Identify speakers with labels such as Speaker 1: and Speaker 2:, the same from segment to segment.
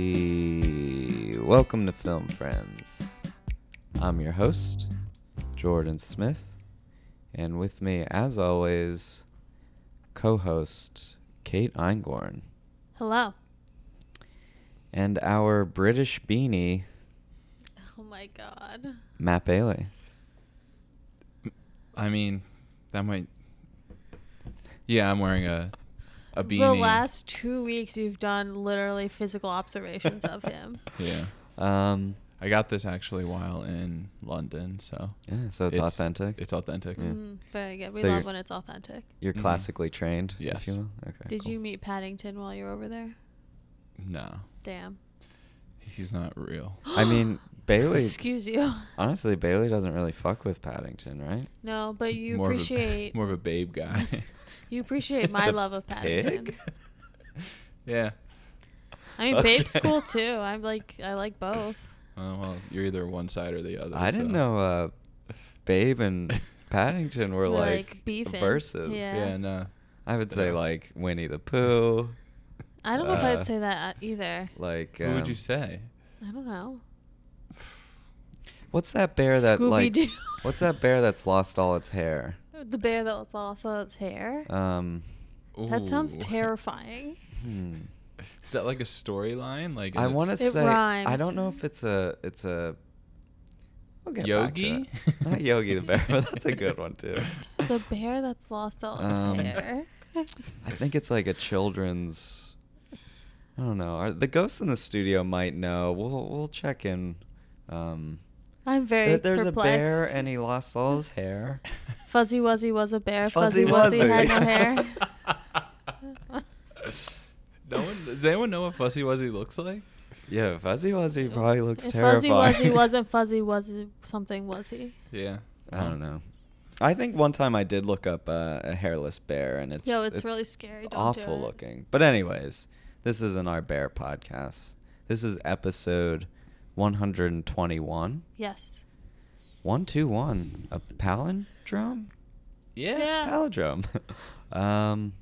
Speaker 1: Hey, welcome to Film Friends. I'm your host, Jordan Smith, and with me, as always, co host Kate Eingorn
Speaker 2: Hello.
Speaker 1: and our British beanie,
Speaker 2: Oh my god.
Speaker 1: Matt Bailey.
Speaker 3: I mean, that might. Yeah, I'm wearing a a beanie.
Speaker 2: The last two weeks you've done literally physical observations of him.
Speaker 3: Yeah,
Speaker 1: Um,
Speaker 3: I got this actually while in London, so
Speaker 1: yeah, so it's, authentic.
Speaker 3: It's authentic.
Speaker 1: Yeah.
Speaker 2: Mm, very good. We
Speaker 1: So
Speaker 2: love
Speaker 1: you're-
Speaker 2: when it's authentic.
Speaker 1: You're
Speaker 3: Mhm.
Speaker 1: classically trained. if
Speaker 3: Yes.
Speaker 1: you will? Okay.
Speaker 2: Did
Speaker 1: cool.
Speaker 2: you meet Paddington while you were over there?
Speaker 3: No,
Speaker 2: Damn.
Speaker 3: he's not real.
Speaker 1: I mean, Bailey.
Speaker 2: Excuse you.
Speaker 1: Honestly, Bailey doesn't really fuck with Paddington, right?
Speaker 2: No, but you
Speaker 3: More of a-
Speaker 2: appreciate
Speaker 3: more of a babe guy.
Speaker 2: you appreciate my
Speaker 1: The
Speaker 2: love of Paddington.
Speaker 1: pig?
Speaker 3: yeah.
Speaker 2: I mean,
Speaker 1: Okay.
Speaker 2: Babe's cool too. I'm like I like both.
Speaker 3: Uh, well, you're either one side or the other.
Speaker 1: I didn't
Speaker 3: so-
Speaker 1: know uh, Babe and Paddington were
Speaker 2: They're,
Speaker 1: like,
Speaker 2: like, beefing.
Speaker 1: verses.
Speaker 2: Yeah.
Speaker 3: Yeah, no.
Speaker 1: I would say
Speaker 3: Yeah.
Speaker 1: like Winnie the Pooh.
Speaker 2: I don't know if
Speaker 1: Uh,
Speaker 2: I'd say that either.
Speaker 1: Like
Speaker 3: Who would
Speaker 1: um,
Speaker 3: you say?
Speaker 2: I don't know.
Speaker 1: What's that bear that like?
Speaker 2: Scooby-Doo.
Speaker 1: What's that bear that's lost all its hair?
Speaker 2: The bear that's also its hair.
Speaker 1: Um,
Speaker 2: that sounds
Speaker 3: Ooh.
Speaker 2: terrifying.
Speaker 1: hmm.
Speaker 3: Is that like a storyline? Like
Speaker 1: I
Speaker 3: it's
Speaker 1: want to
Speaker 2: It
Speaker 1: say I
Speaker 2: rhymes.
Speaker 1: don't know if it's a it's a. We'll get back to
Speaker 3: Yogi?
Speaker 1: it. Not Yogi the bear, but that's a good one too.
Speaker 2: The bear that's lost all its
Speaker 1: Um,
Speaker 2: hair.
Speaker 1: I think it's like a children's. I don't know. Are- The ghosts in the studio might know. We'll we'll check in. Um,
Speaker 2: I'm very
Speaker 1: there- there's a bear
Speaker 2: perplexed.
Speaker 1: and he lost all his hair.
Speaker 2: Fuzzy Wuzzy was a bear.
Speaker 1: Fuzzy
Speaker 2: Fuzzy, Wuzzy,
Speaker 1: Wuzzy.
Speaker 2: had no hair.
Speaker 3: No one. Does anyone know what Fuzzy Wuzzy looks like?
Speaker 1: Yeah, Fuzzy Wuzzy probably looks
Speaker 2: If
Speaker 1: terrifying.
Speaker 2: Fuzzy Wuzzy wasn't Fuzzy Wuzzy, something was he?
Speaker 3: Yeah.
Speaker 1: I don't know. I think one time I did look up uh, a hairless bear, and it's
Speaker 2: Yo, it's really scary. Don't do
Speaker 1: awful
Speaker 2: it.
Speaker 1: looking. But anyways, this isn't our bear podcast. This is episode 121.
Speaker 2: Yes.
Speaker 1: 121. A palindrome?
Speaker 3: Yeah.
Speaker 2: Yeah.
Speaker 1: Palindrome. um,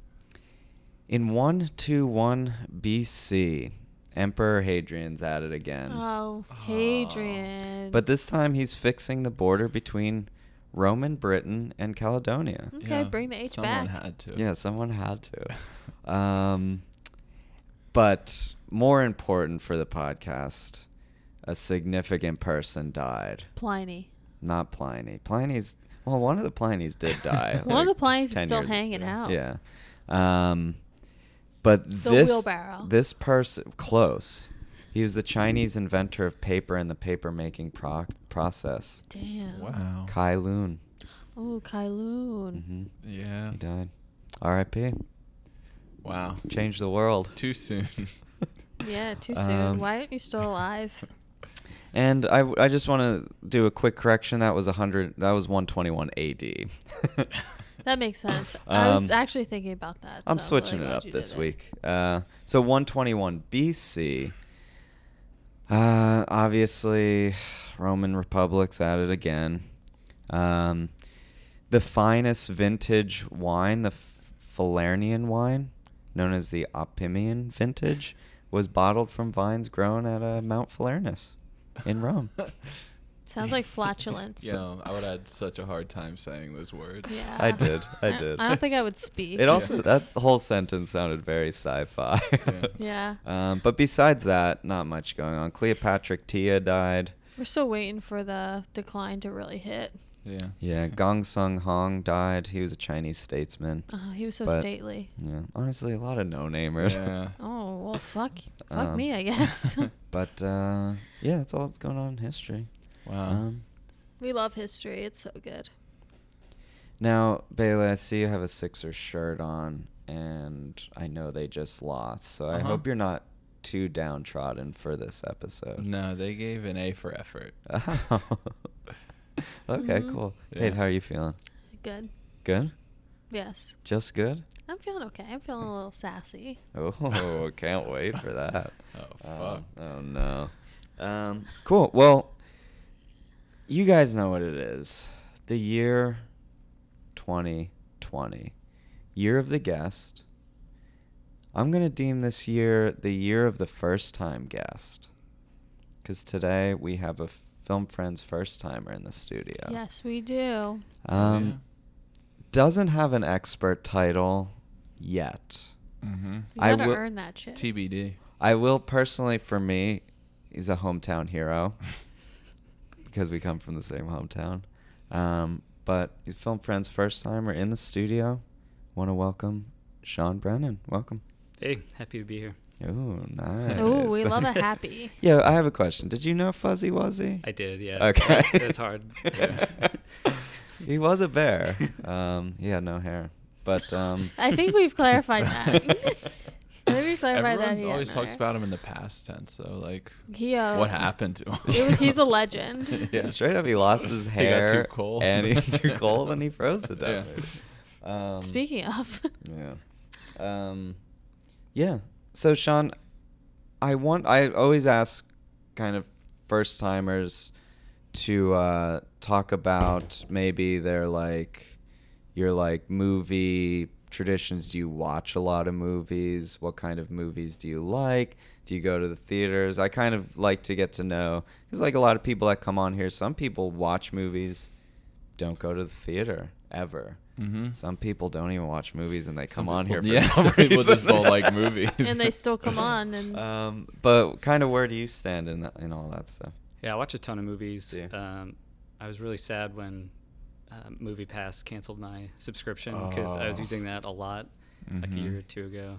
Speaker 1: in 121 BC, Emperor Hadrian's at it again.
Speaker 2: Oh,
Speaker 3: Oh.
Speaker 2: Hadrian.
Speaker 1: But this time he's fixing the border between Roman Britain and Caledonia.
Speaker 2: Okay, bring the H
Speaker 3: someone
Speaker 2: back.
Speaker 3: had to.
Speaker 1: Yeah, someone had to. um, but more important for the podcast, a significant person died.
Speaker 2: Pliny.
Speaker 1: Not Pliny. Pliny's well, one of the Pliny's did die.
Speaker 2: One of
Speaker 1: like,
Speaker 2: the Pliny's is
Speaker 1: 10
Speaker 2: still
Speaker 1: years
Speaker 2: hanging
Speaker 1: ago.
Speaker 2: out.
Speaker 1: Yeah. Um, but
Speaker 2: The
Speaker 1: this
Speaker 2: wheelbarrow.
Speaker 1: this person close. He was the Chinese inventor of paper and the paper making proc- process.
Speaker 2: Damn.
Speaker 3: Wow.
Speaker 1: Kai Lun.
Speaker 2: Oh, Kailoon.
Speaker 1: hmm
Speaker 3: Yeah.
Speaker 1: He died. R.I.P.
Speaker 3: Wow.
Speaker 1: Changed the world.
Speaker 3: Too soon.
Speaker 2: Yeah, too soon.
Speaker 1: Um,
Speaker 2: Why aren't you still alive?
Speaker 1: And I, w- I just want to do a quick correction. That was 100. That was 121 AD.
Speaker 2: That makes sense. I was
Speaker 1: Um,
Speaker 2: actually thinking about that.
Speaker 1: I'm
Speaker 2: so
Speaker 1: switching
Speaker 2: really
Speaker 1: it
Speaker 2: glad
Speaker 1: up
Speaker 2: you
Speaker 1: this
Speaker 2: did it.
Speaker 1: week. Uh, so 121 BC. Uh, obviously, Roman Republic's at it again. Um, the finest vintage wine, the F- Falernian wine, known as the Opimian vintage, was bottled from vines grown at uh, Mount Falernus in Rome.
Speaker 2: Sounds like flatulence.
Speaker 3: you know, I would have had such a hard time saying those words.
Speaker 2: Yeah.
Speaker 1: I did. I
Speaker 2: I-
Speaker 1: did.
Speaker 2: I don't think I would speak.
Speaker 1: It also
Speaker 3: Yeah.
Speaker 1: that whole sentence sounded very sci-fi.
Speaker 3: Yeah.
Speaker 2: Yeah.
Speaker 1: Um, but besides that, not much going on. Cleopatra Tia died.
Speaker 2: We're still waiting for the decline to really hit.
Speaker 3: Yeah.
Speaker 1: Yeah, Gong Sung Hong died. He was a Chinese statesman.
Speaker 2: Oh, he was so
Speaker 1: But-
Speaker 2: stately.
Speaker 1: Yeah, honestly, a lot of no-namers.
Speaker 3: Yeah.
Speaker 2: Oh well, fuck, fuck
Speaker 1: Um,
Speaker 2: me, I guess.
Speaker 1: But uh, yeah, that's all that's going on in history.
Speaker 3: Wow.
Speaker 1: Um,
Speaker 2: we love history. It's so good.
Speaker 1: now, Bailey, I see you have a Sixers shirt on, and I know they just lost. So I
Speaker 3: Uh-huh.
Speaker 1: hope you're not too downtrodden for this episode.
Speaker 3: No, they gave an A for effort.
Speaker 1: Oh. okay,
Speaker 3: Mm-hmm.
Speaker 2: Mhm.
Speaker 1: cool.
Speaker 3: Yeah.
Speaker 1: Kate, how are you feeling?
Speaker 2: Good.
Speaker 1: Good?
Speaker 2: Yes,
Speaker 1: Just good?
Speaker 2: I'm feeling okay. I'm feeling a little sassy.
Speaker 1: Oh, can't wait for that.
Speaker 3: Oh,
Speaker 1: Um,
Speaker 3: fuck.
Speaker 1: oh no. Um, cool. Well, you guys know what it is. The year 2020. Year of the guest. I'm going to deem this year the year of the first time guest. Because today we have a film friend's first timer in the studio.
Speaker 2: Yes, we do.
Speaker 1: Um,
Speaker 3: Yeah.
Speaker 1: Doesn't have an expert title yet.
Speaker 3: Mm-hmm.
Speaker 2: You
Speaker 1: I
Speaker 2: gotta
Speaker 1: will-
Speaker 2: earn that shit.
Speaker 3: TBD.
Speaker 1: I will personally, for me, he's a hometown hero because we come from the same hometown. Um, but he's film friend's first timer in the studio. Want to welcome Sean Brennan. Welcome.
Speaker 4: Hey, happy to be here.
Speaker 1: Oh, nice.
Speaker 2: Oh, we love a happy.
Speaker 1: Yeah, I have a question. Did you know Fuzzy Wuzzy?
Speaker 4: I did, yeah.
Speaker 1: Okay.
Speaker 4: That's, that's hard.
Speaker 3: Yeah.
Speaker 1: He was a bear. Um, he had no hair, but um,
Speaker 2: I think we've clarified that. Maybe clarify that
Speaker 3: Everyone
Speaker 2: he had
Speaker 3: always
Speaker 2: no
Speaker 3: talks
Speaker 2: hair.
Speaker 3: about him in the past tense, so like,
Speaker 2: He, uh,
Speaker 3: what happened to him?
Speaker 2: it was- he's a legend.
Speaker 1: yeah, straight up, he lost his
Speaker 3: He got
Speaker 1: hair.
Speaker 3: too cold.
Speaker 1: and he was too cold, and he froze to death.
Speaker 3: Yeah.
Speaker 1: maybe. Um,
Speaker 2: Speaking of,
Speaker 1: Yeah. Um, yeah. So Sean, I want I always ask kind of first timers to uh, talk about maybe their like your like movie traditions. Do you watch a lot of movies? What kind of movies do you like? Do you go to the theaters? I kind of like to get to know because like a lot of people that come on here, some people watch movies, don't go to the theater ever.
Speaker 3: Mm-hmm.
Speaker 1: Some people don't even watch movies and they come
Speaker 3: Some
Speaker 1: on
Speaker 3: people-
Speaker 1: here for
Speaker 3: yeah,
Speaker 1: some,
Speaker 3: some people
Speaker 1: reason.
Speaker 3: just don't like movies.
Speaker 2: and they still come on, and
Speaker 1: um, but kind of where do you stand in that, in all that stuff?
Speaker 4: yeah, I watch a ton of movies.
Speaker 1: Yeah.
Speaker 4: Um, I was really sad when uh, Movie Pass canceled my subscription because I was
Speaker 1: Oh. Mm-hmm.
Speaker 4: using that a lot like a
Speaker 3: Mhm.
Speaker 4: year or two ago.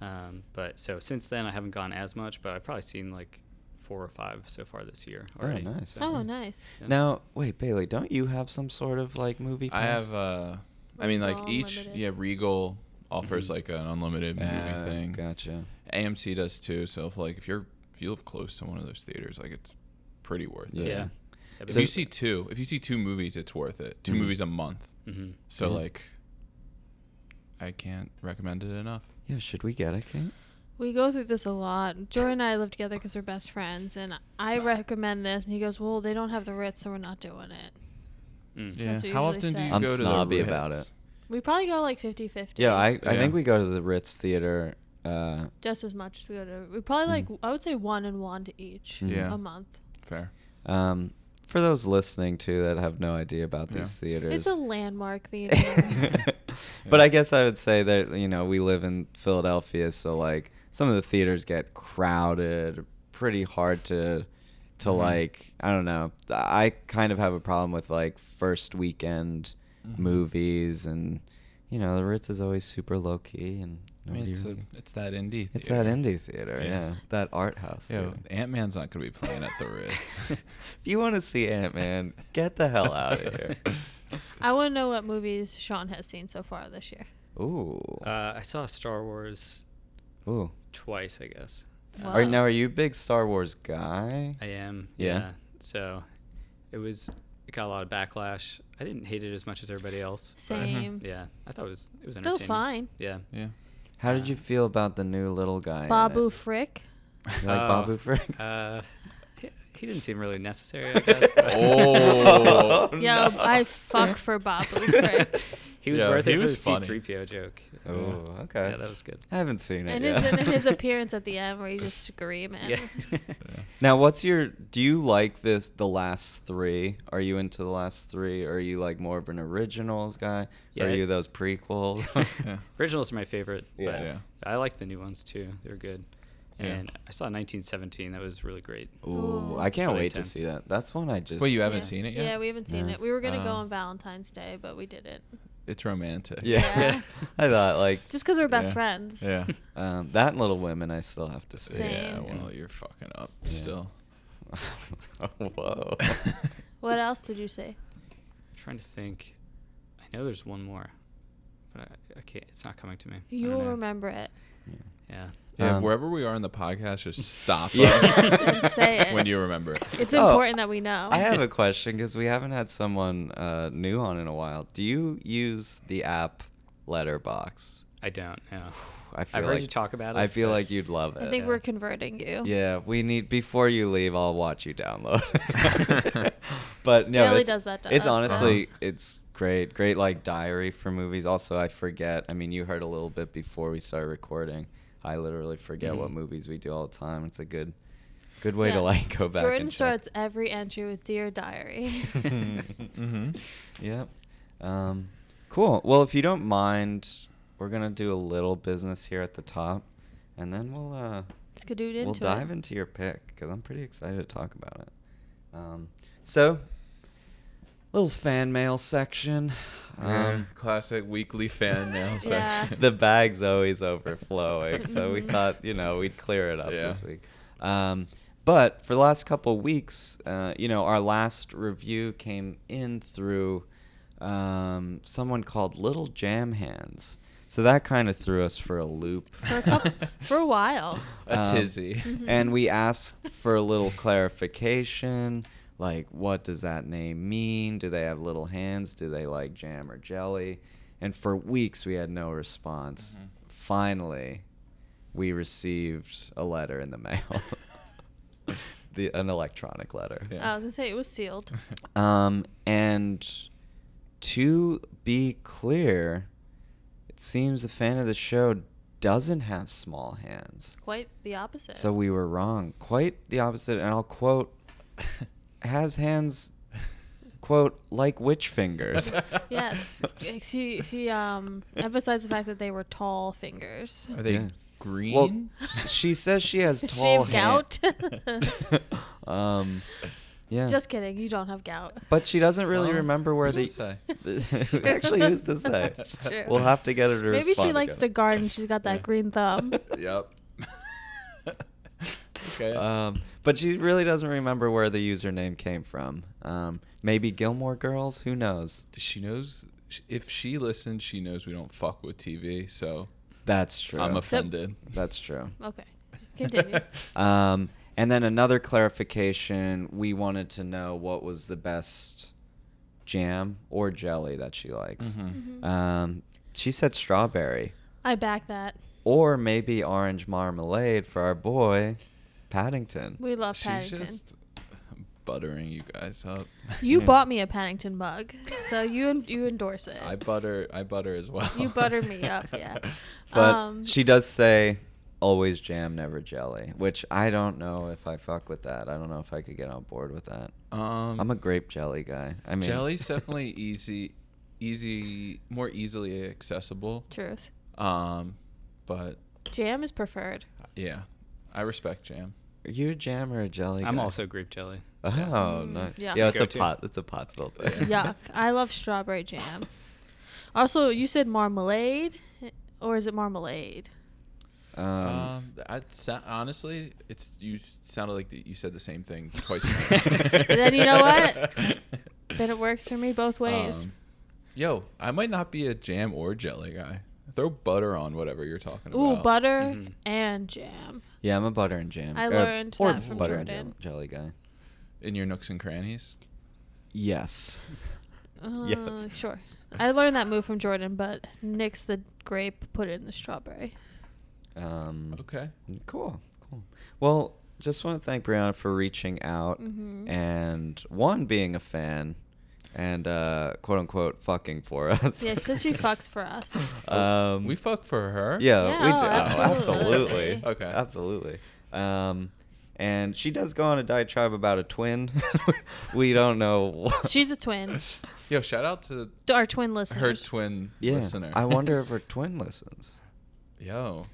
Speaker 4: Um, but so since then, I haven't gone as much, but I've probably seen like four or five so far this year
Speaker 1: Oh,
Speaker 4: already.
Speaker 1: nice.
Speaker 4: so-
Speaker 2: oh, nice.
Speaker 4: Yeah.
Speaker 1: Now, wait, Bailey, don't you have some sort of like movie?
Speaker 3: I
Speaker 1: Pass?
Speaker 3: have. uh I mean, like
Speaker 2: Regal,
Speaker 3: each.
Speaker 2: unlimited.
Speaker 3: Yeah, Regal offers
Speaker 1: Mm-hmm.
Speaker 4: Mhm.
Speaker 3: like an unlimited movie
Speaker 1: Ah,
Speaker 3: thing.
Speaker 1: Gotcha.
Speaker 3: AMC does too. So if like if you're if you live close to one of those theaters, like it's pretty worth
Speaker 4: Yeah.
Speaker 3: it.
Speaker 1: Yeah.
Speaker 4: That'd be
Speaker 3: If you
Speaker 4: good.
Speaker 3: see two, if you see two movies, it's worth it. 2
Speaker 1: Mhm.
Speaker 3: movies a month.
Speaker 4: Mhm.
Speaker 3: So
Speaker 1: Yeah.
Speaker 3: like, I can't recommend it enough.
Speaker 1: Yeah, should we get it, Kate?
Speaker 2: We go through this a lot. Joy and I live together because we're best friends, and I recommend this, and he goes, "Well, they don't have the Ritz, so we're not doing it."
Speaker 4: Mm.
Speaker 3: Yeah.
Speaker 2: what you
Speaker 3: Hmm. How
Speaker 2: usually
Speaker 3: often do
Speaker 2: say.
Speaker 3: you
Speaker 1: I'm
Speaker 3: go to
Speaker 1: snobby
Speaker 3: the
Speaker 1: about
Speaker 3: Ritz?
Speaker 1: it.
Speaker 2: We probably go like 50-50.
Speaker 1: Yeah, I, I
Speaker 3: Yeah.
Speaker 1: think we go to the Ritz Theater. Uh,
Speaker 2: just as much as we go to. We probably like
Speaker 4: Mm.
Speaker 1: Mhm.
Speaker 2: I would say one and one to each
Speaker 1: Mhm.
Speaker 3: Yeah.
Speaker 2: a month.
Speaker 3: Fair.
Speaker 1: um, for those listening too that have no idea about
Speaker 3: Yeah.
Speaker 1: these theaters,
Speaker 2: It's a landmark theater.
Speaker 1: but I guess I would say that you know we live in Philadelphia, so like some of the theaters get crowded, pretty hard to to
Speaker 3: Mhm.
Speaker 1: like I don't know. I kind of have a problem with like first weekend
Speaker 3: Mhm.
Speaker 1: movies, and you know the Ritz is always super low key and
Speaker 3: I mean,
Speaker 1: nobody
Speaker 3: it's, a,
Speaker 1: really-
Speaker 3: it's that indie.
Speaker 1: it's that
Speaker 3: theater.
Speaker 1: indie theater, yeah,
Speaker 3: Yeah.
Speaker 1: that art house.
Speaker 3: Yeah,
Speaker 1: theater.
Speaker 3: Ant Man's not gonna be playing at the Ritz.
Speaker 1: if you want to see Ant Man, get the hell out of here.
Speaker 2: I want to know what movies Sean has seen so far this year.
Speaker 1: Ooh,
Speaker 4: Uh, I saw Star Wars
Speaker 1: ooh.
Speaker 4: twice, I guess. Uh,
Speaker 2: Wow.
Speaker 1: All right, now are you a big Star Wars guy?
Speaker 4: I am.
Speaker 1: Yeah.
Speaker 4: Yeah. So it was it got a lot of backlash. I didn't hate it as much as everybody else. but
Speaker 2: Same.
Speaker 4: Yeah. I thought it was it was
Speaker 2: Feels
Speaker 4: entertaining.
Speaker 2: fine.
Speaker 4: Yeah.
Speaker 3: yeah.
Speaker 1: How did you feel about the new little guy? in
Speaker 2: Babu
Speaker 1: it?
Speaker 2: Frick.
Speaker 1: You like
Speaker 4: Oh,
Speaker 1: Babu Frick?
Speaker 4: Uh he, he didn't seem really necessary, I guess. but-
Speaker 3: Oh.
Speaker 1: Oh,
Speaker 2: Yo,
Speaker 1: no.
Speaker 2: I fuck for Babu Frick.
Speaker 4: he was
Speaker 3: Yeah,
Speaker 4: worth
Speaker 3: he
Speaker 4: it
Speaker 3: was
Speaker 4: for the
Speaker 3: funny.
Speaker 4: C3PO joke.
Speaker 1: Oh,
Speaker 3: Yeah.
Speaker 1: okay.
Speaker 4: Yeah, that was good.
Speaker 1: I haven't seen it.
Speaker 2: and
Speaker 1: yet.
Speaker 2: his and his appearance at the end where he's just screaming.
Speaker 4: Yeah.
Speaker 1: Now, what's your? Do you like this? The last three? Are you into the last three? Or are you like more of an originals guy?
Speaker 4: Yeah,
Speaker 1: are
Speaker 4: I-
Speaker 1: you those prequels?
Speaker 3: Yeah.
Speaker 4: Originals are my favorite,
Speaker 1: Yeah.
Speaker 4: but
Speaker 3: Yeah.
Speaker 4: I like the new ones too. They're good.
Speaker 3: Yeah.
Speaker 4: And I saw 1917. That was really great.
Speaker 1: Ooh,
Speaker 2: Ooh.
Speaker 1: I can't
Speaker 4: So
Speaker 1: wait
Speaker 4: intense.
Speaker 1: to see that. That's one I just.
Speaker 3: Wait, you haven't seen it yet?
Speaker 2: Yeah, we haven't seen
Speaker 1: No.
Speaker 2: it. We were gonna go
Speaker 3: Oh.
Speaker 2: on Valentine's Day, but we didn't.
Speaker 3: It's romantic.
Speaker 1: Yeah.
Speaker 2: Yeah.
Speaker 1: I thought like
Speaker 2: Just because we're best
Speaker 3: Yeah.
Speaker 2: friends.
Speaker 3: Yeah.
Speaker 4: Uh,
Speaker 1: um, that and Little Women. I still have to see.
Speaker 3: Yeah.
Speaker 2: Same.
Speaker 3: Well, you're fucking up
Speaker 1: Yeah.
Speaker 3: still.
Speaker 1: Whoa.
Speaker 2: What else did you say?
Speaker 4: trying to think. I know there's one more, but I, I can't. It's not coming to me. I don't
Speaker 2: You'll
Speaker 4: know.
Speaker 2: remember it.
Speaker 4: Yeah.
Speaker 3: Yeah,
Speaker 1: Um,
Speaker 3: wherever we are in the podcast, just stop
Speaker 1: Yeah.
Speaker 3: us
Speaker 2: And say it.
Speaker 3: when you remember it.
Speaker 2: It's
Speaker 1: Oh,
Speaker 2: important that we know.
Speaker 1: I have a question because we haven't had someone uh, new on in a while. Do you use the app Letterbox?
Speaker 4: I don't know.
Speaker 1: I feel
Speaker 4: have heard
Speaker 1: like-
Speaker 4: you talk about it.
Speaker 1: I feel
Speaker 4: but- uh,
Speaker 1: like you'd love
Speaker 2: I
Speaker 1: it.
Speaker 2: think
Speaker 4: Yeah.
Speaker 2: we're converting you.
Speaker 1: Yeah, we need before you leave. I'll watch you download. but no,
Speaker 2: Bailey
Speaker 1: it's,
Speaker 2: does that to
Speaker 1: it's
Speaker 2: us.
Speaker 1: honestly,
Speaker 3: Uh-huh.
Speaker 1: it's great, great like diary for movies. Also, I forget. I mean, you heard a little bit before we started recording. I literally forget what
Speaker 3: Mm-hmm.
Speaker 4: Mhm.
Speaker 1: movies we do all the time. It's a good, good way to
Speaker 2: Yes.
Speaker 1: like go back.
Speaker 2: Jordan
Speaker 1: and check.
Speaker 2: starts every entry with "Dear Diary."
Speaker 3: Mm-hmm.
Speaker 1: Yep. Um, cool. Well, if you don't mind, we're gonna do a little business here at the top, and then we'll uh,
Speaker 2: Skadoot into
Speaker 1: we'll
Speaker 2: it.
Speaker 1: dive into your pick because I'm pretty excited to talk about it. Um, so, little fan mail section. Um,
Speaker 3: classic weekly fan
Speaker 2: Yeah.
Speaker 3: mail section.
Speaker 1: the bag's always overflowing, so we
Speaker 2: Mhm.
Speaker 1: thought you know we'd clear it up
Speaker 3: Yeah.
Speaker 1: this week. Um, but for the last couple weeks, uh, you know, our last review came in through um, someone called Little Jam Hands, so that kind of threw us for a loop
Speaker 2: For a couple- for a while.
Speaker 3: A
Speaker 1: Um,
Speaker 3: tizzy.
Speaker 2: Mhm.
Speaker 1: and we asked for a little clarification like what does that name mean do they have little hands do they like jam or jelly and for weeks we had no response
Speaker 3: Mhm.
Speaker 1: finally we received a letter in the mail the, an electronic letter
Speaker 3: Yeah.
Speaker 2: I was gonna say it was sealed.
Speaker 3: Oh.
Speaker 1: um, and to be clear it seems the fan of the show doesn't have small hands
Speaker 2: Quite the opposite.
Speaker 1: so we were wrong. Quite the opposite. And I'll quote has hands, quote, like witch fingers.
Speaker 2: Yes, she she um emphasized the fact that they were tall fingers.
Speaker 3: Are they
Speaker 1: Yeah.
Speaker 3: green?
Speaker 1: Well, Uh, she says she has
Speaker 2: Does she
Speaker 1: tall
Speaker 2: have
Speaker 1: hand-
Speaker 2: gout?
Speaker 1: um, yeah.
Speaker 2: Just kidding, you don't have gout.
Speaker 1: But she doesn't really
Speaker 3: Well,
Speaker 1: remember where
Speaker 3: who's
Speaker 1: the.
Speaker 2: to
Speaker 3: say?
Speaker 1: actually, who's to say?
Speaker 2: That's true.
Speaker 1: We'll have to get her to
Speaker 2: Maybe she
Speaker 1: respond.
Speaker 2: likes
Speaker 1: again.
Speaker 2: to garden, she's got that
Speaker 3: Yeah.
Speaker 2: green thumb.
Speaker 3: Yep. okay.
Speaker 1: Um, but she really doesn't remember where the username came from. Um, maybe Gilmore Girls. Who knows?
Speaker 3: she knows if she listens, she knows we don't fuck with TV. So
Speaker 1: That's true.
Speaker 3: I'm offended.
Speaker 1: That's true.
Speaker 2: Okay, continue.
Speaker 1: Um, and then another clarification: we wanted to know what was the best jam or jelly that she likes.
Speaker 3: Mm-hmm.
Speaker 2: Mhm.
Speaker 1: Um, she said strawberry,
Speaker 2: I back that.
Speaker 1: or maybe orange marmalade for our boy Paddington.
Speaker 2: We love
Speaker 3: She's
Speaker 2: Paddington.
Speaker 3: just buttering you guys up.
Speaker 2: You
Speaker 1: Yeah.
Speaker 2: bought me a Paddington mug, so you you endorse it.
Speaker 3: I butter. I butter as well.
Speaker 2: You butter me up, yeah.
Speaker 1: but
Speaker 2: um,
Speaker 1: she does say always jam, never jelly, which I don't know if I fuck with that. I don't know if I could get on board with that.
Speaker 3: Um,
Speaker 1: I'm a grape jelly guy. I mean,
Speaker 3: jelly's definitely e- easy, easy, more easily accessible.
Speaker 2: Truth.
Speaker 3: Um, but
Speaker 2: Jam is preferred.
Speaker 3: yeah, I respect jam.
Speaker 1: Are you a jam or a jelly?
Speaker 4: I'm
Speaker 1: guy?
Speaker 4: also grape jelly.
Speaker 1: Oh,
Speaker 2: Mm,
Speaker 1: nice.
Speaker 2: yeah.
Speaker 1: Yeah, it's a
Speaker 4: Go-to.
Speaker 1: pot. It's a Pottsville thing.
Speaker 2: Yuck. I love strawberry jam. Also, you said marmalade, or is it marmalade?
Speaker 1: Um,
Speaker 3: Um, I sa- honestly, it's you sounded like the, you said the same thing twice.
Speaker 2: Then you know what? Then it works for me both ways.
Speaker 3: Um, yo, I might not be a jam or jelly guy. Throw butter on whatever you're talking
Speaker 2: Ooh,
Speaker 3: about.
Speaker 2: butter
Speaker 3: Mm-hmm.
Speaker 4: Mhm.
Speaker 2: and jam.
Speaker 1: yeah, I'm a butter and jam.
Speaker 2: I
Speaker 1: uh,
Speaker 2: learned
Speaker 1: or
Speaker 2: that from
Speaker 1: butter
Speaker 2: Jordan.
Speaker 1: and jam, jelly guy.
Speaker 3: in your nooks and crannies.
Speaker 1: Yes.
Speaker 2: Uh,
Speaker 1: Yes.
Speaker 2: Sure. I learned that move from Jordan, but nix the grape, put it in the strawberry.
Speaker 1: Um,
Speaker 3: Okay.
Speaker 1: Cool. Cool. Well, just want to thank Brianna for reaching out
Speaker 2: Mhm.
Speaker 1: and one being a fan and uh, quote unquote fucking for us.
Speaker 2: Yeah, she says she fucks for us.
Speaker 1: Um,
Speaker 3: we fuck for her.
Speaker 1: Yeah,
Speaker 2: Yeah,
Speaker 1: we do.
Speaker 2: oh,
Speaker 1: absolutely.
Speaker 2: absolutely.
Speaker 3: Okay.
Speaker 1: Absolutely. Um, and she does go on a diatribe about a twin. we don't know. What.
Speaker 2: She's a twin.
Speaker 3: Yo, shout out to
Speaker 2: To Our twin listeners.
Speaker 3: her twin
Speaker 1: yeah.
Speaker 3: listener.
Speaker 1: I wonder if her twin listens.
Speaker 3: Yo,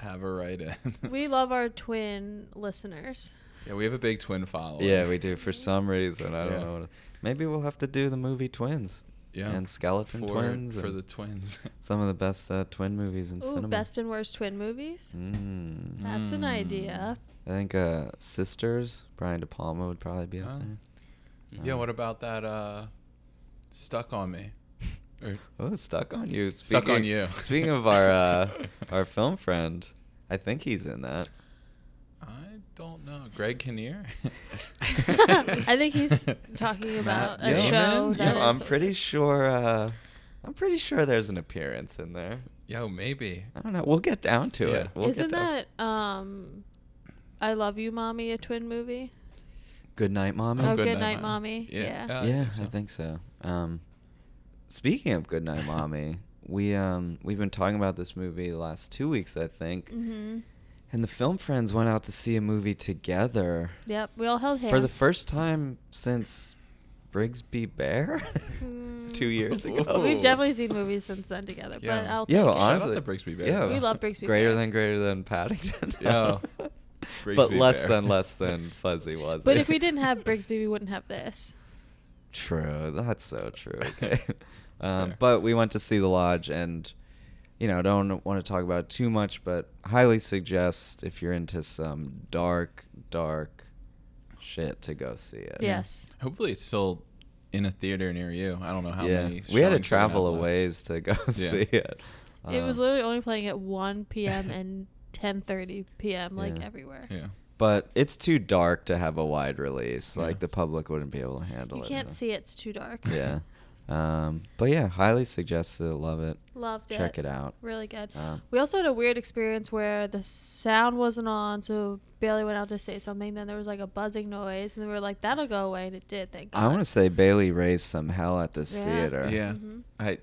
Speaker 3: have her right in.
Speaker 2: We love our twin listeners.
Speaker 3: Yeah, we have a big twin following.
Speaker 1: Yeah, we do. For some reason, I don't
Speaker 3: Oh, Yeah.
Speaker 1: know. What, maybe we'll have to do the movie Twins.
Speaker 3: Yeah.
Speaker 1: And skeleton
Speaker 3: for,
Speaker 1: twins
Speaker 3: for
Speaker 1: and-
Speaker 3: the twins.
Speaker 1: Some of the best uh, twin movies in
Speaker 2: Ooh,
Speaker 1: cinema.
Speaker 2: best and worst twin movies.
Speaker 1: Mm.
Speaker 2: That's an
Speaker 3: Mm.
Speaker 2: idea.
Speaker 1: I think uh, Sisters. Brian De Palma would probably be up
Speaker 3: Oh.
Speaker 1: there.
Speaker 3: Yeah,
Speaker 1: Um,
Speaker 3: what about that uh stuck on me? Or
Speaker 1: Oh, stuck on you.
Speaker 3: Stuck on
Speaker 1: Speaking-
Speaker 3: you.
Speaker 1: Speaking of our uh, our film friend, I think he's in that.
Speaker 3: I don't know. Greg Kinnear?
Speaker 2: I think he's talking
Speaker 3: Matt
Speaker 2: about a show
Speaker 1: Damon?
Speaker 2: that
Speaker 1: Yeah,
Speaker 2: is
Speaker 1: I'm
Speaker 2: based-
Speaker 1: pretty sure. Uh, I'm pretty sure there's an appearance in there.
Speaker 3: Yo, maybe.
Speaker 1: I don't know. We'll get down to
Speaker 3: Yeah.
Speaker 1: it. We'll get
Speaker 2: Isn't
Speaker 1: down-
Speaker 2: that um, I love you, mommy, a twin movie?
Speaker 1: Good night, mommy.
Speaker 2: Oh,
Speaker 3: Good
Speaker 2: Good
Speaker 3: Night,
Speaker 2: Night, Mommy.
Speaker 3: Yeah.
Speaker 2: Yeah.
Speaker 3: Uh,
Speaker 1: yeah,
Speaker 3: so.
Speaker 1: I think so. Um, speaking of Good Night, mommy, we um we've been talking about this movie the last two weeks, I think,
Speaker 2: Mm-hmm.
Speaker 1: and the film friends went out to see a movie together
Speaker 2: Yep, we all held hands
Speaker 1: for the first time since Brigsby Bear
Speaker 2: Mm.
Speaker 1: two years ago.
Speaker 3: Whoa.
Speaker 2: We've definitely seen movies since then together, but
Speaker 3: Yeah.
Speaker 2: I'll take
Speaker 1: Oh. yeah,
Speaker 2: it.
Speaker 1: well,
Speaker 3: Shout out
Speaker 1: honestly,
Speaker 3: to Brigsby Bear.
Speaker 1: Yeah,
Speaker 2: We love Brigsby
Speaker 1: Greater
Speaker 2: Bear.
Speaker 1: than greater than Paddington.
Speaker 3: Yeah.
Speaker 1: but
Speaker 3: Brigsby
Speaker 1: less
Speaker 3: Bear.
Speaker 1: than less than Fuzzy was.
Speaker 2: But
Speaker 1: it?
Speaker 2: if we didn't have Brigsby, we wouldn't have this.
Speaker 1: True. That's so true. Okay. um,
Speaker 3: Fair.
Speaker 1: but we went to see the lodge, and you know, don't want to talk about it too much, but highly suggest if you're into some dark, dark shit to go see it.
Speaker 2: Yes.
Speaker 3: Hopefully, it's still in a theater near you. I don't know how
Speaker 1: yeah.
Speaker 3: many.
Speaker 1: we had to
Speaker 3: showings they're gonna
Speaker 1: travel
Speaker 3: have
Speaker 1: a
Speaker 3: left.
Speaker 1: ways to go
Speaker 3: Yeah.
Speaker 1: see it.
Speaker 2: it was
Speaker 1: Um,
Speaker 2: literally only playing at 1 p.m. and 10:30 p.m. like
Speaker 1: Yeah.
Speaker 2: everywhere.
Speaker 3: Yeah.
Speaker 1: But it's too dark to have a wide release.
Speaker 3: Yeah.
Speaker 1: Like the public wouldn't be able to handle
Speaker 2: You
Speaker 1: it.
Speaker 2: can't
Speaker 1: so.
Speaker 2: see it, it's too dark.
Speaker 1: Yeah. Um, but yeah, highly suggested. Love it.
Speaker 2: Loved it.
Speaker 1: Check it out.
Speaker 2: Really good.
Speaker 3: Uh,
Speaker 1: Um,
Speaker 2: We also had a weird experience where the sound wasn't on, so Bailey went out to say something. Then there was like a buzzing noise, and we were like, "That'll go away," and it did. Thank God.
Speaker 1: I want to say Bailey raised some hell at this
Speaker 2: Yeah.
Speaker 1: theater.
Speaker 3: Yeah.
Speaker 2: Mhm.
Speaker 3: I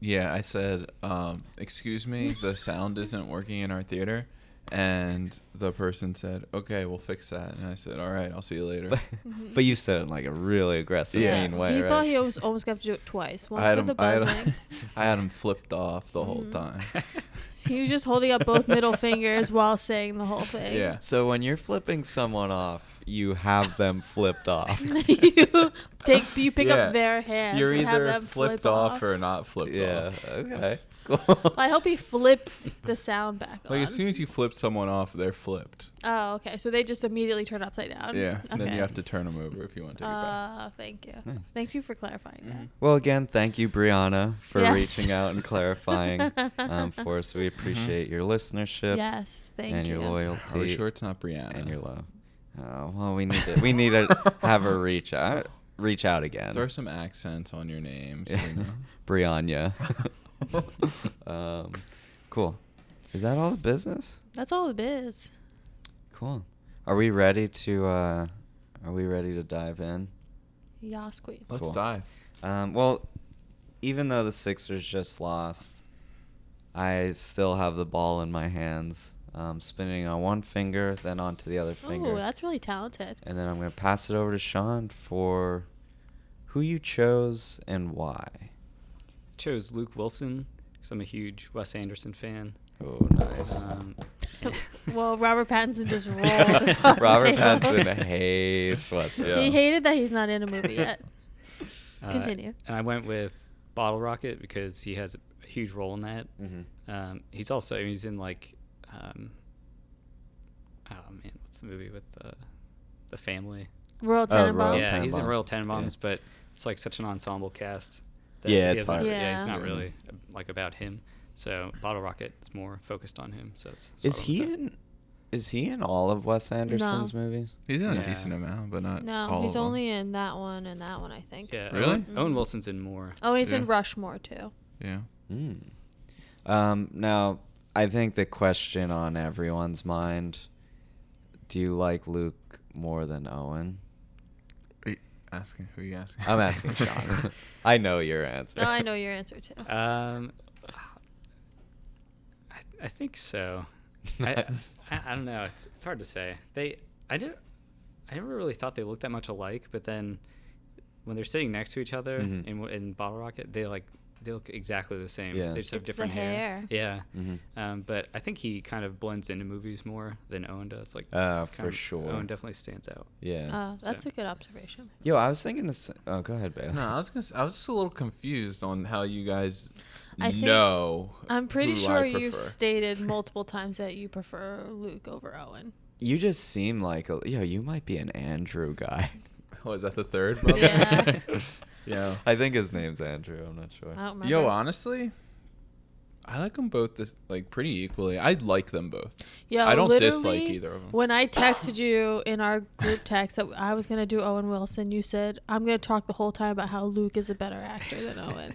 Speaker 3: yeah, I said, um, excuse me, the sound isn't working in our theater and the person said, Okay, we'll fix that and I said, All right, I'll see you later.
Speaker 1: But,
Speaker 2: Mhm.
Speaker 1: but you said it in like a really aggressive,
Speaker 3: Yeah.
Speaker 1: mean way.
Speaker 2: He
Speaker 1: right?
Speaker 2: thought he was almost got to do it twice. One
Speaker 3: I had,
Speaker 2: for the
Speaker 3: him, I, had
Speaker 2: buzzing.
Speaker 3: I had him flipped off the whole
Speaker 2: Mhm.
Speaker 3: time.
Speaker 2: he was just holding up both middle fingers while saying the whole thing.
Speaker 3: Yeah.
Speaker 1: So when you're flipping someone off, you have them flipped off.
Speaker 2: you take you pick
Speaker 3: Yeah.
Speaker 2: up their hands.
Speaker 3: You're
Speaker 2: and have
Speaker 3: either
Speaker 2: them
Speaker 3: flipped
Speaker 2: flip
Speaker 3: off,
Speaker 2: off
Speaker 3: or not flipped
Speaker 1: yeah.
Speaker 3: off.
Speaker 1: Okay. Cool.
Speaker 2: I hope he flipped the sound back.
Speaker 3: Like as
Speaker 2: on.
Speaker 3: soon as you flip someone off, they're flipped.
Speaker 2: Oh, okay. So they just immediately turn upside down.
Speaker 3: Yeah.
Speaker 2: Okay.
Speaker 3: And then you have to turn them over if you want to take it Mm-hmm.
Speaker 2: Uh, thank you.
Speaker 1: Nice.
Speaker 2: Thank you for clarifying that.
Speaker 1: Well, again, thank you, Brianna, for
Speaker 2: Yes.
Speaker 1: reaching out and clarifying um, for us. We appreciate your listenership
Speaker 2: Yes, thank
Speaker 1: and your
Speaker 2: you.
Speaker 1: loyalty.
Speaker 3: back. Are we sure it's not Brianna?
Speaker 1: and your love. Oh, well, we need to we need to have her reach out reach out again.
Speaker 3: Throw some accents on your name. So we know.
Speaker 1: Brianna. um, cool. Is that all the business?
Speaker 2: That's all the biz.
Speaker 1: Cool. Are we ready to uh are we ready to dive in?
Speaker 2: Yas queen.
Speaker 3: Let's
Speaker 1: Cool.
Speaker 3: dive.
Speaker 1: Um well, even though the Sixers just lost, I still have the ball in my hands. Um spinning on one finger, then onto the other finger.
Speaker 2: Oh, that's really talented.
Speaker 1: And then I'm going to pass it over to Sean for who you chose and why.
Speaker 4: Chose Luke Wilson because I'm a huge Wes Anderson fan.
Speaker 1: Oh, nice.
Speaker 4: Um,
Speaker 2: well, Robert Pattinson just rolled. across the
Speaker 1: Robert
Speaker 2: table.
Speaker 1: Pattinson hates Wes
Speaker 2: He
Speaker 1: Anderson.
Speaker 2: hated that he's not in a movie yet.
Speaker 4: uh,
Speaker 2: Continue.
Speaker 4: And I went with Bottle Rocket because he has a huge role in that.
Speaker 1: Mhm.
Speaker 4: Um, he's also he's in like, um, oh man, what's the movie with the the family?
Speaker 2: Royal
Speaker 1: Oh, Royal
Speaker 2: Tenenbaums.
Speaker 1: Royal
Speaker 4: yeah, he's in
Speaker 1: Tenenbaums.
Speaker 4: Royal Tenenbaums,
Speaker 1: Yeah.
Speaker 4: but it's like such an ensemble cast.
Speaker 1: Yeah,
Speaker 4: he
Speaker 1: it's
Speaker 4: doesn't-
Speaker 1: hard.
Speaker 4: Yeah, he's
Speaker 2: Yeah.
Speaker 4: not
Speaker 1: Yeah.
Speaker 4: really uh, like about him. So Bottle Rocket is more focused on him. So it's, that's
Speaker 1: Is
Speaker 4: why I
Speaker 1: he
Speaker 4: went with
Speaker 1: in is he in all of Wes Anderson's movies?
Speaker 3: He's in a
Speaker 4: Yeah.
Speaker 3: decent amount, but not
Speaker 2: No,
Speaker 3: all
Speaker 2: he's
Speaker 3: of 'em.
Speaker 2: only in that one and that one, I think.
Speaker 4: that. Yeah,
Speaker 3: Really?
Speaker 4: Owen, Owen
Speaker 2: Mhm.
Speaker 4: Wilson's in more.
Speaker 2: Oh, and he's in
Speaker 3: Yeah.
Speaker 2: Rushmore too.
Speaker 3: Yeah.
Speaker 1: Mm. Um, now, I think the question on everyone's mind: Do you like Luke more than Owen?
Speaker 3: Are you asking who are you asking?
Speaker 1: I'm asking Sean. I know your answer.
Speaker 2: Oh, I know your answer too.
Speaker 3: Uh,
Speaker 4: Um, I, I think so. I, I, I don't know. It's, it's hard to say. They I did I never really thought they looked that much alike, but then when they're sitting next to each other
Speaker 1: Mhm.
Speaker 4: in w- in Bottle Rocket, they like they look exactly the same.
Speaker 1: Yeah.
Speaker 4: They just have
Speaker 2: It's the
Speaker 4: different hair.
Speaker 2: hair.
Speaker 4: Yeah.
Speaker 1: Mhm.
Speaker 4: Um, but I think he kind of blends into movies more than Owen does. Like,
Speaker 1: Uh,
Speaker 4: it's kind
Speaker 1: for
Speaker 4: of-
Speaker 1: sure.
Speaker 4: Owen definitely stands out.
Speaker 1: Yeah.
Speaker 2: Oh, that's
Speaker 4: So-
Speaker 2: a good observation.
Speaker 1: Yo, I was thinking this. Oh, go ahead, Bailey.
Speaker 3: No, I was gonna, s- I was just a little confused on how you guys
Speaker 2: I think-
Speaker 3: know.
Speaker 2: I'm pretty
Speaker 3: who I
Speaker 2: sure you've
Speaker 3: prefer.
Speaker 2: stated multiple times that you prefer Luke over Owen.
Speaker 1: You just seem like a, yo. You might be an Andrew guy.
Speaker 3: Oh, is that the third brother?
Speaker 2: Yeah. Oh.
Speaker 3: Yeah.
Speaker 1: I think his name's Andrew. I'm not sure.
Speaker 2: I don't remember.
Speaker 3: Yo, honestly, I like them both this like pretty equally. I like them both.
Speaker 2: Yo,
Speaker 3: I don't dislike
Speaker 2: literally,
Speaker 3: either of them.
Speaker 2: When I texted you in our group text that I was gonna do Owen Wilson, you said I'm gonna talk the whole time about how Luke is a better actor than Owen.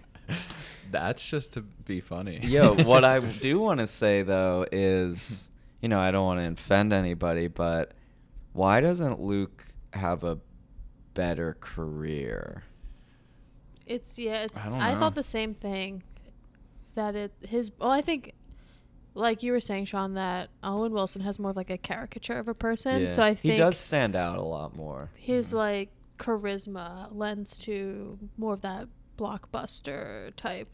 Speaker 3: That's just to be funny.
Speaker 1: Yo, what I do want to say though is, you know, I don't want to offend anybody, but why doesn't Luke have a better career?
Speaker 2: It's yeah. It's
Speaker 3: don't
Speaker 2: I,
Speaker 3: know.
Speaker 2: thought the same thing. That it his well, I think, like you were saying, Sean, that Owen Wilson has more of like a caricature of a person. So I think
Speaker 1: he does stand out a lot more.
Speaker 2: His
Speaker 3: Mhm.
Speaker 2: like charisma lends to more of that blockbuster type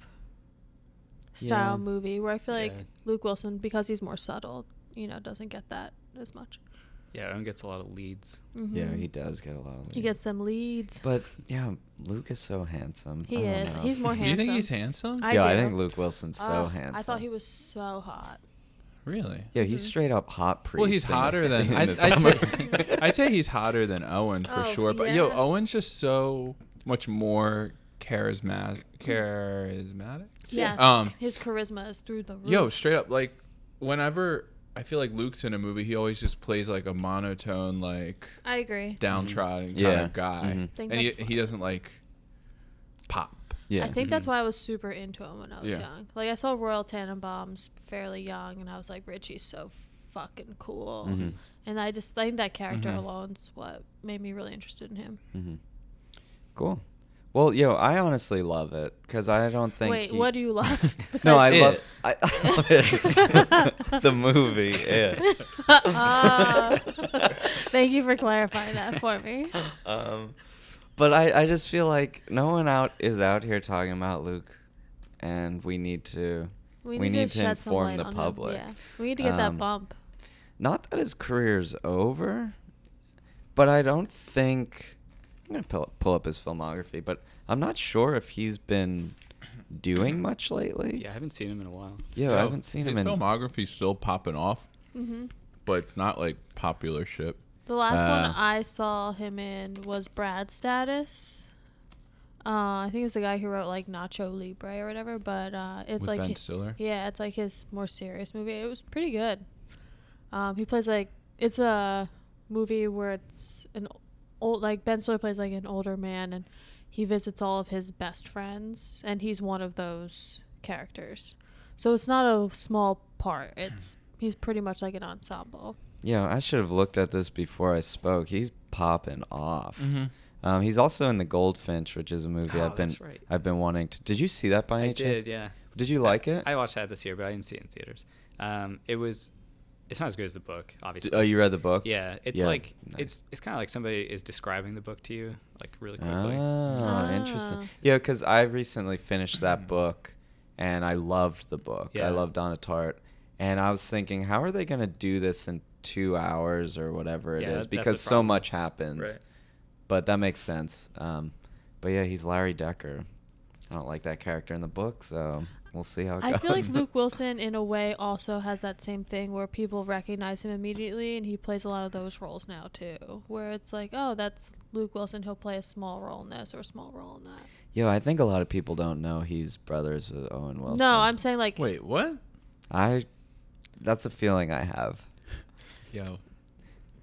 Speaker 2: style
Speaker 1: Yeah.
Speaker 2: movie where I feel like
Speaker 4: Yeah.
Speaker 2: Luke Wilson, because he's more subtle, you know, doesn't get that as much.
Speaker 4: Yeah, Owen gets a lot of leads.
Speaker 1: Yeah,
Speaker 2: Mhm.
Speaker 1: he does get a lot of.
Speaker 2: He
Speaker 1: leads.
Speaker 2: gets them leads.
Speaker 1: But yeah, Luke is so handsome.
Speaker 2: He
Speaker 1: I don't
Speaker 2: is.
Speaker 1: know.
Speaker 2: He's more
Speaker 3: Do you think
Speaker 2: handsome.
Speaker 3: he's handsome?
Speaker 2: I
Speaker 1: yeah, I
Speaker 2: do.
Speaker 1: think Luke Wilson's so
Speaker 2: Ugh,
Speaker 1: handsome.
Speaker 2: Ah, I thought he was so hot.
Speaker 3: Really?
Speaker 1: Yeah, he's
Speaker 2: Mhm.
Speaker 1: straight up hot priest.
Speaker 3: Well, he's
Speaker 1: in this-
Speaker 3: hotter than
Speaker 1: in
Speaker 3: I'd,
Speaker 1: this
Speaker 3: I'd,
Speaker 1: movie.
Speaker 3: say, I'd say he's hotter than Owen for
Speaker 2: Oh,
Speaker 3: sure. But yo,
Speaker 2: yeah.
Speaker 3: Owen's just so much more charismatic. Charismatic.
Speaker 2: Yes.
Speaker 3: Um,
Speaker 2: his charisma is through the roof.
Speaker 3: Yo, straight up, like whenever I feel like Luke's in a movie, he always just plays like a monotone, like
Speaker 2: I agree.
Speaker 3: downtrodden kind
Speaker 1: Mm-hmm. Yeah.
Speaker 3: of guy,
Speaker 1: Mhm.
Speaker 2: Think
Speaker 3: and he,
Speaker 2: that's what-
Speaker 3: he doesn't like pop.
Speaker 1: Yeah.
Speaker 2: I think that's
Speaker 4: Mhm.
Speaker 2: why I was super into him when I was
Speaker 3: Yeah.
Speaker 2: young. Like I saw Royal Tannenbaums fairly young, and I was like, Richie's so fucking cool.
Speaker 1: Mhm.
Speaker 2: And I just think that character
Speaker 3: Mhm.
Speaker 2: alone's what made me really interested in him.
Speaker 1: Mhm. Cool. Well, yo, I honestly love it because I don't think.
Speaker 2: Wait,
Speaker 1: he-
Speaker 2: what do you love?
Speaker 1: No, I
Speaker 2: besides-
Speaker 3: It.
Speaker 1: love. I, I love it. the movie. It.
Speaker 2: Oh. Thank you for clarifying that for me.
Speaker 1: Um, but I, I just feel like no one out is out here talking about Luke, and we need to.
Speaker 2: We need,
Speaker 1: We need
Speaker 2: to,
Speaker 1: to
Speaker 2: shed some
Speaker 1: inform
Speaker 2: light
Speaker 1: the
Speaker 2: on him.
Speaker 1: public.
Speaker 2: Yeah, we need to get that
Speaker 1: Um,
Speaker 2: bump.
Speaker 1: Not that his career's over, but I don't think I'm gonna pull, pull up his filmography. But I'm not sure if he's been doing much lately.
Speaker 4: Yeah, I haven't seen him in a while.
Speaker 1: Yeah,
Speaker 3: Yo,
Speaker 1: I haven't seen him
Speaker 3: His
Speaker 1: in.
Speaker 3: filmography's still popping off,
Speaker 2: hmm
Speaker 3: but it's not like popular shit.
Speaker 2: The last one
Speaker 1: Uh,
Speaker 2: I saw him in was Brad Status. Uh, I think it was the guy who wrote like Nacho Libre or whatever, but uh, it's
Speaker 3: With
Speaker 2: like
Speaker 3: Ben
Speaker 2: hi-
Speaker 3: Stiller?
Speaker 2: Yeah, it's like his more serious movie. It was pretty good. Um, he plays like it's a movie where it's an old like Ben Stiller plays like an older man and he visits all of his best friends and he's one of those characters. So it's not a small part. It's he's pretty much like an ensemble.
Speaker 1: Yeah, I should have looked at this before I spoke. He's popping off. Um, he's also in the Goldfinch, which is a movie
Speaker 4: Mm-hmm. Oh,
Speaker 1: I've been
Speaker 4: that's right.
Speaker 1: I've been wanting to. Did you see that by
Speaker 4: I
Speaker 1: any chance?
Speaker 4: did, yeah.
Speaker 1: Did you like it?
Speaker 4: I watched that this year, but I didn't see it in theaters. Um, it was, it's not as good as the book, obviously.
Speaker 1: oh, you read the book?
Speaker 4: Yeah, it's
Speaker 1: Yeah,
Speaker 4: like
Speaker 1: nice.
Speaker 4: it's it's kind of like somebody is describing the book to you like really quickly.
Speaker 1: Oh,
Speaker 2: Ah.
Speaker 1: interesting. Yeah, because I recently finished that book, and I loved the book.
Speaker 4: Yeah.
Speaker 1: I loved Donna Tartt, and I was thinking, how are they going to do this in two hours or whatever it is?
Speaker 4: Yeah, that's the
Speaker 1: Because so
Speaker 4: problem.
Speaker 1: much happens.
Speaker 4: Right.
Speaker 1: But that makes sense. Um, but yeah, he's Larry Decker. I don't like that character in the book, so we'll see how it
Speaker 2: I
Speaker 1: goes.
Speaker 2: feel like Luke Wilson, in a way, also has that same thing where people recognize him immediately, and he plays a lot of those roles now too, where it's like, oh, that's Luke Wilson. He'll play a small role in this or a small role in that.
Speaker 1: Yo, I think a lot of people don't know he's brothers with Owen Wilson.
Speaker 2: No, I'm saying like,
Speaker 3: Wait, what?
Speaker 1: I. That's a feeling I have.
Speaker 3: Yo,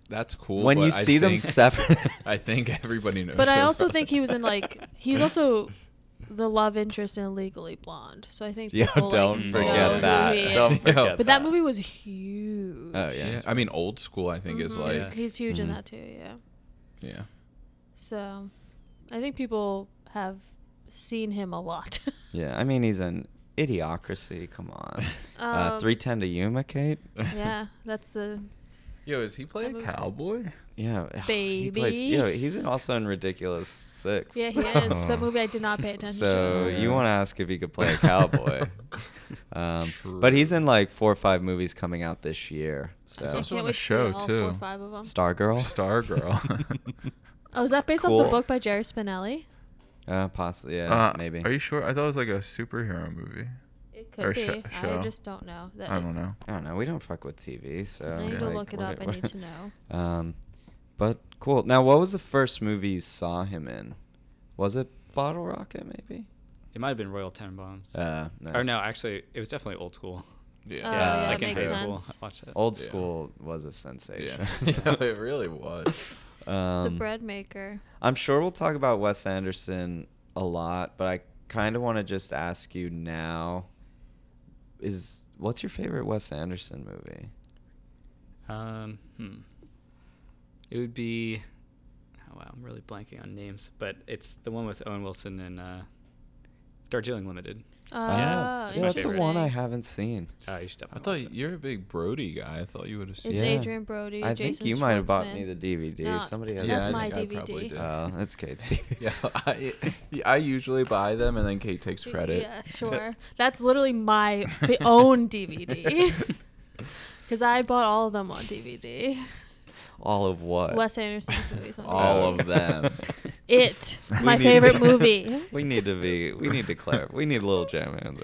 Speaker 3: that's cool.
Speaker 1: When
Speaker 3: but
Speaker 1: you
Speaker 3: I
Speaker 1: see them
Speaker 3: think-
Speaker 1: separate-
Speaker 3: I think everybody knows.
Speaker 2: but I
Speaker 3: about
Speaker 2: also
Speaker 3: it.
Speaker 2: think he was in like, he's also the love interest in Legally Blonde. So I think
Speaker 1: Yo,
Speaker 2: people
Speaker 1: don't
Speaker 2: like,
Speaker 1: forget
Speaker 2: know who
Speaker 1: that.
Speaker 2: he is.
Speaker 1: Don't
Speaker 3: Yo.
Speaker 1: forget
Speaker 2: but that movie was huge.
Speaker 1: Oh, yeah.
Speaker 3: Yeah, I mean, old school. I think is
Speaker 2: Mhm.
Speaker 3: like
Speaker 4: Yeah.
Speaker 2: he's huge in
Speaker 1: Mhm.
Speaker 2: that too. Yeah.
Speaker 3: yeah.
Speaker 2: So, I think people have seen him a lot.
Speaker 1: Yeah, I mean he's an idiocracy. Come on, uh,
Speaker 2: Um,
Speaker 1: three ten to Yuma, Kate.
Speaker 2: yeah, that's the.
Speaker 3: Yo, is he play a
Speaker 2: That was-
Speaker 3: cowboy?
Speaker 1: Yeah, he plays.
Speaker 2: Baby.
Speaker 1: Yeah, he's in- also in Ridiculous Six.
Speaker 2: Yeah, he is. That movie I did not pay attention
Speaker 1: So
Speaker 2: to.
Speaker 1: you want to ask if he could play a cowboy? um, but he's
Speaker 3: True.
Speaker 1: in like four or five movies coming out this year. So
Speaker 3: He's
Speaker 2: I
Speaker 3: also
Speaker 2: can't
Speaker 3: on the
Speaker 2: wait to see
Speaker 3: show,
Speaker 2: all Four or
Speaker 3: too.
Speaker 2: five of 'em.
Speaker 1: Stargirl.
Speaker 3: Stargirl.
Speaker 2: Oh, is that based off the
Speaker 1: Cool.
Speaker 2: book by Jerry Spinelli?
Speaker 1: Uh, possibly. Yeah, maybe.
Speaker 3: Are you sure? I thought it was like a superhero movie.
Speaker 2: It
Speaker 3: Or
Speaker 2: could
Speaker 3: sh-
Speaker 2: be. I
Speaker 3: show.
Speaker 2: just don't know. That Oh,
Speaker 3: I don't know.
Speaker 1: I don't know. We don't fuck with TV, so
Speaker 2: I need to
Speaker 1: like,
Speaker 2: look it
Speaker 1: we're
Speaker 2: up. I
Speaker 1: gonna-
Speaker 2: need to know.
Speaker 1: Um, but cool. Now, what was the first movie you saw him in? Was it Bottle Rocket? Maybe.
Speaker 4: It might have been Royal Tenenbaums.
Speaker 1: Uh,
Speaker 4: Or
Speaker 1: nice.
Speaker 4: no, actually, it was definitely old school.
Speaker 2: Oh, yeah,
Speaker 4: like
Speaker 2: that
Speaker 4: in
Speaker 2: makes
Speaker 4: high school,
Speaker 2: sense.
Speaker 4: I watched it.
Speaker 1: Old
Speaker 3: Yeah.
Speaker 1: school was a sensation.
Speaker 3: Yeah. yeah, it really was.
Speaker 1: Um,
Speaker 2: the Bread Maker.
Speaker 1: I'm sure we'll talk about Wes Anderson a lot, but I kind of want to just ask you now is what's your favorite Wes Anderson movie?
Speaker 4: Um, hmm. It would be. Oh wow, I'm really blanking on names, but it's the one with Owen Wilson and uh, Darjeeling Limited.
Speaker 2: Ah,
Speaker 4: that's
Speaker 1: yeah,
Speaker 4: my
Speaker 1: that's the
Speaker 4: favorite.
Speaker 1: one I
Speaker 2: interesting.
Speaker 1: haven't seen.
Speaker 2: Oh.
Speaker 4: Uh, you should
Speaker 3: I
Speaker 4: definitely.
Speaker 3: thought
Speaker 4: watch it.
Speaker 3: you're a big Brody guy. I thought you would have
Speaker 2: It's
Speaker 3: seen.
Speaker 1: Yeah.
Speaker 2: Adrian Brody.
Speaker 1: I
Speaker 2: Jason
Speaker 1: think you might have bought
Speaker 2: Schwartzman.
Speaker 1: me the DVD.
Speaker 2: No,
Speaker 1: Somebody
Speaker 3: Yeah,
Speaker 1: else.
Speaker 2: that's
Speaker 3: I
Speaker 2: my
Speaker 3: think I
Speaker 2: DVD.
Speaker 3: probably did.
Speaker 1: Oh, that's Kate's DVD.
Speaker 3: Yeah, I I usually buy them and then Kate takes credit.
Speaker 2: Yeah, sure. That's literally my fi- own DVD because I bought all of them on DVD.
Speaker 1: All of what?
Speaker 2: Wes Anderson's movies. On
Speaker 3: All
Speaker 2: DVD.
Speaker 3: of them.
Speaker 2: It,
Speaker 1: We
Speaker 2: my
Speaker 1: need-
Speaker 2: favorite movie.
Speaker 1: we need to be. We need to clarify. We need a little jam hands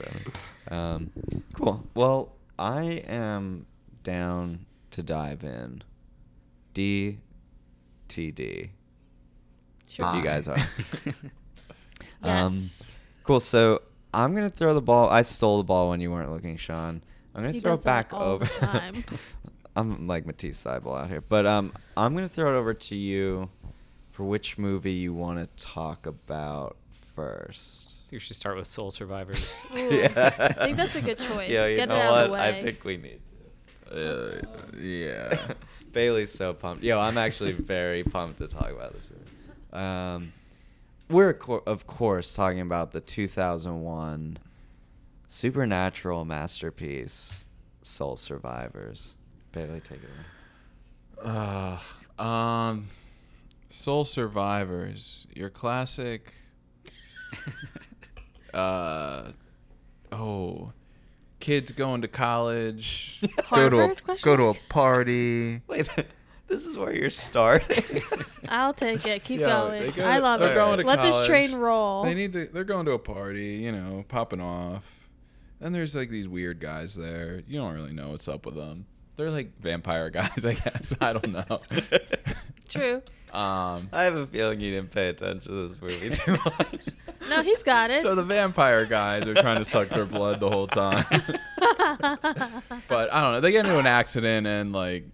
Speaker 1: on. Um, cool. Well, I am down to dive in. D, T D.
Speaker 2: Sure.
Speaker 1: If you guys are.
Speaker 2: Um, Yes.
Speaker 1: Cool. So I'm gonna throw the ball. I stole the ball when you weren't looking, Sean. I'm gonna
Speaker 2: He
Speaker 1: throw
Speaker 2: does
Speaker 1: it back
Speaker 2: that all
Speaker 1: over.
Speaker 2: the time.
Speaker 1: I'm like Matisse Thibault out here, but um, I'm gonna throw it over to you for which movie you want to talk about first.
Speaker 4: I think we should start with Soul Survivors.
Speaker 2: Ooh, I think that's a good choice.
Speaker 1: Yeah, you
Speaker 2: Get it
Speaker 1: know
Speaker 2: out of the
Speaker 1: what? I
Speaker 2: way.
Speaker 1: think we need to.
Speaker 3: Uh, yeah.
Speaker 1: Bailey's so pumped. Yo, I'm actually very pumped to talk about this movie. Um, we're co- of course talking about the 2001 supernatural masterpiece, Soul Survivors. Bailey, take it away.
Speaker 3: Uh, um, Soul Survivors, your classic. Uh, oh, kids going to college. go to a
Speaker 2: Harvard, question
Speaker 3: go to a
Speaker 2: mark?
Speaker 3: party.
Speaker 1: Wait, this is where you're starting.
Speaker 2: I'll take it. Keep
Speaker 3: Yo, they
Speaker 2: going.
Speaker 3: go-
Speaker 2: I love
Speaker 3: they're
Speaker 2: it.
Speaker 3: going to
Speaker 2: Let this
Speaker 3: college.
Speaker 2: train roll.
Speaker 3: They need to. They're going to a party, you know, popping off. And there's like these weird guys there. You don't really know what's up with them. They're like vampire guys, I guess. I don't know.
Speaker 2: True.
Speaker 3: um,
Speaker 1: I have a feeling you didn't pay attention to this movie too much.
Speaker 2: No, he's got it.
Speaker 3: so the vampire guys are trying to suck their blood the whole time. but I don't know. They get into an accident and like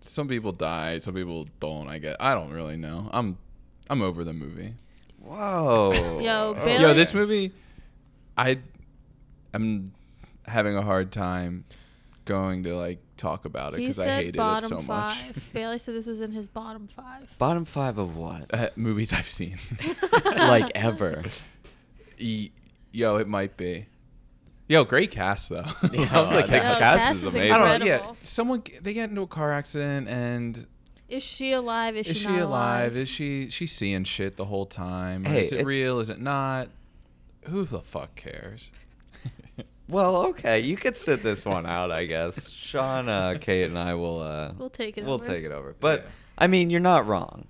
Speaker 3: some people die, some people don't. I guess I don't really know. I'm I'm over the movie.
Speaker 1: Whoa.
Speaker 2: Yo,
Speaker 1: Oh,
Speaker 2: Bailey-
Speaker 3: Yo, this movie, I I'm having a hard time going to like talk about it
Speaker 2: he
Speaker 3: because
Speaker 2: said
Speaker 3: I hated it
Speaker 2: bottom
Speaker 3: so
Speaker 2: five.
Speaker 3: much.
Speaker 2: Bailey said this was in his bottom five.
Speaker 1: Bottom five of what?
Speaker 3: Uh, movies I've seen,
Speaker 1: like ever.
Speaker 3: E- yo, it might be. Yo, great cast though.
Speaker 1: Yeah,
Speaker 3: I'm like,
Speaker 1: that cast
Speaker 2: Yo, cast
Speaker 1: is
Speaker 2: is
Speaker 1: amazing.
Speaker 3: I don't know. Yeah,
Speaker 2: incredible.
Speaker 3: someone g- they get into a car accident and
Speaker 2: Is she alive? Is,
Speaker 3: is she
Speaker 2: not
Speaker 3: alive? Is she she's seeing shit the whole time?
Speaker 1: Hey,
Speaker 3: is it
Speaker 1: it-
Speaker 3: real? Is it not? Who the fuck cares?
Speaker 1: Well, okay, you could sit this one out, I guess. Sean, uh, Kate, and I will. Uh,
Speaker 2: We'll take it
Speaker 1: We'll
Speaker 2: over.
Speaker 1: take it over. But
Speaker 3: Yeah.
Speaker 1: I mean, you're not wrong.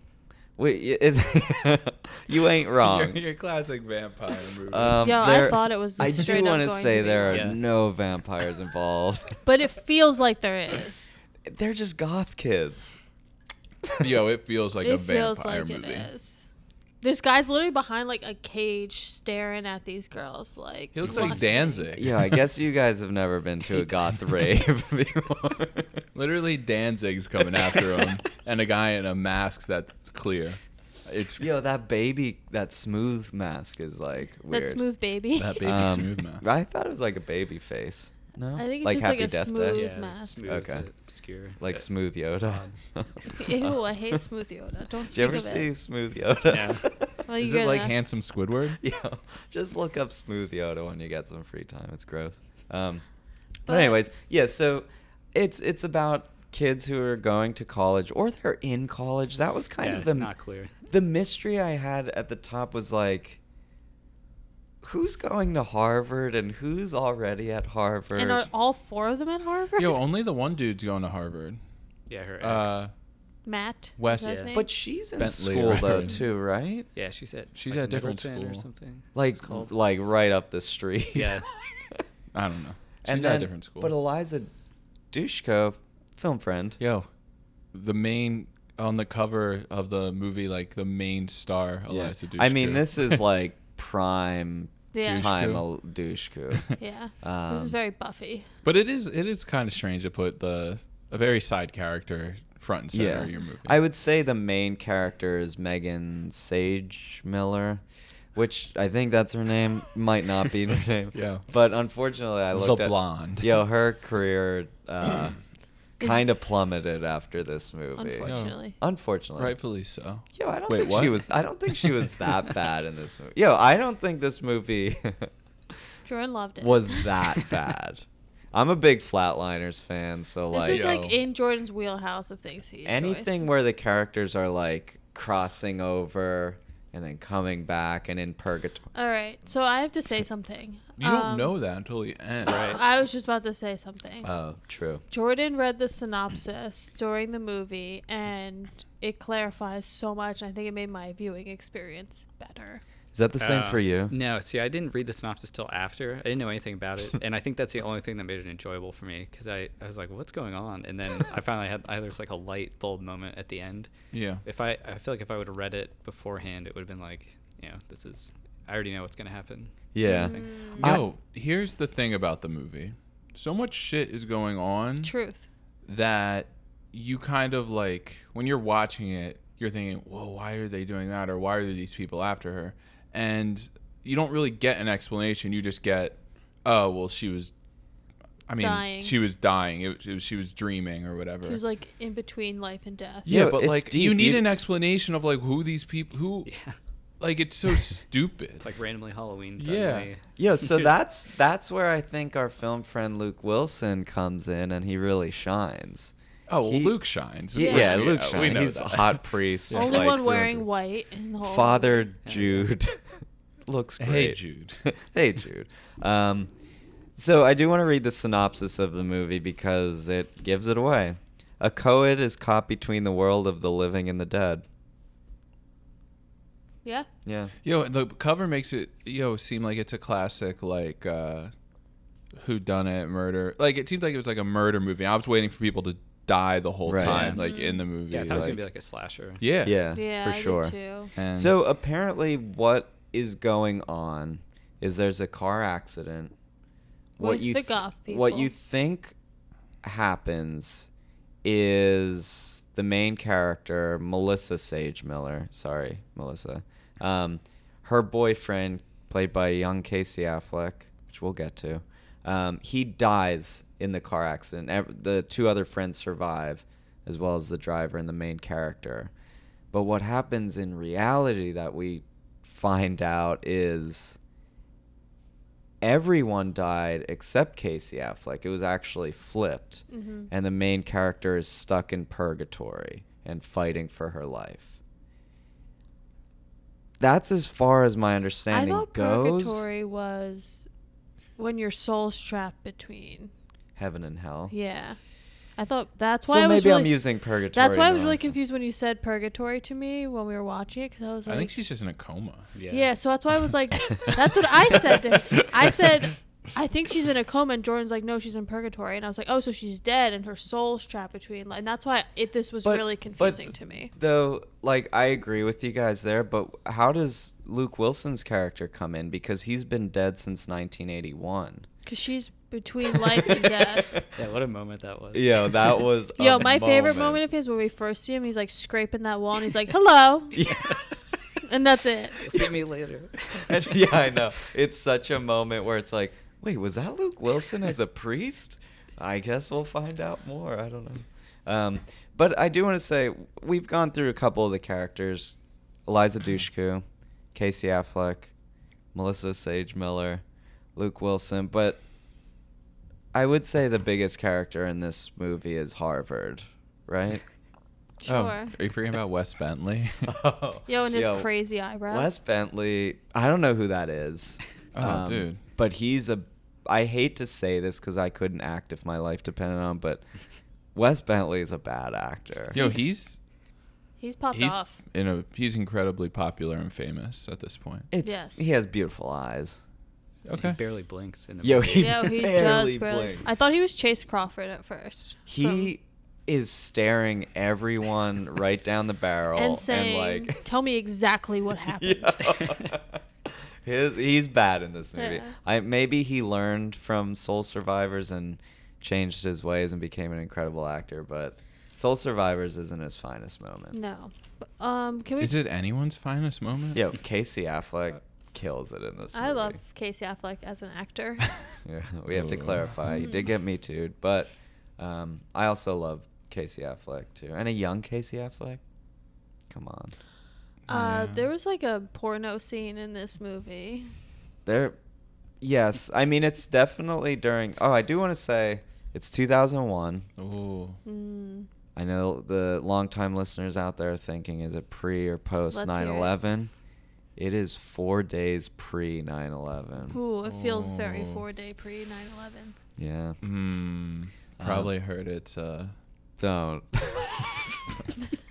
Speaker 1: We, it's you ain't wrong.
Speaker 3: Your classic vampire movie.
Speaker 1: Um,
Speaker 2: Yo, I
Speaker 1: there-
Speaker 2: thought it was
Speaker 1: I do
Speaker 2: straight up
Speaker 1: wanna
Speaker 2: going to
Speaker 1: say
Speaker 2: be
Speaker 1: there are
Speaker 4: wrong. Yeah.
Speaker 1: no vampires involved.
Speaker 2: but it feels like there is.
Speaker 1: they're just goth kids.
Speaker 3: Yo, it feels like a
Speaker 2: it
Speaker 3: vampire
Speaker 2: feels like
Speaker 3: movie.
Speaker 2: it is. This guy's literally behind like a cage, staring at these girls. Like
Speaker 3: He looks like
Speaker 2: lusting.
Speaker 3: Danzig.
Speaker 1: Yeah, I guess you guys have never been to a goth rave before.
Speaker 3: Literally, Danzig's coming after him, and a guy in a mask that's clear. It's
Speaker 1: Yo, that baby, that smooth mask is like weird.
Speaker 2: That smooth baby.
Speaker 3: that baby
Speaker 1: Um,
Speaker 3: smooth mask.
Speaker 1: I thought it was like a baby face. No,
Speaker 2: I think it's just like a smooth-
Speaker 4: yeah,
Speaker 2: mask.
Speaker 4: smooth
Speaker 1: Okay.
Speaker 4: to obscure.
Speaker 1: like
Speaker 4: Yeah.
Speaker 1: Smooth Yoda.
Speaker 2: Ew, I hate Smooth Yoda.
Speaker 1: Did
Speaker 2: Don't
Speaker 1: you
Speaker 2: speak
Speaker 1: ever
Speaker 2: of
Speaker 1: see
Speaker 2: it.
Speaker 1: Smooth Yoda?
Speaker 4: No.
Speaker 2: Well,
Speaker 3: Is
Speaker 2: you're
Speaker 3: it like
Speaker 2: gonna-
Speaker 3: handsome Squidward?
Speaker 1: yeah, just look up Smooth Yoda when you get some free time. It's gross. Um, but
Speaker 2: But-
Speaker 1: anyways, yeah. So it's it's about kids who are going to college or they're in college. That was kind
Speaker 4: Yeah,
Speaker 1: of the
Speaker 4: not clear.
Speaker 1: The mystery I had at the top was like. Who's going to Harvard and who's already at Harvard?
Speaker 2: And are all four of them at Harvard?
Speaker 3: Yo, only the one dude's going to Harvard.
Speaker 4: Yeah, her ex.
Speaker 3: Uh,
Speaker 2: Matt. is
Speaker 3: Wes-
Speaker 2: that his
Speaker 4: Yeah.
Speaker 2: name?
Speaker 1: But she's in
Speaker 3: Bentley
Speaker 1: school
Speaker 3: or
Speaker 1: though
Speaker 3: whatever.
Speaker 1: too, right?
Speaker 4: yeah, she said
Speaker 3: she's at
Speaker 4: like,
Speaker 3: a different
Speaker 4: Middleton or
Speaker 3: school.
Speaker 4: something.
Speaker 1: Like
Speaker 4: It's called.
Speaker 1: like right up the street.
Speaker 4: Yeah.
Speaker 3: I don't know. She's
Speaker 1: and
Speaker 3: at
Speaker 1: then,
Speaker 3: a different school.
Speaker 1: But Eliza Dushko, film friend.
Speaker 3: Yo, the main on the cover of the movie, like the main star,
Speaker 1: Yeah.
Speaker 3: Eliza Dushku.
Speaker 1: I mean, this is like prime
Speaker 2: Yeah.
Speaker 1: time
Speaker 3: Dushku.
Speaker 1: El- Dushku.
Speaker 2: yeah. this
Speaker 1: Um,
Speaker 2: is very Buffy.
Speaker 3: but it is it is kind of strange to put the a very side character front and center
Speaker 1: yeah.
Speaker 3: of your movie.
Speaker 1: I would say the main character is Megan Sage Miller, which I think that's her name, might not be her name.
Speaker 3: Yeah.
Speaker 1: But unfortunately, I
Speaker 3: The
Speaker 1: looked at
Speaker 3: blonde.
Speaker 1: Yo, her career uh,
Speaker 2: Is-
Speaker 1: kind of plummeted after this movie.
Speaker 2: Unfortunately.
Speaker 1: Unfortunately.
Speaker 3: Rightfully so.
Speaker 1: Yo, I don't
Speaker 3: Wait,
Speaker 1: think
Speaker 3: what?
Speaker 1: she was. I don't think she was that bad in this movie. Yo, I don't think this movie
Speaker 2: Jordan loved it.
Speaker 1: was that bad. I'm a big Flatliners fan, so
Speaker 2: This
Speaker 1: like
Speaker 2: is like
Speaker 3: Yo.
Speaker 2: in Jordan's wheelhouse of things he enjoys.
Speaker 1: anything where the characters are like crossing over and then coming back and in purgatory.
Speaker 2: All right, so I have to say something.
Speaker 3: You don't
Speaker 2: Um,
Speaker 3: know that until the end.
Speaker 4: Right.
Speaker 2: I was just about to say something.
Speaker 1: Oh, true.
Speaker 2: Jordan read the synopsis during the movie, and it clarifies so much. And I think it made my viewing experience better.
Speaker 1: Is that the same
Speaker 4: Uh,
Speaker 1: for you?
Speaker 4: No, see, I didn't read the synopsis till after. I didn't know anything about it, and I think that's the only thing that made it enjoyable for me because I, I was like, "What's going on?" And then I finally had I, there was like a light bulb moment at the end.
Speaker 3: Yeah.
Speaker 4: If I I feel like if I would have read it beforehand, it would have been like, you know, this is I already know what's gonna happen.
Speaker 1: Yeah.
Speaker 4: Kind of thing.
Speaker 1: I-
Speaker 3: No, here's the thing about the movie. So much shit is going on
Speaker 2: Truth.
Speaker 3: that you kind of like when you're watching it, you're thinking, "Whoa, why are they doing that?" or "Why are these people after her?" And you don't really get an explanation. You just get, "Oh, well, she was." I mean,
Speaker 2: Dying.
Speaker 3: she was dying. It, it was, she was dreaming or whatever.
Speaker 2: She was like in between life and death.
Speaker 3: yeah,
Speaker 1: Yo,
Speaker 3: but
Speaker 1: it's
Speaker 3: like you
Speaker 1: deep.
Speaker 3: need
Speaker 1: You-
Speaker 3: an explanation of like who these people
Speaker 2: Mm.
Speaker 3: who
Speaker 4: Yeah,
Speaker 3: like it's so stupid.
Speaker 4: it's like randomly Halloween.
Speaker 3: Yeah.
Speaker 4: Suddenly.
Speaker 1: Yeah, so that's that's where I think our film friend Luke Wilson comes in and he really shines.
Speaker 3: oh, well,
Speaker 1: he-
Speaker 3: Luke shines.
Speaker 1: Yeah,
Speaker 2: Yeah,
Speaker 1: Luke
Speaker 3: we
Speaker 1: shines.
Speaker 3: know
Speaker 1: He's
Speaker 3: that.
Speaker 1: a hot priest.
Speaker 3: Yeah.
Speaker 2: Only
Speaker 1: like,
Speaker 2: one
Speaker 1: through
Speaker 2: wearing
Speaker 1: and
Speaker 2: white in the
Speaker 1: through.
Speaker 2: whole.
Speaker 1: Father
Speaker 4: Yeah.
Speaker 1: Jude looks great.
Speaker 3: Hey, Jude.
Speaker 1: hey Jude. Um, so I do want to read the synopsis of the movie because it gives it away. A coed is caught between the world of the living and the dead.
Speaker 2: Yeah.
Speaker 1: Yeah.
Speaker 3: Yo, the cover makes it yo seem like it's a classic like uh who done it murder. Like it seemed like it was like a murder movie. I was waiting for people to die the whole
Speaker 1: Right.
Speaker 3: time
Speaker 2: Yeah.
Speaker 3: like in the movie.
Speaker 4: Yeah, I thought it was gonna be like a uh, slasher.
Speaker 3: yeah.
Speaker 1: Yeah.
Speaker 2: Yeah.
Speaker 1: for
Speaker 2: I did
Speaker 1: sure.
Speaker 2: too.
Speaker 3: And
Speaker 1: So apparently, what is going on is there's a car accident.
Speaker 2: With the goth
Speaker 1: What
Speaker 2: people.
Speaker 1: you think happens is the main character, Melissa Sage Miller. Sorry, Melissa. Um, her boyfriend, played by young Casey Affleck, which we'll get to. Um, he dies in the car accident. Ev- The two other friends survive, as well as the driver and the main character. But what happens in reality that we find out is everyone died except Casey Affleck. It was actually flipped.
Speaker 2: Mm-hmm.
Speaker 1: And the main character is stuck in purgatory and fighting for her life. That's as far as my
Speaker 2: I
Speaker 1: understanding
Speaker 2: thought
Speaker 1: goes.
Speaker 2: purgatory was when your soul's trapped between.
Speaker 1: Heaven and hell.
Speaker 2: Yeah. I thought that's
Speaker 1: so
Speaker 2: why I
Speaker 1: maybe
Speaker 2: was really,
Speaker 1: I'm using purgatory.
Speaker 2: That's why I
Speaker 1: in the
Speaker 2: was
Speaker 1: wrong
Speaker 2: really
Speaker 1: sense.
Speaker 2: confused when you said purgatory to me when we were watching it because I was like,
Speaker 3: I think she's just in a coma.
Speaker 2: yeah. So that's why I was like, that's what I said. To him. I said, I think she's in a coma, and Jordan's like, no, she's in purgatory, and I was like, oh, so she's dead, and her soul's trapped between, li-" and that's why it this was
Speaker 1: But-
Speaker 2: really
Speaker 1: but-
Speaker 2: confusing to me.
Speaker 1: Though, like, I agree with you guys there, but how does Luke Wilson's character come in? Because he's been dead since 1981.
Speaker 2: Because she's between life and death.
Speaker 4: Yeah, what a moment that was.
Speaker 1: Yo, that was. a
Speaker 2: Yo, my favorite moment
Speaker 1: moment
Speaker 2: of his when we first see him, he's like scraping that wall, and he's like, hello,
Speaker 3: Oh,
Speaker 1: Yeah.
Speaker 2: and that's it.
Speaker 4: You'll see me later.
Speaker 1: And- yeah, I know. It's such a moment where it's like, wait, was that Luke Wilson as a priest? I guess we'll find out more. I don't know. Um, but I do want to say we've gone through a couple of the characters Eliza
Speaker 4: Mm-hmm.
Speaker 1: Dushku, Casey Affleck, Melissa Sage Miller, Luke Wilson. But I would say the biggest character in this movie is Harvard, right?
Speaker 2: Sure.
Speaker 3: Oh, are you forgetting about Wes Bentley?
Speaker 4: Oh.
Speaker 2: Yo, and his
Speaker 1: Yo,
Speaker 2: crazy eyebrows.
Speaker 1: Wes Bentley, I don't know who that is. Um,
Speaker 3: Oh, dude.
Speaker 1: But he's a. I hate to say this because I couldn't act if my life depended on, but Wes Bentley is a bad actor.
Speaker 3: Yo, he's
Speaker 2: He's popped
Speaker 3: he's
Speaker 2: off.
Speaker 3: in a he's incredibly popular and famous at this point.
Speaker 1: it's
Speaker 2: Yes.
Speaker 1: he has beautiful eyes.
Speaker 3: Okay.
Speaker 4: He barely blinks in the
Speaker 1: Yo,
Speaker 4: movie.
Speaker 1: he
Speaker 2: Yeah, he does.
Speaker 1: barely
Speaker 2: Barely.
Speaker 1: blinks.
Speaker 2: I thought he was Chase Crawford at first.
Speaker 1: He is staring everyone right down the barrel
Speaker 2: from- and saying,
Speaker 1: like
Speaker 2: "Tell me exactly what happened."
Speaker 1: Yeah. His, he's bad in this movie.
Speaker 2: Yeah.
Speaker 1: I maybe he learned from Soul Survivors and changed his ways and became an incredible actor, but Soul Survivors isn't his finest moment.
Speaker 2: No, But, um, can we?
Speaker 3: Is it anyone's finest moment?
Speaker 1: Yo, Casey Affleck, kills it in this.
Speaker 2: I love
Speaker 1: movie.
Speaker 2: Casey Affleck as an actor.
Speaker 1: Yeah, we have to
Speaker 3: Ooh.
Speaker 1: clarify. He did
Speaker 2: Mm.
Speaker 1: get me too, but um, I also love Casey Affleck too, and a young Casey Affleck. Come on,
Speaker 2: Uh,
Speaker 3: Yeah.
Speaker 2: there was like a porno scene in this movie.
Speaker 1: there. Yes, I mean it's definitely during. Oh, I do want to say it's 2001.
Speaker 3: Oh.
Speaker 2: Mm.
Speaker 1: I know the longtime listeners out there are thinking, is it pre or post
Speaker 2: Let's hear it.
Speaker 1: 9/11? It is four days pre 9/11.
Speaker 2: Ooh, it feels very
Speaker 3: Oh.
Speaker 2: four day pre 9 11.
Speaker 1: Yeah. Hmm.
Speaker 3: Mm, probably heard it. Uh,
Speaker 1: Don't.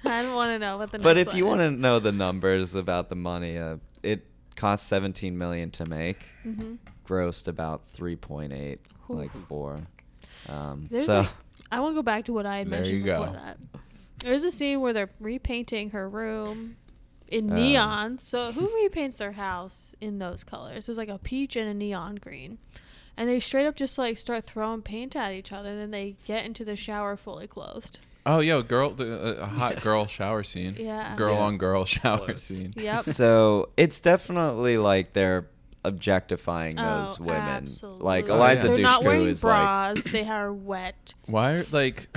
Speaker 2: I don't want to know what the
Speaker 1: But
Speaker 2: next
Speaker 1: if you
Speaker 2: one
Speaker 1: want to
Speaker 2: is.
Speaker 1: know the numbers about the money, uh, it cost 17 million to make,
Speaker 2: Mhm.
Speaker 1: grossed about 3.8, like
Speaker 2: Ooh.
Speaker 1: four. Um,
Speaker 2: There's
Speaker 1: so
Speaker 2: like, I want to go back to what I had
Speaker 3: There
Speaker 2: mentioned
Speaker 3: you go.
Speaker 2: before that. There's a scene where they're repainting her room in
Speaker 1: Oh.
Speaker 2: neon. So who repaints their house in those colors? There's like a peach and a neon green. And they straight up just like start throwing paint at each other and then they get into the shower fully clothed.
Speaker 3: oh, yo, girl, the, uh, a hot girl shower scene.
Speaker 2: Yeah.
Speaker 3: Girl
Speaker 1: Yeah.
Speaker 3: on girl shower
Speaker 4: Close.
Speaker 3: scene.
Speaker 2: Yep.
Speaker 1: so it's definitely like they're objectifying those
Speaker 2: Oh,
Speaker 1: women.
Speaker 2: absolutely.
Speaker 1: Like
Speaker 3: Oh,
Speaker 1: Eliza
Speaker 3: yeah.
Speaker 2: They're not
Speaker 1: Dushku
Speaker 2: wearing
Speaker 1: is
Speaker 2: bras, they are wet.
Speaker 3: Why, are- like,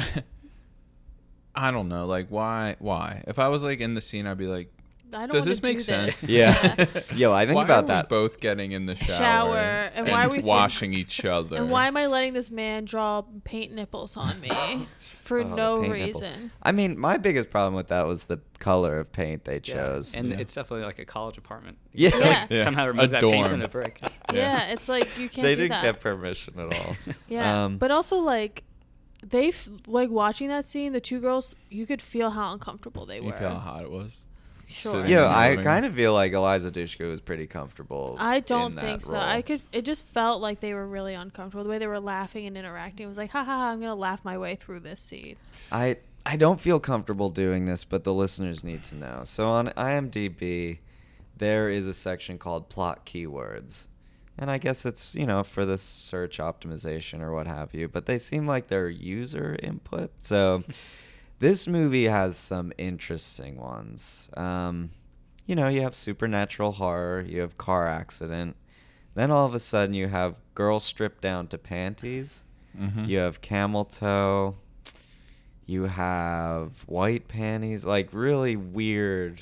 Speaker 3: I don't know, like, why, why? If I was like in the scene, I'd be like,
Speaker 2: I don't
Speaker 3: does
Speaker 2: wanna
Speaker 3: this make
Speaker 2: do
Speaker 3: sense?
Speaker 2: this.
Speaker 1: Yeah. Yo, I think
Speaker 3: Why
Speaker 1: about
Speaker 3: are
Speaker 1: that.
Speaker 3: We both getting in the shower,
Speaker 2: Shower, and why are we-
Speaker 3: washing each other?
Speaker 2: And why am I letting this man draw paint nipples on me for
Speaker 1: Oh, the
Speaker 2: no
Speaker 1: paint nipple.
Speaker 2: reason?
Speaker 1: I mean, my biggest problem with that was the color of paint they chose.
Speaker 4: and
Speaker 3: Yeah.
Speaker 4: it's definitely like a college apartment.
Speaker 1: Yeah.
Speaker 4: You have to, like,
Speaker 3: Yeah.
Speaker 4: Somehow
Speaker 3: A
Speaker 4: remove that paint
Speaker 3: dorm.
Speaker 4: from the brick.
Speaker 2: Yeah, it's like you can't
Speaker 1: they
Speaker 2: do
Speaker 1: didn't
Speaker 2: that.
Speaker 1: get permission at all.
Speaker 2: Yeah,
Speaker 1: Um,
Speaker 2: but also like they f- like watching that scene. The two girls, you could feel how uncomfortable they
Speaker 3: You
Speaker 2: were.
Speaker 3: feel how hot it was.
Speaker 2: sure.
Speaker 3: sitting
Speaker 1: Yeah,
Speaker 3: in the
Speaker 1: I
Speaker 3: living
Speaker 1: kind of feel like Eliza Dushku was pretty comfortable.
Speaker 2: I don't
Speaker 1: in
Speaker 2: think
Speaker 1: that
Speaker 2: so.
Speaker 1: role.
Speaker 2: I could. It just felt like they were really uncomfortable. The way they were laughing and interacting it was like, ha ha ha! I'm gonna laugh my way through this scene.
Speaker 1: I I don't feel comfortable doing this, but the listeners need to know. So on IMDb, there is a section called plot keywords, and I guess it's you know for the search optimization or what have you. But they seem like they're user input. So this movie has some interesting ones. Um, you know, you have supernatural horror, you have car accident. Then all of a sudden, you have girls stripped down to panties.
Speaker 2: Mm-hmm.
Speaker 3: Mhm.
Speaker 1: You have camel toe. You have white panties, like really weird,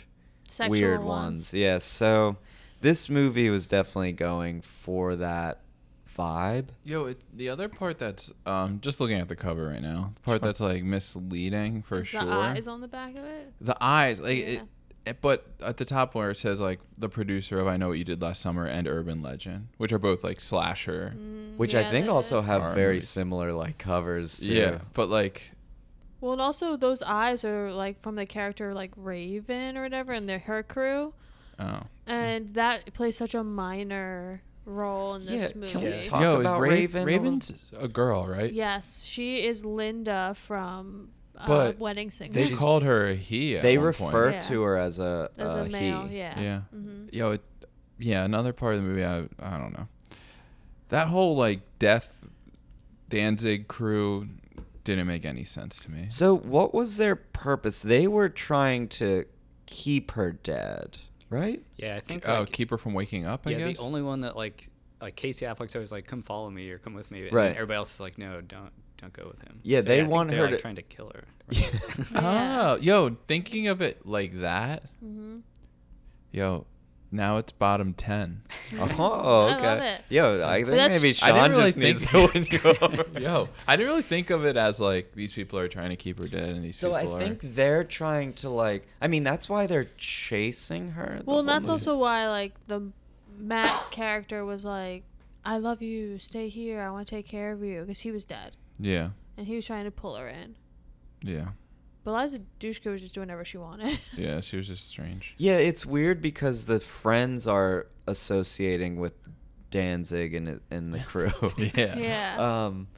Speaker 2: Sexual
Speaker 1: weird
Speaker 2: ones.
Speaker 1: ones. Yeah. So this movie was definitely going for that vibe.
Speaker 3: Yo, it, the other part that's um, just looking at the cover right now, the part
Speaker 1: Sure.
Speaker 3: that's like misleading for
Speaker 2: Is
Speaker 3: sure.
Speaker 2: The eyes on the back of it.
Speaker 3: The eyes, like, it-
Speaker 2: Yeah.
Speaker 3: it, but at the top where it says like the producer of I Know What You Did Last Summer and Urban Legend, which are both like slasher.
Speaker 2: Mm,
Speaker 1: Which I
Speaker 2: yeah,
Speaker 1: think
Speaker 2: that
Speaker 1: also
Speaker 2: is.
Speaker 1: have
Speaker 3: Horror
Speaker 1: very
Speaker 3: movies.
Speaker 1: similar like covers too.
Speaker 3: Yeah, but like,
Speaker 2: Well, and also those eyes are like from the character like Raven or whatever, and their her crew,
Speaker 3: oh,
Speaker 1: Mm.
Speaker 2: and that plays such a minor role in this
Speaker 1: Yeah,
Speaker 2: movie.
Speaker 1: can we talk
Speaker 3: yo,
Speaker 1: about
Speaker 3: is Ra-
Speaker 1: Raven a little-
Speaker 3: Raven's a girl, right?
Speaker 2: Yes, she is Linda from uh,
Speaker 3: But
Speaker 2: Wedding Singer.
Speaker 3: They called her a he. At
Speaker 1: They
Speaker 3: one
Speaker 1: refer
Speaker 3: Point.
Speaker 2: Yeah.
Speaker 1: to her as a,
Speaker 2: as
Speaker 1: a
Speaker 2: a male,
Speaker 1: Uh, he.
Speaker 2: yeah.
Speaker 3: Yeah.
Speaker 4: Mm-hmm.
Speaker 2: hmm
Speaker 3: Yo, it, yeah. Another part of the movie, I I don't know. That whole like death Danzig crew didn't make any sense to me.
Speaker 1: So what was their purpose? They were trying to keep her dead, right?
Speaker 4: Yeah, I think.
Speaker 3: oh,
Speaker 4: like,
Speaker 3: keep her from waking up. I
Speaker 4: yeah,
Speaker 3: guess.
Speaker 4: the only one that like like Casey Affleck's always like, come follow me or come with me, and
Speaker 1: Right.
Speaker 4: then everybody else is like, no, don't don't go with him.
Speaker 1: Yeah, they
Speaker 4: I think
Speaker 1: want
Speaker 4: they're,
Speaker 1: her
Speaker 4: like,
Speaker 1: to-
Speaker 4: trying to kill her. right?
Speaker 2: Yeah.
Speaker 3: Oh, yo, thinking of it like that,
Speaker 2: hmm
Speaker 3: yo, now it's bottom 10.
Speaker 1: Oh, okay.
Speaker 2: I love it.
Speaker 1: Yo, I think
Speaker 2: that's-
Speaker 1: maybe
Speaker 2: I
Speaker 1: Sean
Speaker 3: didn't really
Speaker 1: just needs to win
Speaker 3: think-
Speaker 1: you over.
Speaker 3: yo, I didn't really think of it as like these people are trying to keep her dead and these
Speaker 1: So I
Speaker 3: people
Speaker 1: think they're trying to like. I mean, that's why they're chasing her. the
Speaker 2: Well, and
Speaker 1: whole
Speaker 2: that's
Speaker 1: movie.
Speaker 2: also why like the Matt character was like, "I love you, stay here, I want to take care of you," because he was dead
Speaker 3: are. Yeah,
Speaker 2: and he was trying to pull her in.
Speaker 3: yeah,
Speaker 2: But Liza Dushku was just doing whatever she wanted.
Speaker 3: yeah, she was just strange.
Speaker 1: Yeah, it's weird because the friends are associating with Danzig and and the crew.
Speaker 3: Yeah.
Speaker 2: Yeah.
Speaker 1: Um,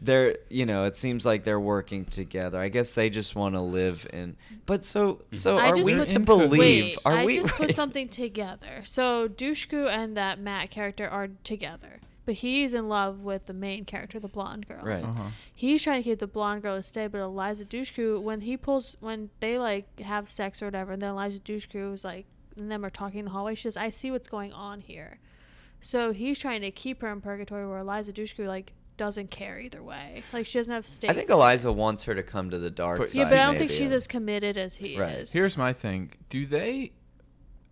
Speaker 1: they're you know it seems like they're working together. I guess they just want to live in. But so so
Speaker 2: I
Speaker 1: are
Speaker 2: just
Speaker 1: we
Speaker 2: put-
Speaker 1: to believe?
Speaker 2: Wait,
Speaker 1: are
Speaker 2: I
Speaker 1: we
Speaker 2: just put
Speaker 1: right?
Speaker 2: something together. So Dushku and that Matt character are together, but he's in love with the main character, the blonde girl.
Speaker 1: Right.
Speaker 3: Uh huh.
Speaker 2: He's trying to keep the blonde girl to stay, but Eliza Dushku, when he pulls, when they like have sex or whatever, and then Eliza Dushku is like and them are talking in the hallway. She says, "I see what's going on here." So he's trying to keep her in purgatory, where Eliza Dushku like doesn't care either way. Like she doesn't have stakes.
Speaker 1: I think
Speaker 2: in it.
Speaker 1: Eliza wants her to come to the dark
Speaker 3: But-
Speaker 1: side.
Speaker 2: Yeah, but I don't think
Speaker 1: maybe.
Speaker 2: she's as committed as he
Speaker 1: Right.
Speaker 2: is.
Speaker 3: Here's my thing. Do they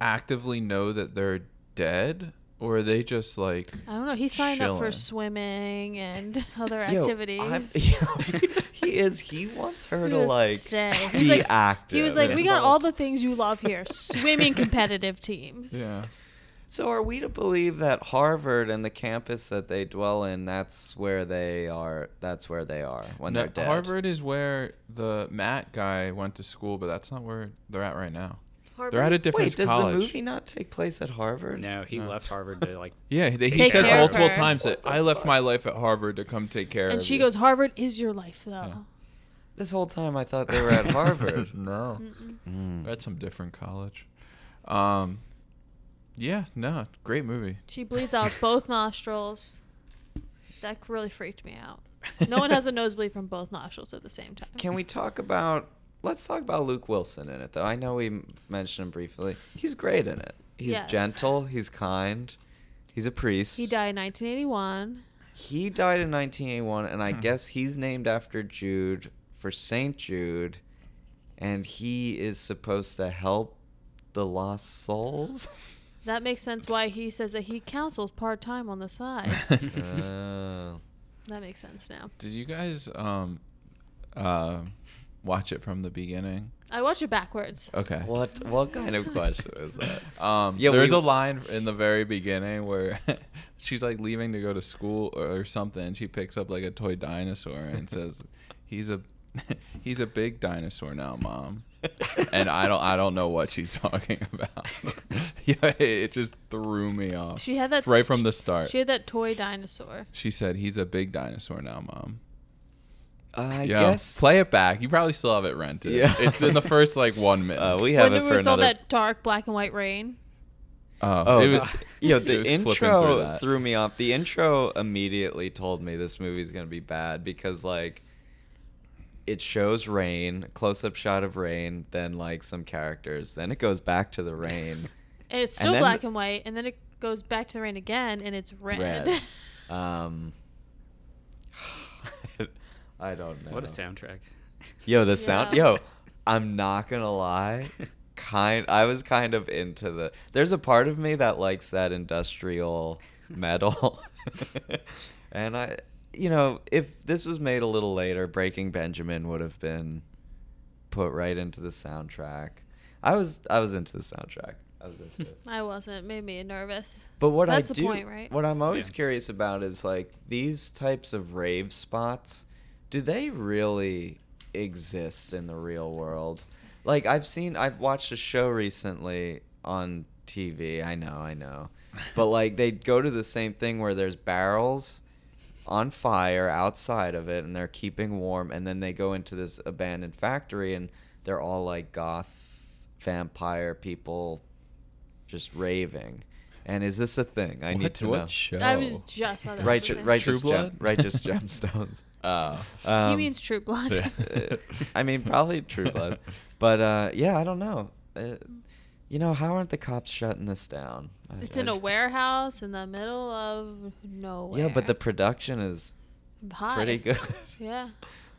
Speaker 3: actively know that they're dead? Or are they just like
Speaker 2: I don't know. He signed up for
Speaker 3: Chilling.
Speaker 2: swimming and other
Speaker 1: Yo,
Speaker 2: activities.
Speaker 1: I'm- he is. He wants her
Speaker 2: He
Speaker 1: to
Speaker 2: was
Speaker 1: like
Speaker 2: stay.
Speaker 1: be
Speaker 2: He's like-
Speaker 1: active.
Speaker 2: He was like,
Speaker 4: Yeah.
Speaker 2: "We got all the things you love here: swimming, competitive teams."
Speaker 3: Yeah.
Speaker 1: So are we to believe that Harvard and the campus that they dwell in, that's where they are? That's where they are when
Speaker 3: No,
Speaker 1: they're dead.
Speaker 3: Harvard is where the Matt guy went to school, but that's not where they're at right now.
Speaker 2: Harvard-
Speaker 3: They're at a different
Speaker 1: Wait, does
Speaker 3: college.
Speaker 1: the movie not take place at Harvard?
Speaker 4: No, he
Speaker 3: No.
Speaker 4: left Harvard to like.
Speaker 3: Yeah, he, he
Speaker 2: Take
Speaker 3: says
Speaker 2: care of
Speaker 3: multiple
Speaker 2: her.
Speaker 3: times that I left my life at Harvard to come take care of.
Speaker 2: and she
Speaker 3: you."
Speaker 2: goes, "Harvard is your life, though."
Speaker 1: This whole time I thought they were at Harvard.
Speaker 3: no,
Speaker 2: Mm-mm.
Speaker 1: Mm.
Speaker 3: that's some different college. Um, yeah, no, great movie.
Speaker 2: She bleeds out both nostrils. That really freaked me out. No one has a nosebleed from both nostrils at the same time.
Speaker 1: Can we talk about? Let's talk about Luke Wilson in it, though. I know we m- mentioned him briefly. He's great in it. He's
Speaker 2: Yes.
Speaker 1: gentle. He's kind. He's a priest.
Speaker 2: He died in 1981.
Speaker 1: He died in 1981, and
Speaker 3: Hmm.
Speaker 1: I guess he's named after Jude for Saint Jude, and he is supposed to help the lost souls.
Speaker 2: That makes sense why he says that he counsels part time on the side.
Speaker 1: Oh.
Speaker 2: that makes sense now.
Speaker 3: Did you guys um, uh, watch it from the beginning?
Speaker 2: I watch it backwards.
Speaker 3: Okay.
Speaker 1: what what kind of question is that?
Speaker 3: Um,
Speaker 1: Yeah,
Speaker 3: there's
Speaker 1: we-
Speaker 3: a line in the very beginning where she's like leaving to go to school or, or something. and She picks up like a toy dinosaur and says, "He's a he's a big dinosaur now, mom." And I don't I don't know what she's talking about. yeah, it, it just threw me off.
Speaker 2: She had that
Speaker 3: right
Speaker 2: st-
Speaker 3: from the start.
Speaker 2: She had that toy dinosaur.
Speaker 3: She said, "He's a big dinosaur now, mom."
Speaker 1: I
Speaker 3: Yeah,
Speaker 1: guess
Speaker 3: play it back. You probably still have it rented.
Speaker 1: Yeah.
Speaker 3: it's in the first like one minute.
Speaker 1: Uh, we have
Speaker 2: when
Speaker 1: it
Speaker 2: there
Speaker 1: for
Speaker 2: was all
Speaker 1: another.
Speaker 2: that dark black and white rain.
Speaker 3: Oh,
Speaker 1: Oh,
Speaker 3: it
Speaker 1: the-
Speaker 3: was.
Speaker 1: yo,
Speaker 3: it
Speaker 1: the
Speaker 3: was flipping through
Speaker 1: intro
Speaker 3: that.
Speaker 1: threw me off. The intro immediately told me this movie's gonna be bad because like it shows rain, close up shot of rain, then like some characters, then it goes back to the rain.
Speaker 2: And it's
Speaker 1: And
Speaker 2: still
Speaker 1: then-
Speaker 2: black and white, and then it goes back to the rain again, and it's red.
Speaker 1: Red. Um I don't know.
Speaker 4: What a soundtrack.
Speaker 1: Yo, the sound
Speaker 2: Yeah.
Speaker 1: yo, I'm not gonna lie. Kind I was kind of into the there's a part of me that likes that industrial metal. and I you know, if this was made a little later, Breaking Benjamin would have been put right into the soundtrack. I was I was into the soundtrack. I was into it.
Speaker 2: I wasn't. It made me nervous.
Speaker 1: But what
Speaker 2: That's
Speaker 1: I
Speaker 2: the
Speaker 1: do,
Speaker 2: point, right?
Speaker 1: what I'm always
Speaker 4: Yeah.
Speaker 1: curious about is like these types of rave spots. Do they really exist in the real world? Like I've seen, I've watched a show recently on TV. I know, I know, but like they go to the same thing where there's barrels on fire outside of it, and they're keeping warm, and then they go into this abandoned factory, and they're all like goth vampire people just raving. And is this a thing? I need
Speaker 3: What-
Speaker 1: to
Speaker 3: what
Speaker 1: know.
Speaker 3: show?
Speaker 2: I was just about to
Speaker 1: Righteous,
Speaker 2: say.
Speaker 1: righteous,
Speaker 3: True
Speaker 1: gem,
Speaker 3: Blood?
Speaker 1: righteous gemstones.
Speaker 3: Oh.
Speaker 2: he
Speaker 1: Um,
Speaker 2: means True Blood.
Speaker 3: Yeah.
Speaker 1: uh, I mean, probably True Blood, but uh, yeah, I don't know. Uh, you know, how aren't the cops shutting this down? I-
Speaker 2: it's
Speaker 1: I
Speaker 2: in a
Speaker 1: just-
Speaker 2: warehouse in the middle of nowhere.
Speaker 1: Yeah, but the production is
Speaker 2: High.
Speaker 1: pretty good.
Speaker 2: Yeah.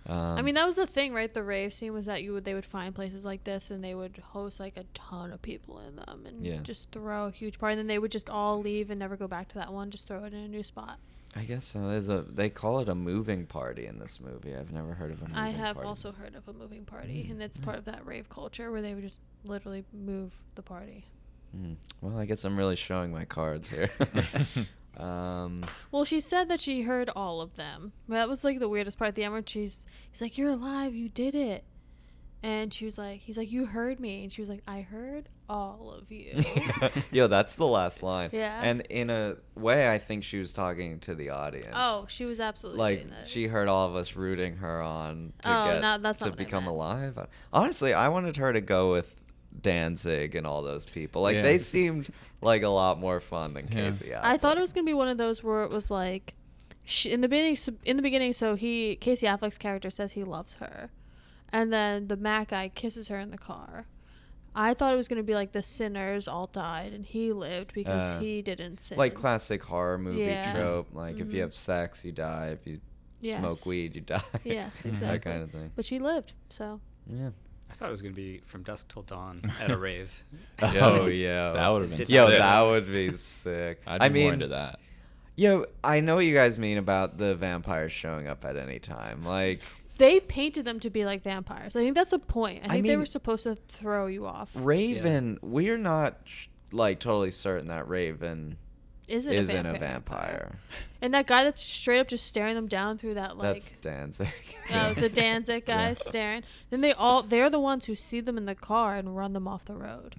Speaker 1: Um,
Speaker 2: I mean, that was the thing, right? The rave scene was that you would they would find places like this and they would host like a ton of people in them and
Speaker 1: Yeah.
Speaker 2: just throw a huge party. And then they would just all leave and never go back to that one. Just throw it in a new spot.
Speaker 1: I guess so. There's a they call it a moving party in this movie. I've never heard of a moving
Speaker 2: I have
Speaker 1: Mm, party.
Speaker 2: also heard of a moving party,
Speaker 1: Mm,
Speaker 2: and that's
Speaker 1: nice.
Speaker 2: part of that rave culture where they would just literally move the party.
Speaker 1: Mm. Well, I guess I'm really showing my cards here. um,
Speaker 2: Well, she said that she heard all of them. That was like the weirdest part. At the end, where she's he's like, "You're alive, you did it," and she was like, "He's like, you heard me," and she was like, "I heard all of you."
Speaker 1: Yo, that's the last line.
Speaker 2: Yeah.
Speaker 1: And in a way, I think she was talking to the audience.
Speaker 2: oh, she was absolutely
Speaker 1: like
Speaker 2: doing that.
Speaker 1: she heard all of us rooting her on to
Speaker 2: Oh,
Speaker 1: get
Speaker 2: no, that's
Speaker 1: to
Speaker 2: not what I
Speaker 1: become
Speaker 2: meant.
Speaker 1: alive. Honestly, I wanted her to go with Danzig and all those people. Like
Speaker 3: Yeah.
Speaker 1: they seemed like a lot more fun than
Speaker 3: Yeah.
Speaker 1: Casey.
Speaker 2: I thought
Speaker 1: Affleck.
Speaker 2: it was gonna be one of those where it was like, she, in the beginning, so- in the beginning, so he Casey Affleck's character says he loves her, and then the Mac guy kisses her in the car, I thought it was going to be like the sinners all died and he lived because
Speaker 1: Uh,
Speaker 2: he didn't sin.
Speaker 1: Like classic horror movie
Speaker 2: Yeah.
Speaker 1: trope. Like if
Speaker 2: Mhm.
Speaker 1: you have sex, you die. If you
Speaker 2: Yes.
Speaker 1: smoke weed, you die.
Speaker 2: Yes,
Speaker 4: Mhm.
Speaker 2: exactly.
Speaker 1: That kind of thing.
Speaker 2: But she lived, so
Speaker 1: yeah.
Speaker 4: I thought it was gonna be from dusk till dawn at a rave.
Speaker 1: Oh yeah.
Speaker 5: that would have been.
Speaker 4: Did-
Speaker 1: Yo,
Speaker 4: sick.
Speaker 1: that would be sick.
Speaker 5: I'd
Speaker 1: I
Speaker 5: be more
Speaker 1: mean,
Speaker 5: into that.
Speaker 1: yo, I know what you guys mean about the vampires showing up at any time. Like,
Speaker 2: they painted them to be like vampires. I think that's a point. I
Speaker 1: I
Speaker 2: think they
Speaker 1: mean-
Speaker 2: were supposed to throw you off.
Speaker 1: Raven, we're not sh- like totally certain that Raven
Speaker 2: Isn't,
Speaker 1: isn't,
Speaker 2: a, vampire.
Speaker 1: a vampire.
Speaker 2: And that guy that's straight up just staring them down through that like
Speaker 1: That's Danzig.
Speaker 2: uh,
Speaker 5: Yeah.
Speaker 2: the Danzig guy
Speaker 5: Yeah.
Speaker 2: staring. Then they all they're the ones who see them in the car and run them off the road.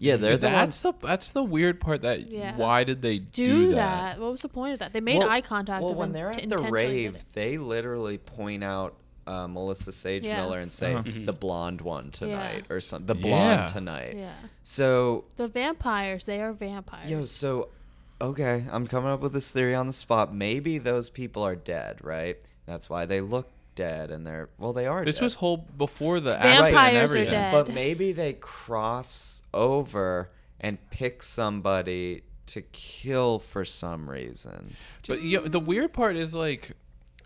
Speaker 1: yeah, they're the
Speaker 5: that's
Speaker 1: ones.
Speaker 5: the that's the weird part.
Speaker 1: Uh,
Speaker 5: That
Speaker 2: Yeah.
Speaker 5: why did they
Speaker 2: Do,
Speaker 5: do,
Speaker 2: that. What was the point of that? They made
Speaker 1: Well-
Speaker 2: eye contact.
Speaker 1: Well,
Speaker 2: with
Speaker 1: when
Speaker 2: them
Speaker 1: they're at
Speaker 2: to
Speaker 1: the
Speaker 2: intentionally get
Speaker 1: rave,
Speaker 2: it.
Speaker 1: they literally point out uh, Melissa Sage
Speaker 2: Yeah.
Speaker 1: Miller and say,
Speaker 5: Uh-huh.
Speaker 1: "The blonde one tonight," or something. The blonde
Speaker 5: Yeah.
Speaker 1: tonight.
Speaker 2: yeah.
Speaker 1: So,
Speaker 2: The vampires, they are vampires.
Speaker 1: yo, so okay, I'm coming up with this theory on the spot. Maybe those people are dead, right? That's why they look dead, and they're well, they are.
Speaker 5: This
Speaker 1: dead.
Speaker 5: was whole before the
Speaker 2: Vampires
Speaker 5: accident and
Speaker 2: are
Speaker 5: everything.
Speaker 2: dead.
Speaker 1: But maybe they cross over and pick somebody to kill for some reason.
Speaker 5: Just-
Speaker 3: but you know, the weird part is like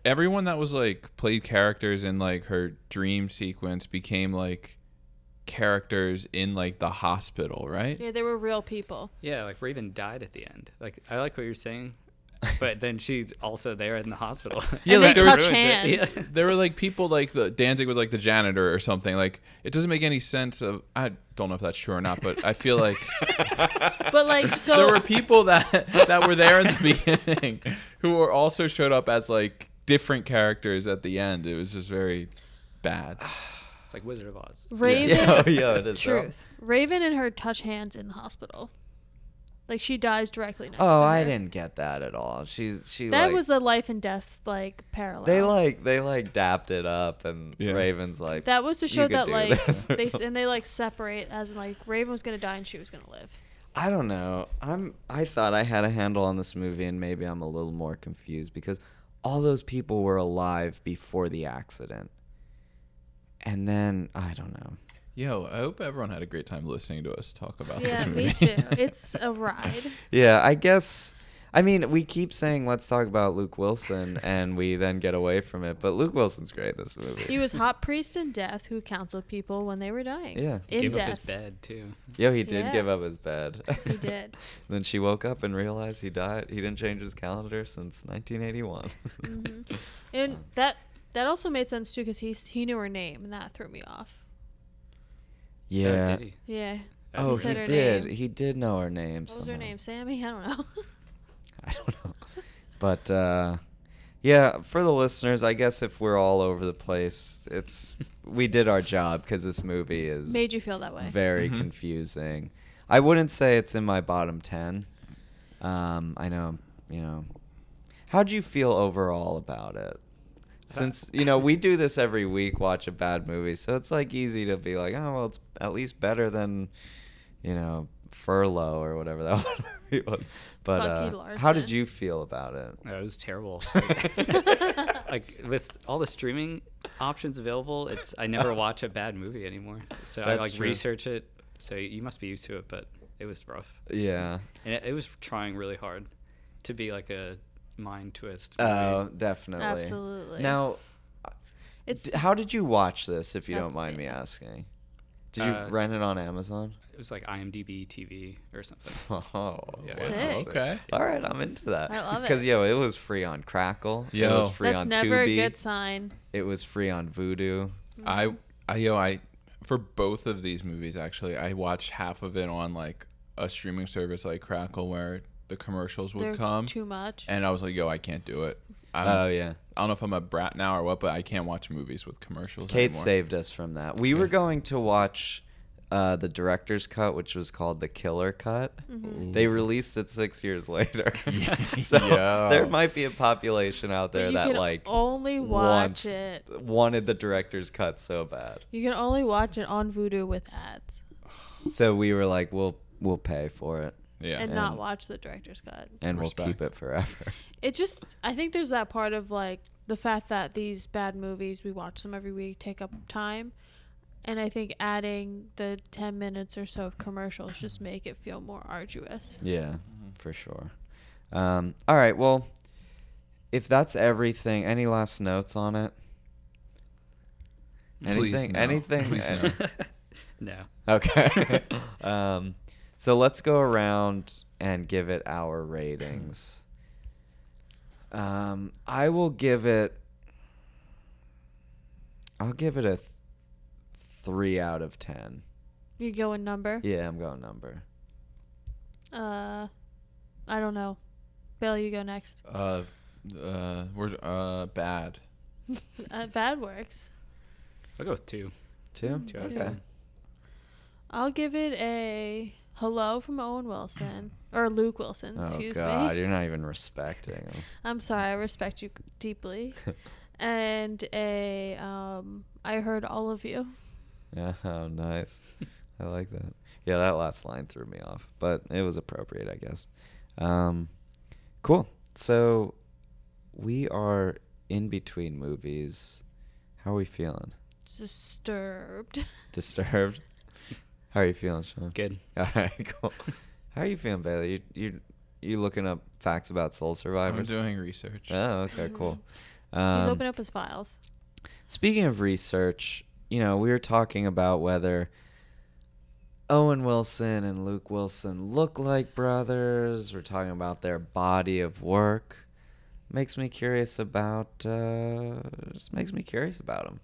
Speaker 3: everyone that was like played characters in like her dream sequence became like characters in like the hospital, right?
Speaker 2: yeah, they were real people.
Speaker 4: Yeah, like Raven died at the end. Like I like what you're saying, but then she's also there in the hospital.
Speaker 2: Yeah, And
Speaker 3: like, they
Speaker 4: That
Speaker 2: touch
Speaker 4: ruins it.
Speaker 2: hands.
Speaker 4: Yeah.
Speaker 3: There were like people like the Danzig was like the janitor or something. Like it doesn't make any sense of I don't know if that's true or not, but I feel like
Speaker 2: But like so
Speaker 3: there were people that that were there in the beginning who were also showed up as like different characters at the end. It was just very bad.
Speaker 4: It's like Wizard of Oz.
Speaker 2: Raven
Speaker 1: Yo, yo, it is. though.
Speaker 2: Truth. Raven and her touch hands in the hospital. Like she dies directly next to
Speaker 1: Oh, I
Speaker 2: her.
Speaker 1: didn't get that at all. She's she
Speaker 2: That
Speaker 1: like,
Speaker 2: was a life and death like parallel.
Speaker 1: they like they like dapped it up and
Speaker 3: Yeah.
Speaker 1: Raven's like
Speaker 2: that was to
Speaker 1: "You
Speaker 2: show
Speaker 1: could
Speaker 2: that
Speaker 1: do
Speaker 2: like
Speaker 1: this," or
Speaker 2: they s-
Speaker 1: something.
Speaker 2: and they like separate as in like Raven was gonna die and she was gonna live.
Speaker 1: I don't know. I'm I thought I had a handle on this movie and maybe I'm a little more confused because all those people were alive before the accident. And then I don't know.
Speaker 3: Yo, I hope everyone had a great time listening to us talk about
Speaker 2: Yeah,
Speaker 3: this movie.
Speaker 2: me too. It's a ride.
Speaker 1: Yeah, I guess. I mean, we keep saying let's talk about Luke Wilson, and we then get away from it. But Luke Wilson's great in this movie.
Speaker 2: He was hot priest in death who counseled people when they were dying.
Speaker 1: Yeah.
Speaker 2: in
Speaker 4: Gave
Speaker 2: death.
Speaker 4: up his bed too.
Speaker 1: Yo, he did
Speaker 2: Yeah.
Speaker 1: give up his bed.
Speaker 2: He did.
Speaker 1: then she woke up and realized he died. He didn't change his calendar since 1981.
Speaker 2: Mhm. And that that also made sense too because he s- he knew her name and that threw me off.
Speaker 1: Yeah.
Speaker 4: Oh, did he?
Speaker 2: Yeah.
Speaker 1: Oh,
Speaker 2: He
Speaker 1: he,
Speaker 2: said her
Speaker 1: did.
Speaker 2: name.
Speaker 1: He did know her name.
Speaker 2: What was her
Speaker 1: somehow.
Speaker 2: name? Sammy? I don't know.
Speaker 1: I don't know. But uh, yeah, for the listeners, I guess if we're all over the place, it's we did our job because this movie is
Speaker 2: Made you feel that way.
Speaker 1: very
Speaker 4: Mm-hmm.
Speaker 3: Mhm.
Speaker 1: confusing. I wouldn't say it's in my bottom ten. Um, I know, you know. How'd you feel overall about it?
Speaker 4: Uh,
Speaker 1: Since you know we do this every week, watch a bad movie, so it's like easy to be like, oh well, it's at least better than, you know, Furlough or whatever that one movie was. But
Speaker 2: Bucky
Speaker 1: uh, how did
Speaker 2: Larson.
Speaker 1: you feel about it?
Speaker 4: No, it was terrible. Like, like, with all the streaming options available, it's I never watch a bad movie anymore. So I
Speaker 1: That's
Speaker 4: like
Speaker 1: true.
Speaker 4: research it. So you must be used to it, but it was rough,
Speaker 1: Yeah.
Speaker 4: and it, it was trying really hard to be like a mind twist.
Speaker 1: Oh,
Speaker 4: movie.
Speaker 1: definitely.
Speaker 2: Absolutely.
Speaker 1: Now,
Speaker 2: It's
Speaker 1: d- how did you watch this? If you don't
Speaker 2: That's
Speaker 1: mind me
Speaker 2: it.
Speaker 1: asking, did you
Speaker 4: Uh,
Speaker 1: rent it on Amazon?
Speaker 4: it was like IMDb TV or something.
Speaker 1: Oh,
Speaker 4: Yeah,
Speaker 1: wow.
Speaker 2: Sick.
Speaker 3: Okay.
Speaker 1: All right, I'm into that.
Speaker 2: I love it.
Speaker 1: Because yo, it was free on Crackle. it
Speaker 3: Yo.
Speaker 1: was free
Speaker 2: that's
Speaker 1: on
Speaker 2: never
Speaker 1: Tubi.
Speaker 2: a good sign.
Speaker 1: It was free on Voodoo.
Speaker 3: I, I yo I for both of these movies actually I watched half of it on like a streaming service like Crackle where the commercials would
Speaker 2: They're
Speaker 3: come
Speaker 2: too much.
Speaker 3: and I was like yo I can't do it. I'm,
Speaker 1: Oh yeah,
Speaker 3: I don't know if I'm a brat now or what, but I can't watch movies with commercials.
Speaker 1: Kate
Speaker 3: anymore.
Speaker 1: saved us from that. We were going to watch uh, the director's cut, which was called the Killer Cut.
Speaker 2: Mm-hmm.
Speaker 1: They released it six years later, so
Speaker 3: Yo.
Speaker 1: there might be a population out
Speaker 2: But
Speaker 1: there
Speaker 2: you
Speaker 1: that
Speaker 2: can
Speaker 1: like
Speaker 2: only
Speaker 1: wants-
Speaker 2: watch it.
Speaker 1: wanted the director's cut so bad.
Speaker 2: You can only watch it on Vudu with ads
Speaker 1: So we were like, we'll we'll pay for it
Speaker 3: Yeah.
Speaker 2: and not
Speaker 1: And-
Speaker 2: watch the director's cut.
Speaker 1: and we'll keep
Speaker 3: Respect.
Speaker 1: it forever.
Speaker 2: It just I think there's that part of like the fact that these bad movies we watch them every week take up time And I think adding the 10 minutes or so of commercials just make it feel more arduous.
Speaker 1: Yeah,
Speaker 5: Mhm.
Speaker 1: for sure. Um, all right. Well, if that's everything, any last notes on it?
Speaker 3: Please
Speaker 1: Anything?
Speaker 3: no.
Speaker 1: Anything?
Speaker 3: Please
Speaker 1: Any-
Speaker 4: no.
Speaker 1: Okay. um, so let's go around and give it our ratings. Um, I will give it. I'll give it a th- three out of ten.
Speaker 2: You go in number.
Speaker 1: Yeah, I'm going number.
Speaker 2: Uh, I don't know. Bill, you go next.
Speaker 5: Uh, uh, we're uh bad.
Speaker 2: Uh, bad works.
Speaker 4: I'll go with two.
Speaker 1: Two.
Speaker 2: Mm, Two out of
Speaker 1: Okay.
Speaker 2: ten. I'll give it a hello from Owen Wilson or Luke Wilson.
Speaker 1: Oh
Speaker 2: excuse
Speaker 1: God,
Speaker 2: me.
Speaker 1: you're not even respecting him.
Speaker 2: I'm sorry. I respect you deeply. and a um, I heard all of you.
Speaker 1: Yeah, oh, nice. I like that. Yeah, that last line threw me off, but it was appropriate, I guess. Um, cool. So we are in between movies. How are we feeling?
Speaker 2: Disturbed.
Speaker 1: Disturbed. How are you feeling, Sean?
Speaker 4: Good.
Speaker 1: All right, cool. How are you feeling, Bailey? You you you looking up facts about Soul
Speaker 5: I'm
Speaker 1: Survivors?
Speaker 5: doing research.
Speaker 1: Oh, okay, cool.
Speaker 2: He's
Speaker 1: Um,
Speaker 2: opened up his files.
Speaker 1: Speaking of research, you know, we were talking about whether Owen Wilson and Luke Wilson look like brothers. We're talking about their body of work. Makes me curious about. Uh, just makes me curious about them.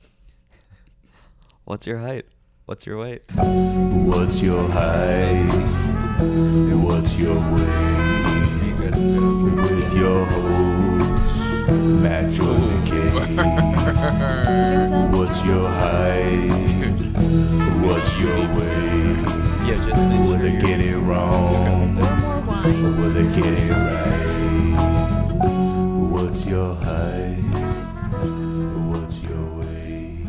Speaker 1: What's your height? What's your weight?
Speaker 6: What's your height? What's your weight? With your host, Matt Jordan King. What's your height? What's your weight?
Speaker 1: Yeah, just make
Speaker 6: Will they get it wrong?
Speaker 2: Or more
Speaker 6: Or
Speaker 2: wine.
Speaker 6: will they get it right? What's your height? What's your weight?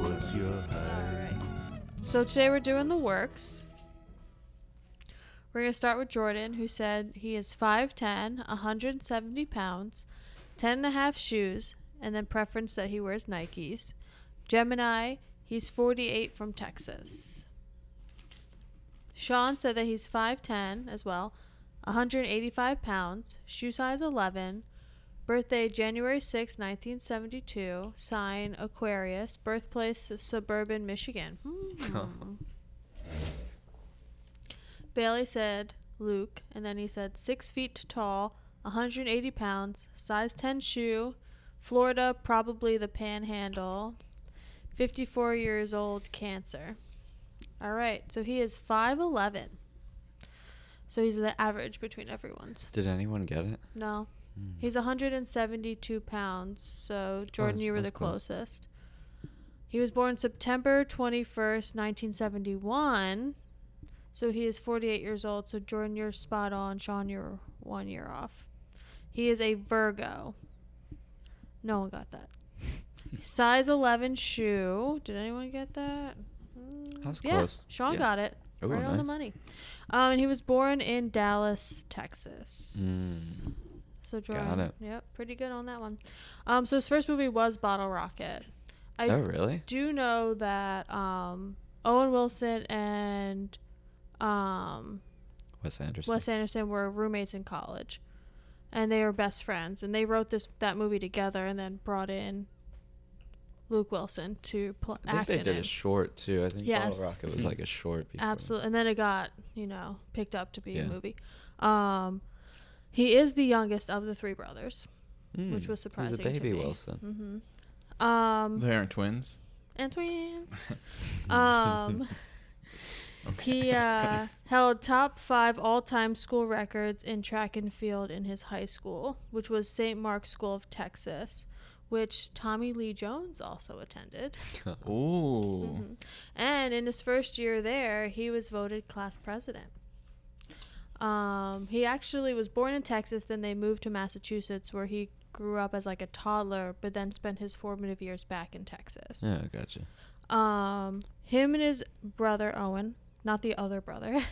Speaker 6: What's your height?
Speaker 2: Alright. So today we're doing the works. We're going to start with Jordan, who said he is 5'10, 170 pounds, 10 and a half shoes, and then preference that he wears Nikes. Gemini, he's 48 from Texas. Sean said that he's 5'10 as well, 185 pounds, shoe size 11, Birthday January 6, 1972. Sign Aquarius. Birthplace suburban Michigan. Hmm. Bailey said Luke, and then he said six feet tall, 180 pounds, size 10 shoe, Florida, probably the panhandle, 54 years old, cancer. All right, so he is 5'11. So he's the average between everyone's.
Speaker 1: Did anyone get it?
Speaker 2: No.
Speaker 1: Hmm.
Speaker 2: He's 172 pounds, so Jordan,
Speaker 1: that's-
Speaker 2: you were the
Speaker 1: that's close.
Speaker 2: closest. He was born September 21st, 1971, so he is 48 years old. So Jordan, you're spot on. Sean, you're one year off. He is a Virgo. No one got that. Size 11 shoe. Did anyone get that? Mm,
Speaker 1: That was
Speaker 2: yeah,
Speaker 1: close.
Speaker 2: Sean
Speaker 5: Yeah.
Speaker 2: got it.
Speaker 1: Ooh,
Speaker 2: right on the
Speaker 1: Oh, nice.
Speaker 2: money. Um, and he was born in Dallas, Texas.
Speaker 1: Mm.
Speaker 2: So
Speaker 1: Got
Speaker 2: Jordan,
Speaker 1: it.
Speaker 2: yep, pretty good on that one. Um, so his first movie was Bottle Rocket. I
Speaker 1: oh, really?
Speaker 2: do know that um, Owen Wilson and um,
Speaker 1: Wes Anderson.
Speaker 2: Wes Anderson were roommates in college, and they were best friends. And they wrote this that movie together, and then brought in Luke Wilson to pl-
Speaker 1: I think
Speaker 2: act
Speaker 1: they
Speaker 2: in
Speaker 1: did
Speaker 2: it.
Speaker 1: a short too. I think
Speaker 2: Yes.
Speaker 1: Bottle Rocket was like a short. Before.
Speaker 2: Absolutely. And then it got, you know, picked up to be a
Speaker 1: Yeah.
Speaker 2: movie. Um, he is the youngest of the three brothers,
Speaker 1: Hmm,
Speaker 2: which was surprising.
Speaker 1: He was a baby
Speaker 2: to me.
Speaker 1: Wilson.
Speaker 2: hmm Um,
Speaker 5: They aren't twins.
Speaker 2: and twins. um, He uh, held top five all time school records in track and field in his high school, which was St. Mark's School of Texas, which Tommy Lee Jones also attended.
Speaker 5: Ooh.
Speaker 2: Mhm. And in his first year there, he was voted class president. Um, he actually was born in Texas, then they moved to Massachusetts, where he grew up as like a toddler, but then spent his formative years back in Texas.
Speaker 1: Yeah, gotcha.
Speaker 2: Um, him and his brother Owen, not the other brother,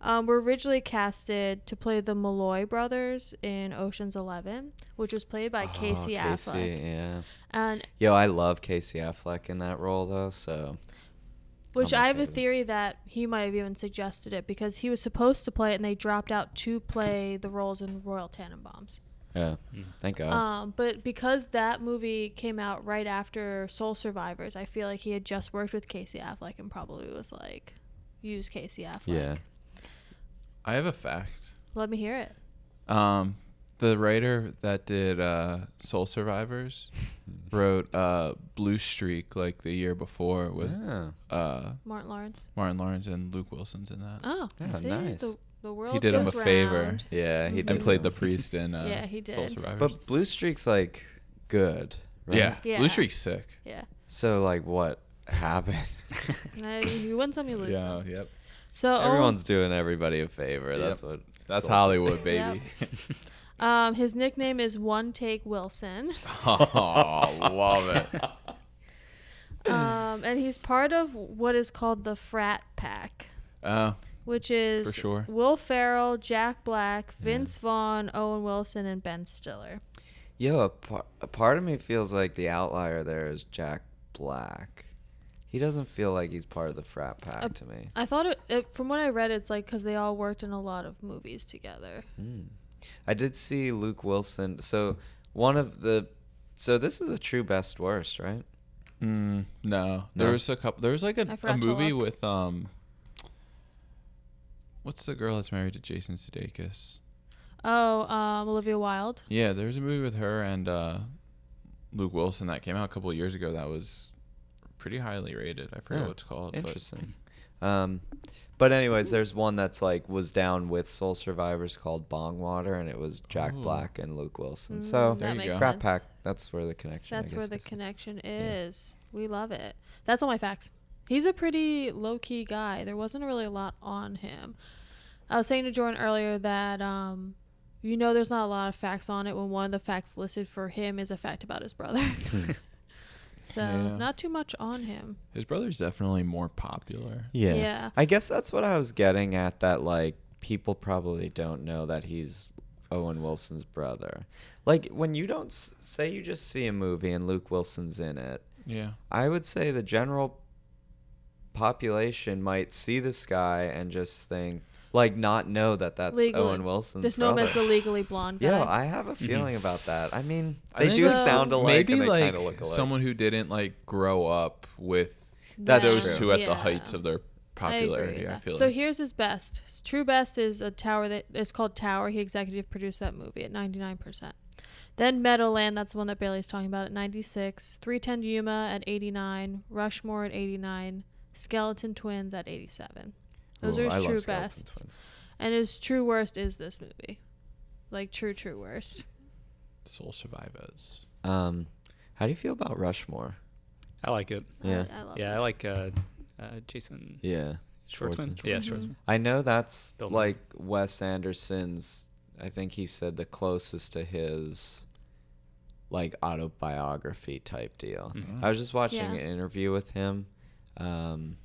Speaker 2: um, were originally casted to play the Malloy brothers in Ocean's Eleven, which was played
Speaker 1: Oh,
Speaker 2: by Casey Affleck.
Speaker 1: Yeah.
Speaker 2: And
Speaker 1: Yo, I love Casey Affleck in that role though. So
Speaker 2: Which
Speaker 1: I'm
Speaker 2: I have
Speaker 1: okay
Speaker 2: a
Speaker 1: with it.
Speaker 2: theory that he might have even suggested it because he was supposed to play it and they dropped out to play the roles in Royal Tannenbaums.
Speaker 1: yeah,
Speaker 4: Mm.
Speaker 1: thank God.
Speaker 2: Um, but because that movie came out right after Soul Survivors, I feel like he had just worked with Casey Affleck and probably was like, use Casey Affleck.
Speaker 1: Yeah.
Speaker 3: I have a fact.
Speaker 2: Let me hear it.
Speaker 3: Um, the writer that did uh, Soul Survivors wrote uh, Blue Streak like the year before with
Speaker 1: Yeah.
Speaker 3: uh,
Speaker 2: Martin Lawrence.
Speaker 3: Martin Lawrence and Luke Wilson's in that.
Speaker 2: Oh,
Speaker 1: Uh, Yeah,
Speaker 2: see,
Speaker 1: nice.
Speaker 2: The, the world
Speaker 3: He did him
Speaker 2: goes
Speaker 3: a favor.
Speaker 2: round.
Speaker 1: Yeah, he
Speaker 2: Mhm.
Speaker 1: did.
Speaker 3: and played
Speaker 1: though.
Speaker 3: the priest in uh,
Speaker 2: Yeah, he
Speaker 3: Soul
Speaker 2: did.
Speaker 3: Survivors.
Speaker 1: But Blue Streak's like good, right?
Speaker 3: yeah.
Speaker 2: Yeah.
Speaker 3: Blue Streak's sick.
Speaker 2: Yeah.
Speaker 1: So like, what happened?
Speaker 2: Uh, you win some, you lose
Speaker 3: yeah,
Speaker 2: some.
Speaker 3: yep.
Speaker 2: So oh, Owen-
Speaker 1: Everyone's doing everybody a favor. That's
Speaker 3: Yep.
Speaker 1: what.
Speaker 3: That's
Speaker 1: Soul Survivors-
Speaker 2: Yep.
Speaker 3: Hollywood, baby.
Speaker 2: um, his nickname is One Take Wilson.
Speaker 3: oh, love it.
Speaker 2: um, and he's part of what is called the frat pack,
Speaker 3: Oh,
Speaker 2: which is
Speaker 3: For sure.
Speaker 2: Will Ferrell, Jack Black, Vince Vaughn, Owen Wilson, and Ben Stiller.
Speaker 1: Yo, a, par- a part of me feels like the outlier there is Jack Black. He doesn't feel like he's part of the frat pack
Speaker 2: Uh,
Speaker 1: to me.
Speaker 2: I thought, it, it, from what I read, it's like because they all worked in a lot of movies together.
Speaker 1: Mm. I did see Luke Wilson. So one of the, so this is a true best worst, right?
Speaker 3: Mm, no, there
Speaker 1: No?
Speaker 3: was a couple. There was like
Speaker 2: I
Speaker 3: a, a
Speaker 2: forgot to
Speaker 3: movie
Speaker 2: look.
Speaker 3: with um. What's the girl that's married to Jason Sudeikis?
Speaker 2: Oh, um, Olivia Wilde.
Speaker 3: Yeah, there was a movie with her and uh, Luke Wilson that came out a couple of years ago that was pretty highly rated. I forget
Speaker 1: Yeah,
Speaker 3: what it's called.
Speaker 1: Interesting. Um, but anyways, there's one that's like was down with Soul Survivors called Bong Water, and it was Jack
Speaker 3: Oh.
Speaker 1: Black and Luke Wilson.
Speaker 2: Mm,
Speaker 1: so
Speaker 3: There you go.
Speaker 1: frat
Speaker 2: sense.
Speaker 1: pack. That's where the connection. I
Speaker 2: That's where
Speaker 1: guess,
Speaker 2: the
Speaker 1: is.
Speaker 2: connection is. We love it. That's all my facts. He's a pretty low key guy. There wasn't really a lot on him. I was saying to Jordan earlier that um, you know there's not a lot of facts on it when one of the facts listed for him is a fact about his brother. so
Speaker 3: Yeah.
Speaker 2: not too much on him.
Speaker 3: But his brother's definitely more popular.
Speaker 1: Yeah.
Speaker 2: Yeah.
Speaker 1: I guess that's what I was getting at that like people probably don't know that he's Owen Wilson's brother. Like when you don't s- say you just see a movie and Luke Wilson's in it,
Speaker 3: Yeah.
Speaker 1: I would say the general population might see this guy and just think like not know that that's
Speaker 2: Legally-
Speaker 1: Owen Wilson's
Speaker 2: Just know him
Speaker 1: brother.
Speaker 2: as the legally blonde guy.
Speaker 1: yeah, I have a feeling about that. I mean,
Speaker 3: Mm-hmm. I
Speaker 1: they
Speaker 3: think
Speaker 1: do
Speaker 2: so.
Speaker 1: sound alike
Speaker 3: Maybe
Speaker 1: and they
Speaker 3: like
Speaker 1: kind of look alike.
Speaker 3: someone who didn't like grow up with
Speaker 1: That's
Speaker 3: those
Speaker 1: true.
Speaker 3: two at
Speaker 2: Yeah.
Speaker 3: the heights of their
Speaker 2: I agree with
Speaker 3: popularity. I,
Speaker 2: that.
Speaker 3: feel
Speaker 2: so
Speaker 3: like.
Speaker 2: here's his best. His true best is a tower that it's called Tower. He executive produced that movie at 99%. Then Meadowland, that's the one that Bailey's talking about at 96. 310 to Yuma at 89. Rushmore at 89. Skeleton Twins at 87. Those
Speaker 1: Ooh,
Speaker 2: are
Speaker 1: I
Speaker 2: his
Speaker 1: love
Speaker 2: true
Speaker 1: Skeleton
Speaker 2: bests.
Speaker 1: Twins.
Speaker 2: And his true worst is this movie. Like true, true worst.
Speaker 3: Soul Survivors.
Speaker 1: Um, how do you feel about Rushmore?
Speaker 4: I like it.
Speaker 1: Yeah.
Speaker 2: I, I love
Speaker 4: Yeah,
Speaker 2: it.
Speaker 4: I like uh, uh, Jason
Speaker 1: Yeah.
Speaker 4: Schwartzman.
Speaker 1: Schwartzman.
Speaker 4: Yeah,
Speaker 2: Mhm.
Speaker 4: Schwartzman.
Speaker 1: I know that's
Speaker 4: Bill Murray.
Speaker 1: like Wes Anderson's. I think he said the closest to his like autobiography type deal.
Speaker 4: Mhm.
Speaker 1: I was just watching
Speaker 2: Yeah.
Speaker 1: an interview with him. Um,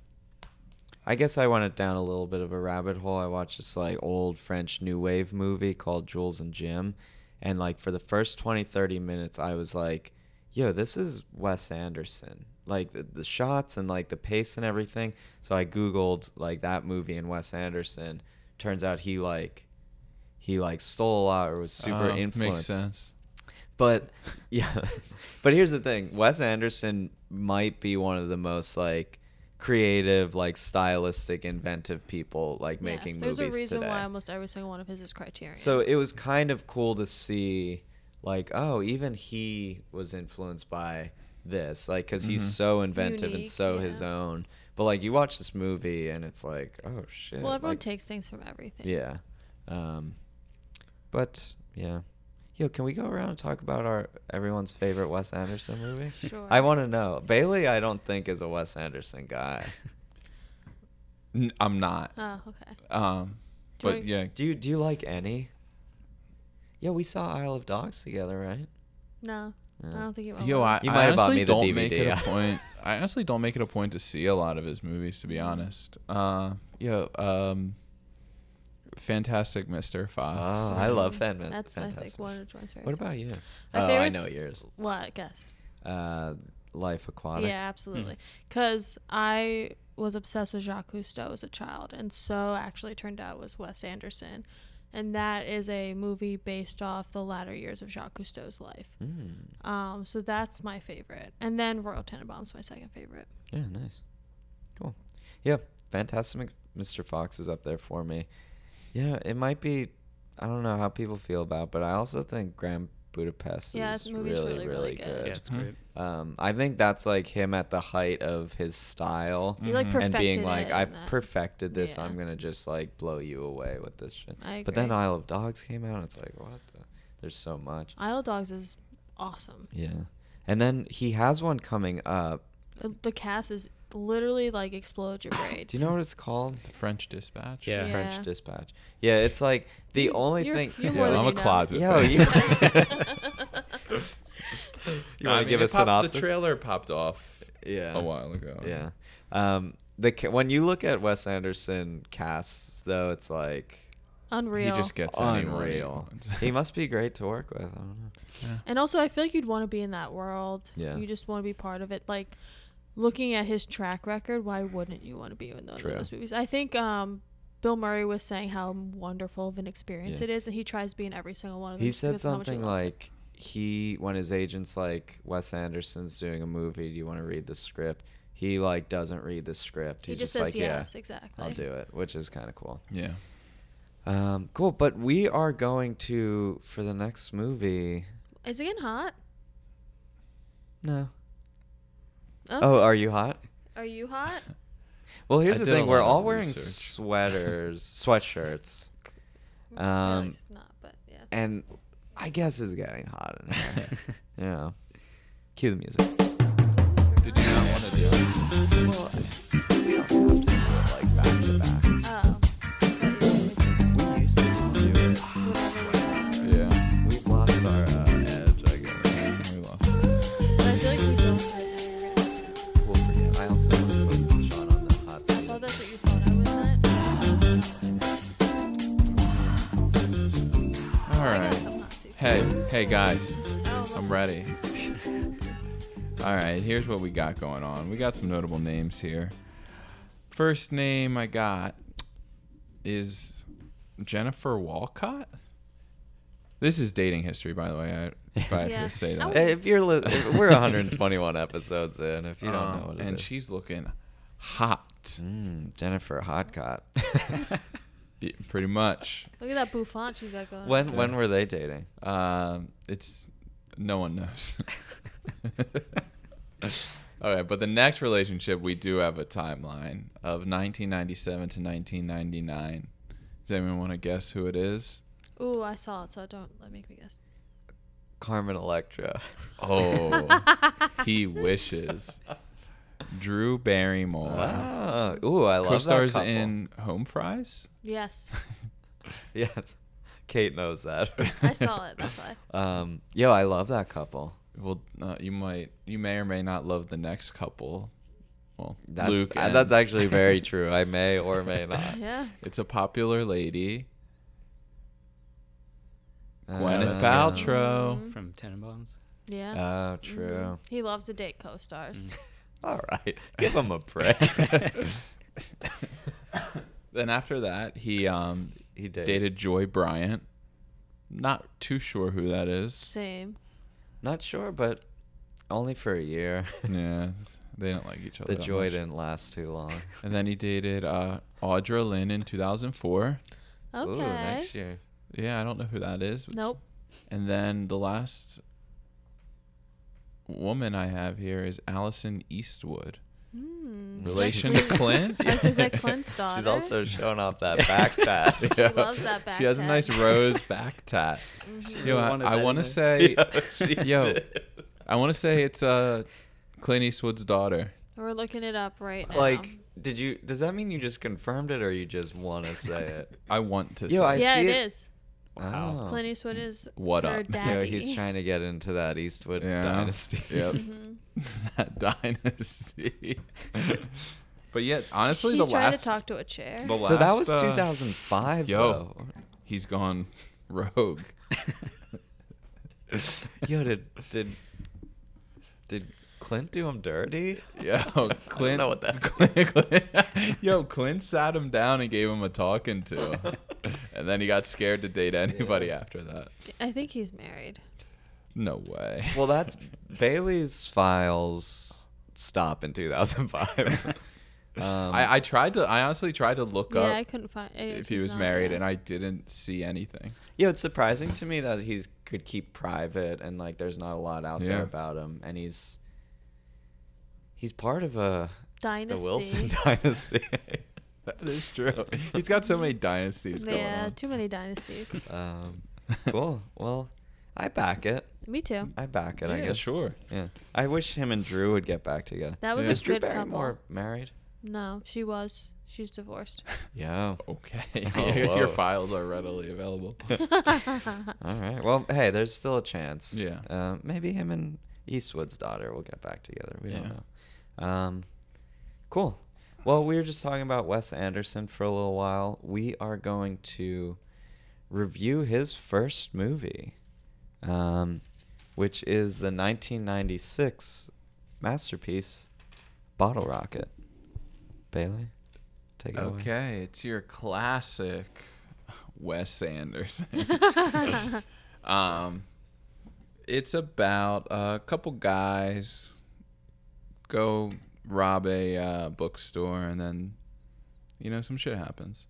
Speaker 1: I guess I went down a little bit of a rabbit hole. I watched this like old French new wave movie called Jules and Jim. And like for the first 20, 30 minutes, I was like, yo, this is Wes Anderson. Like the, the shots and like the pace and everything. So I Googled like that movie and Wes Anderson. Turns out he like, he like stole a lot or was super
Speaker 3: Oh, Makes
Speaker 1: influenced.
Speaker 3: sense.
Speaker 1: But yeah, but here's the thing: Wes Anderson might be one of the most like creative, like stylistic, inventive people like
Speaker 2: Yes,
Speaker 1: making
Speaker 2: There's
Speaker 1: movies
Speaker 2: a reason
Speaker 1: today.
Speaker 2: why almost every single one of his is criterion.
Speaker 1: so it was kind of cool to see, like, oh, even he was influenced by this, like, because he's
Speaker 3: Mhm.
Speaker 1: so inventive
Speaker 2: Unique,
Speaker 1: and so his
Speaker 2: yeah.
Speaker 1: own. But like, you watch this movie and it's like, oh shit.
Speaker 2: well, everyone
Speaker 1: like-
Speaker 2: takes things from everything.
Speaker 1: yeah. Um, but yeah. Yo, can we go around and talk about our everyone's favorite Wes Anderson movie?
Speaker 2: Sure.
Speaker 1: I want to know. Bailey, I don't think is a Wes Anderson guy.
Speaker 3: N- I'm not.
Speaker 2: Oh, okay.
Speaker 3: Um,
Speaker 2: Do you
Speaker 3: but
Speaker 2: wanna-
Speaker 3: yeah,
Speaker 1: Do you do you like any? Yeah, we saw Isle of Dogs together, right?
Speaker 2: No,
Speaker 1: Yeah.
Speaker 2: I don't think it.
Speaker 3: Yo, I,
Speaker 1: You
Speaker 3: I
Speaker 1: might have bought
Speaker 3: honestly
Speaker 1: me the
Speaker 3: don't make it
Speaker 1: DVD.
Speaker 3: a point. I honestly don't make it a point to see a lot of his movies, to be honest. Uh, yeah, um, Fantastic Mr. Fox.
Speaker 1: Oh, I love fan man.
Speaker 2: That's I think one of John's favorites.
Speaker 1: What about you?
Speaker 2: My
Speaker 1: oh, I know
Speaker 2: favorites-
Speaker 1: yours.
Speaker 2: What? Guess.
Speaker 1: Uh, Life Aquatic.
Speaker 2: Yeah, absolutely. Because I was obsessed with Jacques Cousteau as a child, and so actually turned out was Wes Anderson, and that is a movie based off the latter years of Jacques Cousteau's life.
Speaker 1: Mm.
Speaker 2: Um, so that's my favorite, and then Royal Tenenbaums my second favorite.
Speaker 1: Yeah, nice. Cool. Yeah, Fantastic Mr. Fox is up there for me. Yeah, it might be. I don't know how people feel about, but I also think Grand Budapest
Speaker 2: Yeah,
Speaker 1: is
Speaker 2: that movie's
Speaker 1: really, really,
Speaker 2: really, really
Speaker 1: good.
Speaker 2: good.
Speaker 4: Yeah, it's great.
Speaker 1: Um, I think that's like him at the height of his style
Speaker 2: You like
Speaker 1: Mm-hmm. and
Speaker 2: perfected
Speaker 1: being like,
Speaker 2: it
Speaker 1: "I've
Speaker 2: in that.
Speaker 1: perfected this.
Speaker 2: Yeah.
Speaker 1: I'm gonna just like blow you away with this shit."
Speaker 2: I
Speaker 1: But then
Speaker 2: agree.
Speaker 1: Isle of Dogs came out, and it's like, what? The? There's so much.
Speaker 2: Isle of Dogs is awesome.
Speaker 1: yeah, and then he has one coming up.
Speaker 2: Uh, The cast is literally like explode your brain.
Speaker 1: Do you know what it's called?
Speaker 3: The French Dispatch.
Speaker 4: Yeah.
Speaker 2: Yeah.
Speaker 1: French Dispatch. Yeah, it's like the
Speaker 2: You-
Speaker 1: only
Speaker 2: you're-
Speaker 1: thing.
Speaker 2: you're
Speaker 3: more Yeah, than I'm a you know. closet
Speaker 1: Yo,
Speaker 3: fan.
Speaker 1: you, you
Speaker 3: I
Speaker 1: want to
Speaker 3: mean,
Speaker 1: give
Speaker 3: it
Speaker 1: a
Speaker 3: popped-
Speaker 1: synopsis?
Speaker 3: The Oh, trailer popped off
Speaker 1: Yeah.
Speaker 3: a while ago.
Speaker 1: Yeah. Um, the ca- when you look at Wes Anderson casts, though, it's like
Speaker 2: Unreal.
Speaker 3: He just gets anyone he
Speaker 1: unreal.
Speaker 3: wants.
Speaker 1: he must be great to work with. I don't know.
Speaker 3: Yeah.
Speaker 2: And also, I feel like you'd want to be in that world.
Speaker 1: Yeah.
Speaker 2: You just want to be part of it. Like, looking at his track record, why wouldn't you want to be in those,
Speaker 1: True.
Speaker 2: those movies? I think um, Bill Murray was saying how wonderful of an experience
Speaker 1: Yeah.
Speaker 2: it is, and he tries to be in every single one of them.
Speaker 1: He said
Speaker 2: because of how much
Speaker 1: something
Speaker 2: loves it.
Speaker 1: like he when his agent's like Wes Anderson's doing a movie, do you want to read the script? He like doesn't read the script.
Speaker 2: He
Speaker 1: He's
Speaker 2: just
Speaker 1: just,
Speaker 2: says
Speaker 1: like, yeah,
Speaker 2: yes, exactly.
Speaker 1: I'll do it, which is kind of cool.
Speaker 3: Yeah.
Speaker 1: Um, cool, but we are going to for the next movie.
Speaker 2: Is it getting hot?
Speaker 1: No.
Speaker 2: Huh?
Speaker 1: Oh, are you hot?
Speaker 2: Are you hot?
Speaker 1: Well, here's
Speaker 3: I
Speaker 1: the
Speaker 3: did a
Speaker 1: thing: we're
Speaker 3: lot
Speaker 1: all
Speaker 3: of
Speaker 1: wearing
Speaker 3: research.
Speaker 1: sweaters, sweatshirts, Um, eh.
Speaker 2: no, it's not, but yeah.
Speaker 1: and I guess it's getting hot in here. you know, cue the music.
Speaker 3: Did you not want to do
Speaker 1: Well, we
Speaker 3: it?
Speaker 1: don't have to do it like back to back.
Speaker 2: Oh. I thought you were always-
Speaker 1: We used to just do it.
Speaker 2: whatever.
Speaker 3: Yeah.
Speaker 1: We've lost our uh, edge, I guess.
Speaker 3: We lost it.
Speaker 2: But I feel like we don't.
Speaker 1: We'll forget. I also want to put Sean on the hot
Speaker 2: I
Speaker 1: seat.
Speaker 2: thought Oh, that's what you thought I was at.
Speaker 3: All
Speaker 2: I got
Speaker 3: right.
Speaker 2: some hot seats.
Speaker 3: Hey, hey guys,
Speaker 2: Oh,
Speaker 3: I'm
Speaker 2: let's-
Speaker 3: ready. All right, here's what we got going on. We got some notable names here. First name I got is Jennifer Walcott. This is dating history, by the way. I, if I have
Speaker 2: Yeah.
Speaker 3: to say
Speaker 2: I
Speaker 3: that.
Speaker 2: would-
Speaker 1: If you're, li- if we're 121 episodes in. If you don't
Speaker 3: Um,
Speaker 1: know what it is,
Speaker 3: and she's looking hot,
Speaker 1: Mm, Jennifer Hotcott.
Speaker 3: Yeah, pretty much.
Speaker 2: Look at that bouffant she's got going.
Speaker 1: when when were they dating?
Speaker 3: Um, it's no one knows. All right, but the next relationship we do have a timeline of 1997 to 1999. Does anyone want to guess who it is?
Speaker 2: on. Ooh, I saw it, so don't let make me guess.
Speaker 1: Carmen Electra.
Speaker 3: Oh, he wishes. Drew Barrymore.
Speaker 1: Wow. Ooh, I love
Speaker 3: Co-stars
Speaker 1: that couple.
Speaker 3: in Home Fries.
Speaker 2: Yes,
Speaker 1: Yes. Kate knows that.
Speaker 2: I saw it. That's why.
Speaker 1: um, yo, I love that couple.
Speaker 3: Well, uh, you might, you may or may not love the next couple. Well,
Speaker 1: That's,
Speaker 3: Luke.
Speaker 1: uh,
Speaker 3: and-
Speaker 1: that's actually very true. I may or may not.
Speaker 2: Yeah.
Speaker 3: It's a popular lady.
Speaker 1: Uh,
Speaker 3: Gwyneth
Speaker 1: that's good.
Speaker 3: Paltrow.
Speaker 2: Mhm.
Speaker 4: From Tenenbaums.
Speaker 2: Yeah.
Speaker 1: Oh, true.
Speaker 3: Mm-hmm.
Speaker 2: Mhm. He loves to date co-stars.
Speaker 3: Mm.
Speaker 1: All right. Give him a break.
Speaker 3: Then after that, he um,
Speaker 1: he dated.
Speaker 3: dated Joy Bryant. Not too sure who that is.
Speaker 2: Same.
Speaker 1: Not sure, but only for a year.
Speaker 3: Yeah, they didn't like each other.
Speaker 1: the
Speaker 3: that
Speaker 1: joy
Speaker 3: much.
Speaker 1: didn't last too long.
Speaker 3: And then he dated uh, Audra Lynn in 2004.
Speaker 1: Ooh,
Speaker 2: Okay.
Speaker 1: next year.
Speaker 3: Yeah, I don't know who that is.
Speaker 2: nope.
Speaker 3: And then the last woman I have here is Allison Eastwood.
Speaker 2: Hmm.
Speaker 3: Relation
Speaker 2: Like
Speaker 3: to Clint?
Speaker 2: I was gonna say Clint's daughter.
Speaker 1: She's also showing off that backpack.
Speaker 2: She loves that back
Speaker 3: She has a
Speaker 2: tat.
Speaker 3: nice rose back tat.
Speaker 2: Mhm.
Speaker 3: Yo,
Speaker 4: really
Speaker 3: I,
Speaker 4: wanted
Speaker 3: I
Speaker 4: that
Speaker 3: want
Speaker 4: in
Speaker 3: to
Speaker 4: there.
Speaker 3: say,
Speaker 1: she
Speaker 3: yo,
Speaker 1: did.
Speaker 3: I want to say it's uh, Clint Eastwood's daughter.
Speaker 2: We're looking it up right now.
Speaker 1: Like, did you? Does that mean you just confirmed it, or you just want to say it?
Speaker 3: I want to
Speaker 1: Yo,
Speaker 3: say.
Speaker 1: I
Speaker 2: yeah,
Speaker 1: see
Speaker 2: it
Speaker 1: it-
Speaker 2: is.
Speaker 3: Oh.
Speaker 1: Wow.
Speaker 2: Clint Eastwood is
Speaker 3: What
Speaker 2: her
Speaker 3: up? Yeah,
Speaker 1: Yo,
Speaker 2: daddy.
Speaker 1: he's trying to get into that Eastwood
Speaker 2: Mm-hmm.
Speaker 3: Yeah.
Speaker 1: dynasty.
Speaker 3: Yep.
Speaker 2: Mhm.
Speaker 3: that dynasty. But yet, honestly,
Speaker 2: He's
Speaker 3: the
Speaker 2: trying
Speaker 3: last
Speaker 2: to talk to a chair.
Speaker 3: the
Speaker 1: So that was
Speaker 3: last, uh,
Speaker 1: 2005.
Speaker 3: yo.
Speaker 1: though.
Speaker 3: He's gone rogue.
Speaker 1: Yo, did did did Clint do him dirty?
Speaker 3: Yo, Clint.
Speaker 1: know what that-
Speaker 3: Clint, Clint- yo, Clint sat him down and gave him a talking to, and then he got scared to date anybody after that.
Speaker 2: I think he's married.
Speaker 3: No way.
Speaker 1: Well, that's Bailey's files stop in 2005. um,
Speaker 3: I, I tried to. I honestly tried to look
Speaker 2: yeah,
Speaker 3: up
Speaker 2: I couldn't find
Speaker 3: if he was married, and I didn't see anything.
Speaker 1: Yeah, it's surprising to me that he's could keep private and like there's not a lot out
Speaker 3: Yeah.
Speaker 1: there about him and he's he's part of a the
Speaker 2: dynasty.
Speaker 1: Wilson dynasty.
Speaker 3: That is true. He's got so many dynasties going
Speaker 2: yeah,
Speaker 3: on.
Speaker 2: too many dynasties.
Speaker 1: um, cool. Well, I back it.
Speaker 2: Me too.
Speaker 1: I back it. I
Speaker 3: Yeah,
Speaker 1: guess.
Speaker 3: sure.
Speaker 1: Yeah. I wish him and Drew would get back together.
Speaker 2: That was
Speaker 3: Yeah.
Speaker 2: a
Speaker 1: Is Drew
Speaker 2: good
Speaker 1: Barrymore
Speaker 2: couple.
Speaker 1: married?
Speaker 2: No, she was. She's divorced.
Speaker 1: Yeah.
Speaker 3: Okay.
Speaker 1: Oh, whoa.
Speaker 3: Your files are readily available.
Speaker 1: All right. Well, hey, there's still a chance.
Speaker 3: Yeah.
Speaker 1: Uh, maybe him and Eastwood's daughter will get back together. We
Speaker 3: Yeah.
Speaker 1: don't know. Um, cool. Well, we were just talking about Wes Anderson for a little while. We are going to review his first movie, um, which is the 1996 masterpiece, Bottle Rocket. Bailey, take it away.
Speaker 3: Okay, it's your classic Wes Sanders. um, it's about a couple guys go rob a uh, bookstore, and then you know some shit happens.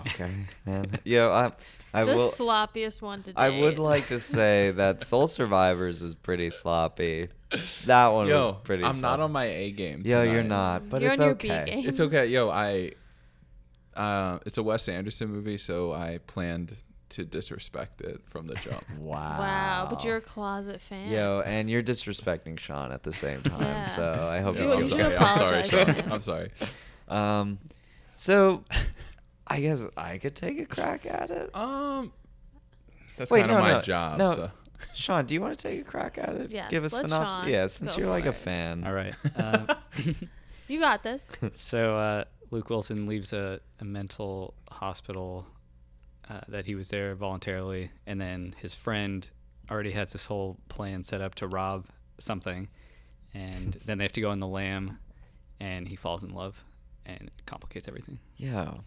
Speaker 1: Okay, man. Yo, I, I
Speaker 2: the
Speaker 1: will.
Speaker 2: sloppiest one to date.
Speaker 1: I would like to say that Soul Survivors was pretty sloppy. That one was
Speaker 3: Yo,
Speaker 1: pretty.
Speaker 3: I'm not
Speaker 1: sloppy.
Speaker 3: on my A game.
Speaker 1: Yo, you're
Speaker 3: tonight.
Speaker 1: not, but
Speaker 2: You're
Speaker 1: it's
Speaker 2: on your B
Speaker 1: okay.
Speaker 2: game.
Speaker 3: It's okay. Yo, I. Uh, it's a Wes Anderson movie, so I planned to disrespect it from the jump.
Speaker 1: Wow.
Speaker 2: Wow, but you're a closet fan.
Speaker 1: Yo, and you're disrespecting Sean at the same time,
Speaker 2: Yeah.
Speaker 1: so I hope
Speaker 2: You-
Speaker 1: you feel
Speaker 2: you should
Speaker 1: bad.
Speaker 3: okay, I'm sorry,
Speaker 2: apologize
Speaker 3: Sean.
Speaker 2: to him.
Speaker 3: I'm sorry.
Speaker 1: Um, so I guess I could take a crack at it.
Speaker 3: Um, that's
Speaker 1: Wait,
Speaker 3: kind of
Speaker 1: no,
Speaker 3: my
Speaker 1: no,
Speaker 3: job.
Speaker 1: no.
Speaker 3: So.
Speaker 1: Sean, do you want to take a crack at it?
Speaker 2: Yes,
Speaker 1: Give a
Speaker 2: let
Speaker 1: synopsis.
Speaker 2: Sean
Speaker 1: yeah, since
Speaker 2: go
Speaker 1: you're like
Speaker 2: for
Speaker 1: a
Speaker 2: it.
Speaker 1: fan.
Speaker 4: All right. Uh,
Speaker 2: You got this.
Speaker 4: so uh, Luke Wilson leaves a, a mental hospital uh, that he was there voluntarily, and then his friend already has this whole plan set up to rob something, and then they have to go on the lam, and he falls in love, and it complicates everything.
Speaker 1: Yo,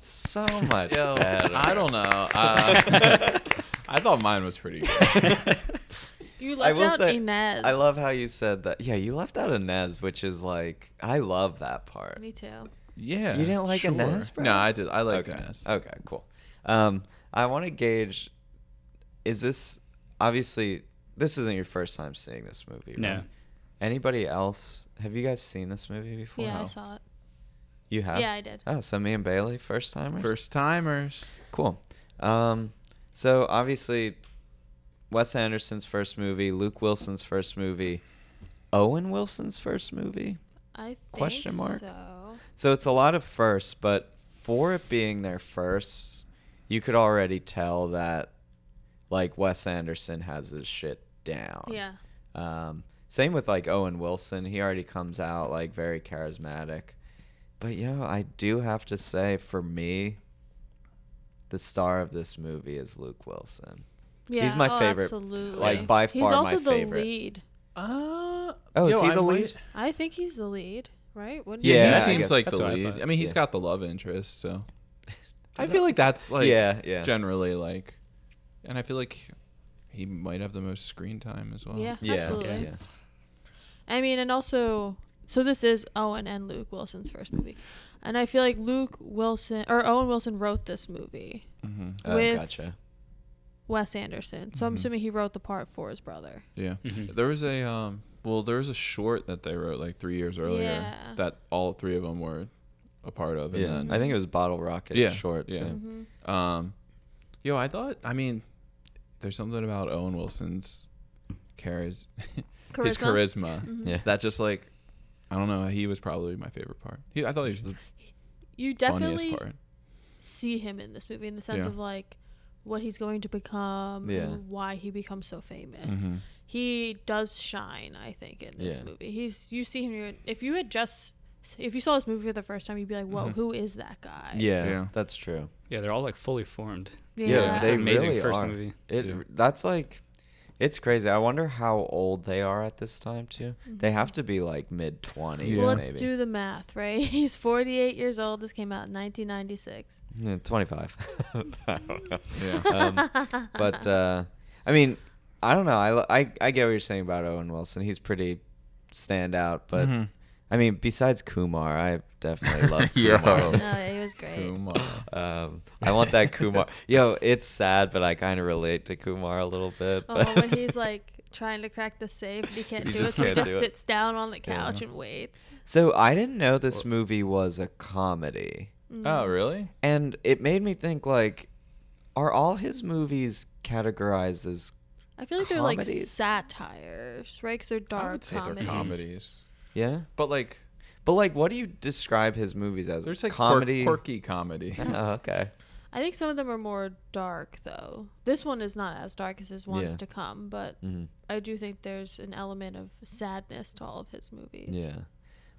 Speaker 1: so much
Speaker 3: Yo,
Speaker 1: better.
Speaker 3: I don't know. Uh, I thought mine was pretty good.
Speaker 2: You
Speaker 1: I
Speaker 2: left
Speaker 1: will
Speaker 2: out
Speaker 1: say,
Speaker 2: Inez.
Speaker 1: I love how you said that. Yeah, you left out Inez, which is like, I love that part.
Speaker 2: Me too.
Speaker 3: Yeah.
Speaker 1: You didn't like Inez, bro?
Speaker 3: No, I did. I liked
Speaker 1: okay. Uh,
Speaker 3: Inez.
Speaker 1: Okay, cool. Um, I want to gauge. Is this obviously this isn't your first time seeing this movie?
Speaker 4: No.
Speaker 1: right? Anybody else? Have you guys seen this movie before?
Speaker 2: Yeah, I
Speaker 1: No.
Speaker 2: saw it.
Speaker 1: You have.
Speaker 2: Yeah, I did.
Speaker 1: Oh, so me and Bailey, first time.
Speaker 3: First timers.
Speaker 1: Cool. Um, so obviously, Wes Anderson's first movie, Luke Wilson's first movie, Owen Wilson's first movie.
Speaker 2: I think
Speaker 1: Question mark?
Speaker 2: So
Speaker 1: So it's a lot of firsts, but for it being their first, you could already tell that like Wes Anderson has his shit down.
Speaker 2: yeah,
Speaker 1: Um, same with like Owen Wilson. He already comes out like very charismatic. But yo, I do have to say, for me, the star of this movie is Luke Wilson.
Speaker 2: yeah.
Speaker 1: my
Speaker 2: oh,
Speaker 1: favorite,
Speaker 2: Absolutely.
Speaker 1: like, by
Speaker 2: he's
Speaker 1: far
Speaker 2: also
Speaker 1: my
Speaker 2: the
Speaker 1: favorite.
Speaker 2: lead.
Speaker 3: Uh,
Speaker 1: Oh, is
Speaker 3: yo,
Speaker 1: he
Speaker 3: I
Speaker 1: the
Speaker 3: might-
Speaker 1: lead?
Speaker 2: I think he's the lead, right? Wouldn't
Speaker 1: Yeah,
Speaker 3: Yeah,
Speaker 1: I
Speaker 3: he
Speaker 1: guess.
Speaker 3: seems like
Speaker 4: That's
Speaker 3: the
Speaker 4: what I
Speaker 3: lead.
Speaker 4: thought.
Speaker 3: I, mean, he's
Speaker 1: Yeah.
Speaker 3: got the love interest, so I feel like that's like
Speaker 1: Yeah, yeah.
Speaker 3: generally like, and I feel like he might have the most screen time as well.
Speaker 2: Yeah,
Speaker 1: Yeah,
Speaker 2: absolutely.
Speaker 1: yeah, yeah.
Speaker 2: I mean, and also, so this is Owen and Luke Wilson's first movie, and I feel like Luke Wilson or Owen Wilson wrote this movie
Speaker 3: Mm-hmm.
Speaker 1: Oh,
Speaker 2: with
Speaker 1: gotcha.
Speaker 2: Wes Anderson. So I'm
Speaker 3: Mhm.
Speaker 2: assuming he wrote the part for his brother.
Speaker 3: Yeah.
Speaker 4: Mhm.
Speaker 3: There was a um well there was a short that they wrote like 3 years earlier
Speaker 2: Yeah.
Speaker 3: that all three of them were a part of and
Speaker 1: Yeah,
Speaker 3: then
Speaker 1: I think it was Bottle Rocket.
Speaker 3: Yeah,
Speaker 1: short.
Speaker 3: yeah.
Speaker 1: Too.
Speaker 2: hmm
Speaker 3: um yo I thought I mean there's something about Owen Wilson's charis- his charisma
Speaker 2: Mm-hmm.
Speaker 1: Yeah.
Speaker 3: that just like I don't know he was probably my favorite part. He, I thought he was the
Speaker 2: You
Speaker 3: funniest
Speaker 2: definitely
Speaker 3: part.
Speaker 2: see him in this movie in the sense
Speaker 3: Yeah.
Speaker 2: of like what he's going to become
Speaker 1: Yeah. Mm-hmm.
Speaker 2: and why he becomes so famous.
Speaker 3: Mhm.
Speaker 2: he does shine. I think in this
Speaker 1: Yeah.
Speaker 2: movie, he's you see him. You're, if you had just if you saw this movie for the first time, you'd be like, "Whoa, who is that guy?"
Speaker 1: Mm-hmm. Yeah,
Speaker 3: Yeah.
Speaker 1: that's true.
Speaker 4: Yeah, they're all like fully formed.
Speaker 2: Yeah.
Speaker 1: Yeah,
Speaker 4: It's
Speaker 1: they
Speaker 4: an amazing
Speaker 1: really
Speaker 4: first
Speaker 1: are.
Speaker 4: movie.
Speaker 1: It
Speaker 3: Yeah.
Speaker 1: that's like it's crazy. I wonder how old they are at this time too. They have to be like mid twenties,
Speaker 2: Mm-hmm. Well, let's
Speaker 1: maybe.
Speaker 2: do the math, right? He's 48 years old. This came out in 1996.
Speaker 1: Yeah, Twenty-five. I don't know.
Speaker 3: Yeah.
Speaker 1: Um, but uh, I mean, I don't know. I, li- I I get what you're saying about Owen Wilson. He's pretty standout, but
Speaker 7: Mhm.
Speaker 1: I mean, besides Kumar, I definitely love
Speaker 3: Yo.
Speaker 1: Kumar.
Speaker 2: No, it was great.
Speaker 3: Kumar.
Speaker 1: Um, I want that Kumar. Yo, it's sad, but I kind of relate to Kumar a little bit.
Speaker 2: Oh,
Speaker 1: but-
Speaker 2: when he's like trying to crack the safe, and he can't
Speaker 1: He
Speaker 2: do
Speaker 1: just
Speaker 2: it, so he
Speaker 1: can't
Speaker 2: just
Speaker 1: do it.
Speaker 2: sits down on the couch and waits.
Speaker 1: So I didn't know this movie was a comedy.
Speaker 2: Mm.
Speaker 3: Oh, really?
Speaker 1: And it made me think like are all his movies categorized as
Speaker 2: I feel like they're like
Speaker 1: Comedies.
Speaker 2: satires, right? Because they're dark
Speaker 3: I would say
Speaker 2: comedies.
Speaker 3: they're comedies,
Speaker 1: yeah?
Speaker 3: but like
Speaker 1: But like what do you describe his movies as?
Speaker 3: there's like quirk-
Speaker 1: comedy.
Speaker 3: quirky comedy.
Speaker 1: Oh, okay.
Speaker 2: I think some of them are more dark, though. This one is not as dark as his ones
Speaker 1: Yeah.
Speaker 2: to come, but
Speaker 1: Mhm.
Speaker 2: I do think there's an element of sadness to all of his movies.
Speaker 1: Yeah.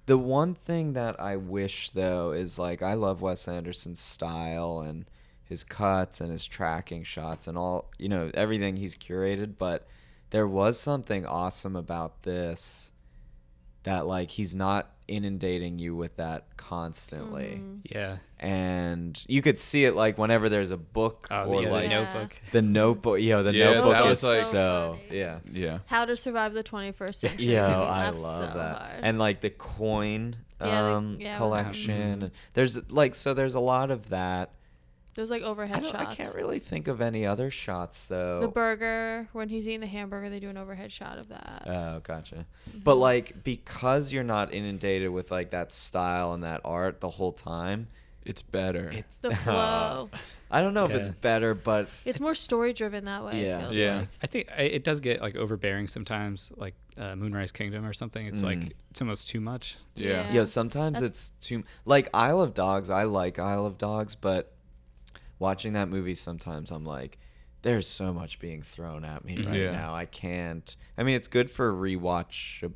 Speaker 1: The one thing that I wish though is like I love Wes Anderson's style and his cuts and his tracking shots and all, you know, everything he's curated, but there was something awesome about this that like he's not inundating you with that constantly.
Speaker 4: Yeah.
Speaker 1: And you could see it like whenever there's a book
Speaker 4: Oh,
Speaker 1: or
Speaker 4: yeah,
Speaker 1: like
Speaker 4: the notebook.
Speaker 1: the notebook, yo, the
Speaker 3: Yeah,
Speaker 1: notebook
Speaker 3: that
Speaker 1: is
Speaker 3: was, like-
Speaker 1: so
Speaker 2: So funny.
Speaker 1: yeah.
Speaker 3: yeah.
Speaker 2: How to Survive the 21st Century.
Speaker 1: Yeah,
Speaker 2: Made me
Speaker 1: I
Speaker 2: laugh
Speaker 1: love
Speaker 2: so
Speaker 1: that.
Speaker 2: hard.
Speaker 1: And like the coin
Speaker 2: Yeah, like-
Speaker 1: um,
Speaker 2: yeah, when that
Speaker 1: collection. There's like so there's a lot of that.
Speaker 2: Those like
Speaker 1: I,
Speaker 2: overhead
Speaker 1: don't- I
Speaker 2: shots.
Speaker 1: can't really think of any other shots though.
Speaker 2: The burger, when he's eating the hamburger, they do an overhead shot of that.
Speaker 1: Oh, gotcha.
Speaker 2: Mm-hmm.
Speaker 1: But like because you're not inundated with like that style and that art the whole time,
Speaker 3: It's better.
Speaker 1: it's
Speaker 2: The flow.
Speaker 1: I don't know if it's
Speaker 4: Yeah.
Speaker 1: better, but
Speaker 2: it's more story driven that way.
Speaker 1: Yeah.
Speaker 2: It feels
Speaker 3: yeah.
Speaker 2: Like.
Speaker 4: I think I, it does get like overbearing sometimes, like uh, Moonrise Kingdom or something. It's
Speaker 1: Mm.
Speaker 4: like it's almost too much.
Speaker 3: yeah.
Speaker 2: Yeah.
Speaker 1: Yo, sometimes
Speaker 2: That's-
Speaker 1: it's too like Isle of Dogs. I like Isle of Dogs, but watching that movie, sometimes I'm like, there's so much being thrown at me right
Speaker 3: Yeah.
Speaker 1: now. I can't. I mean, it's good for rewatchability,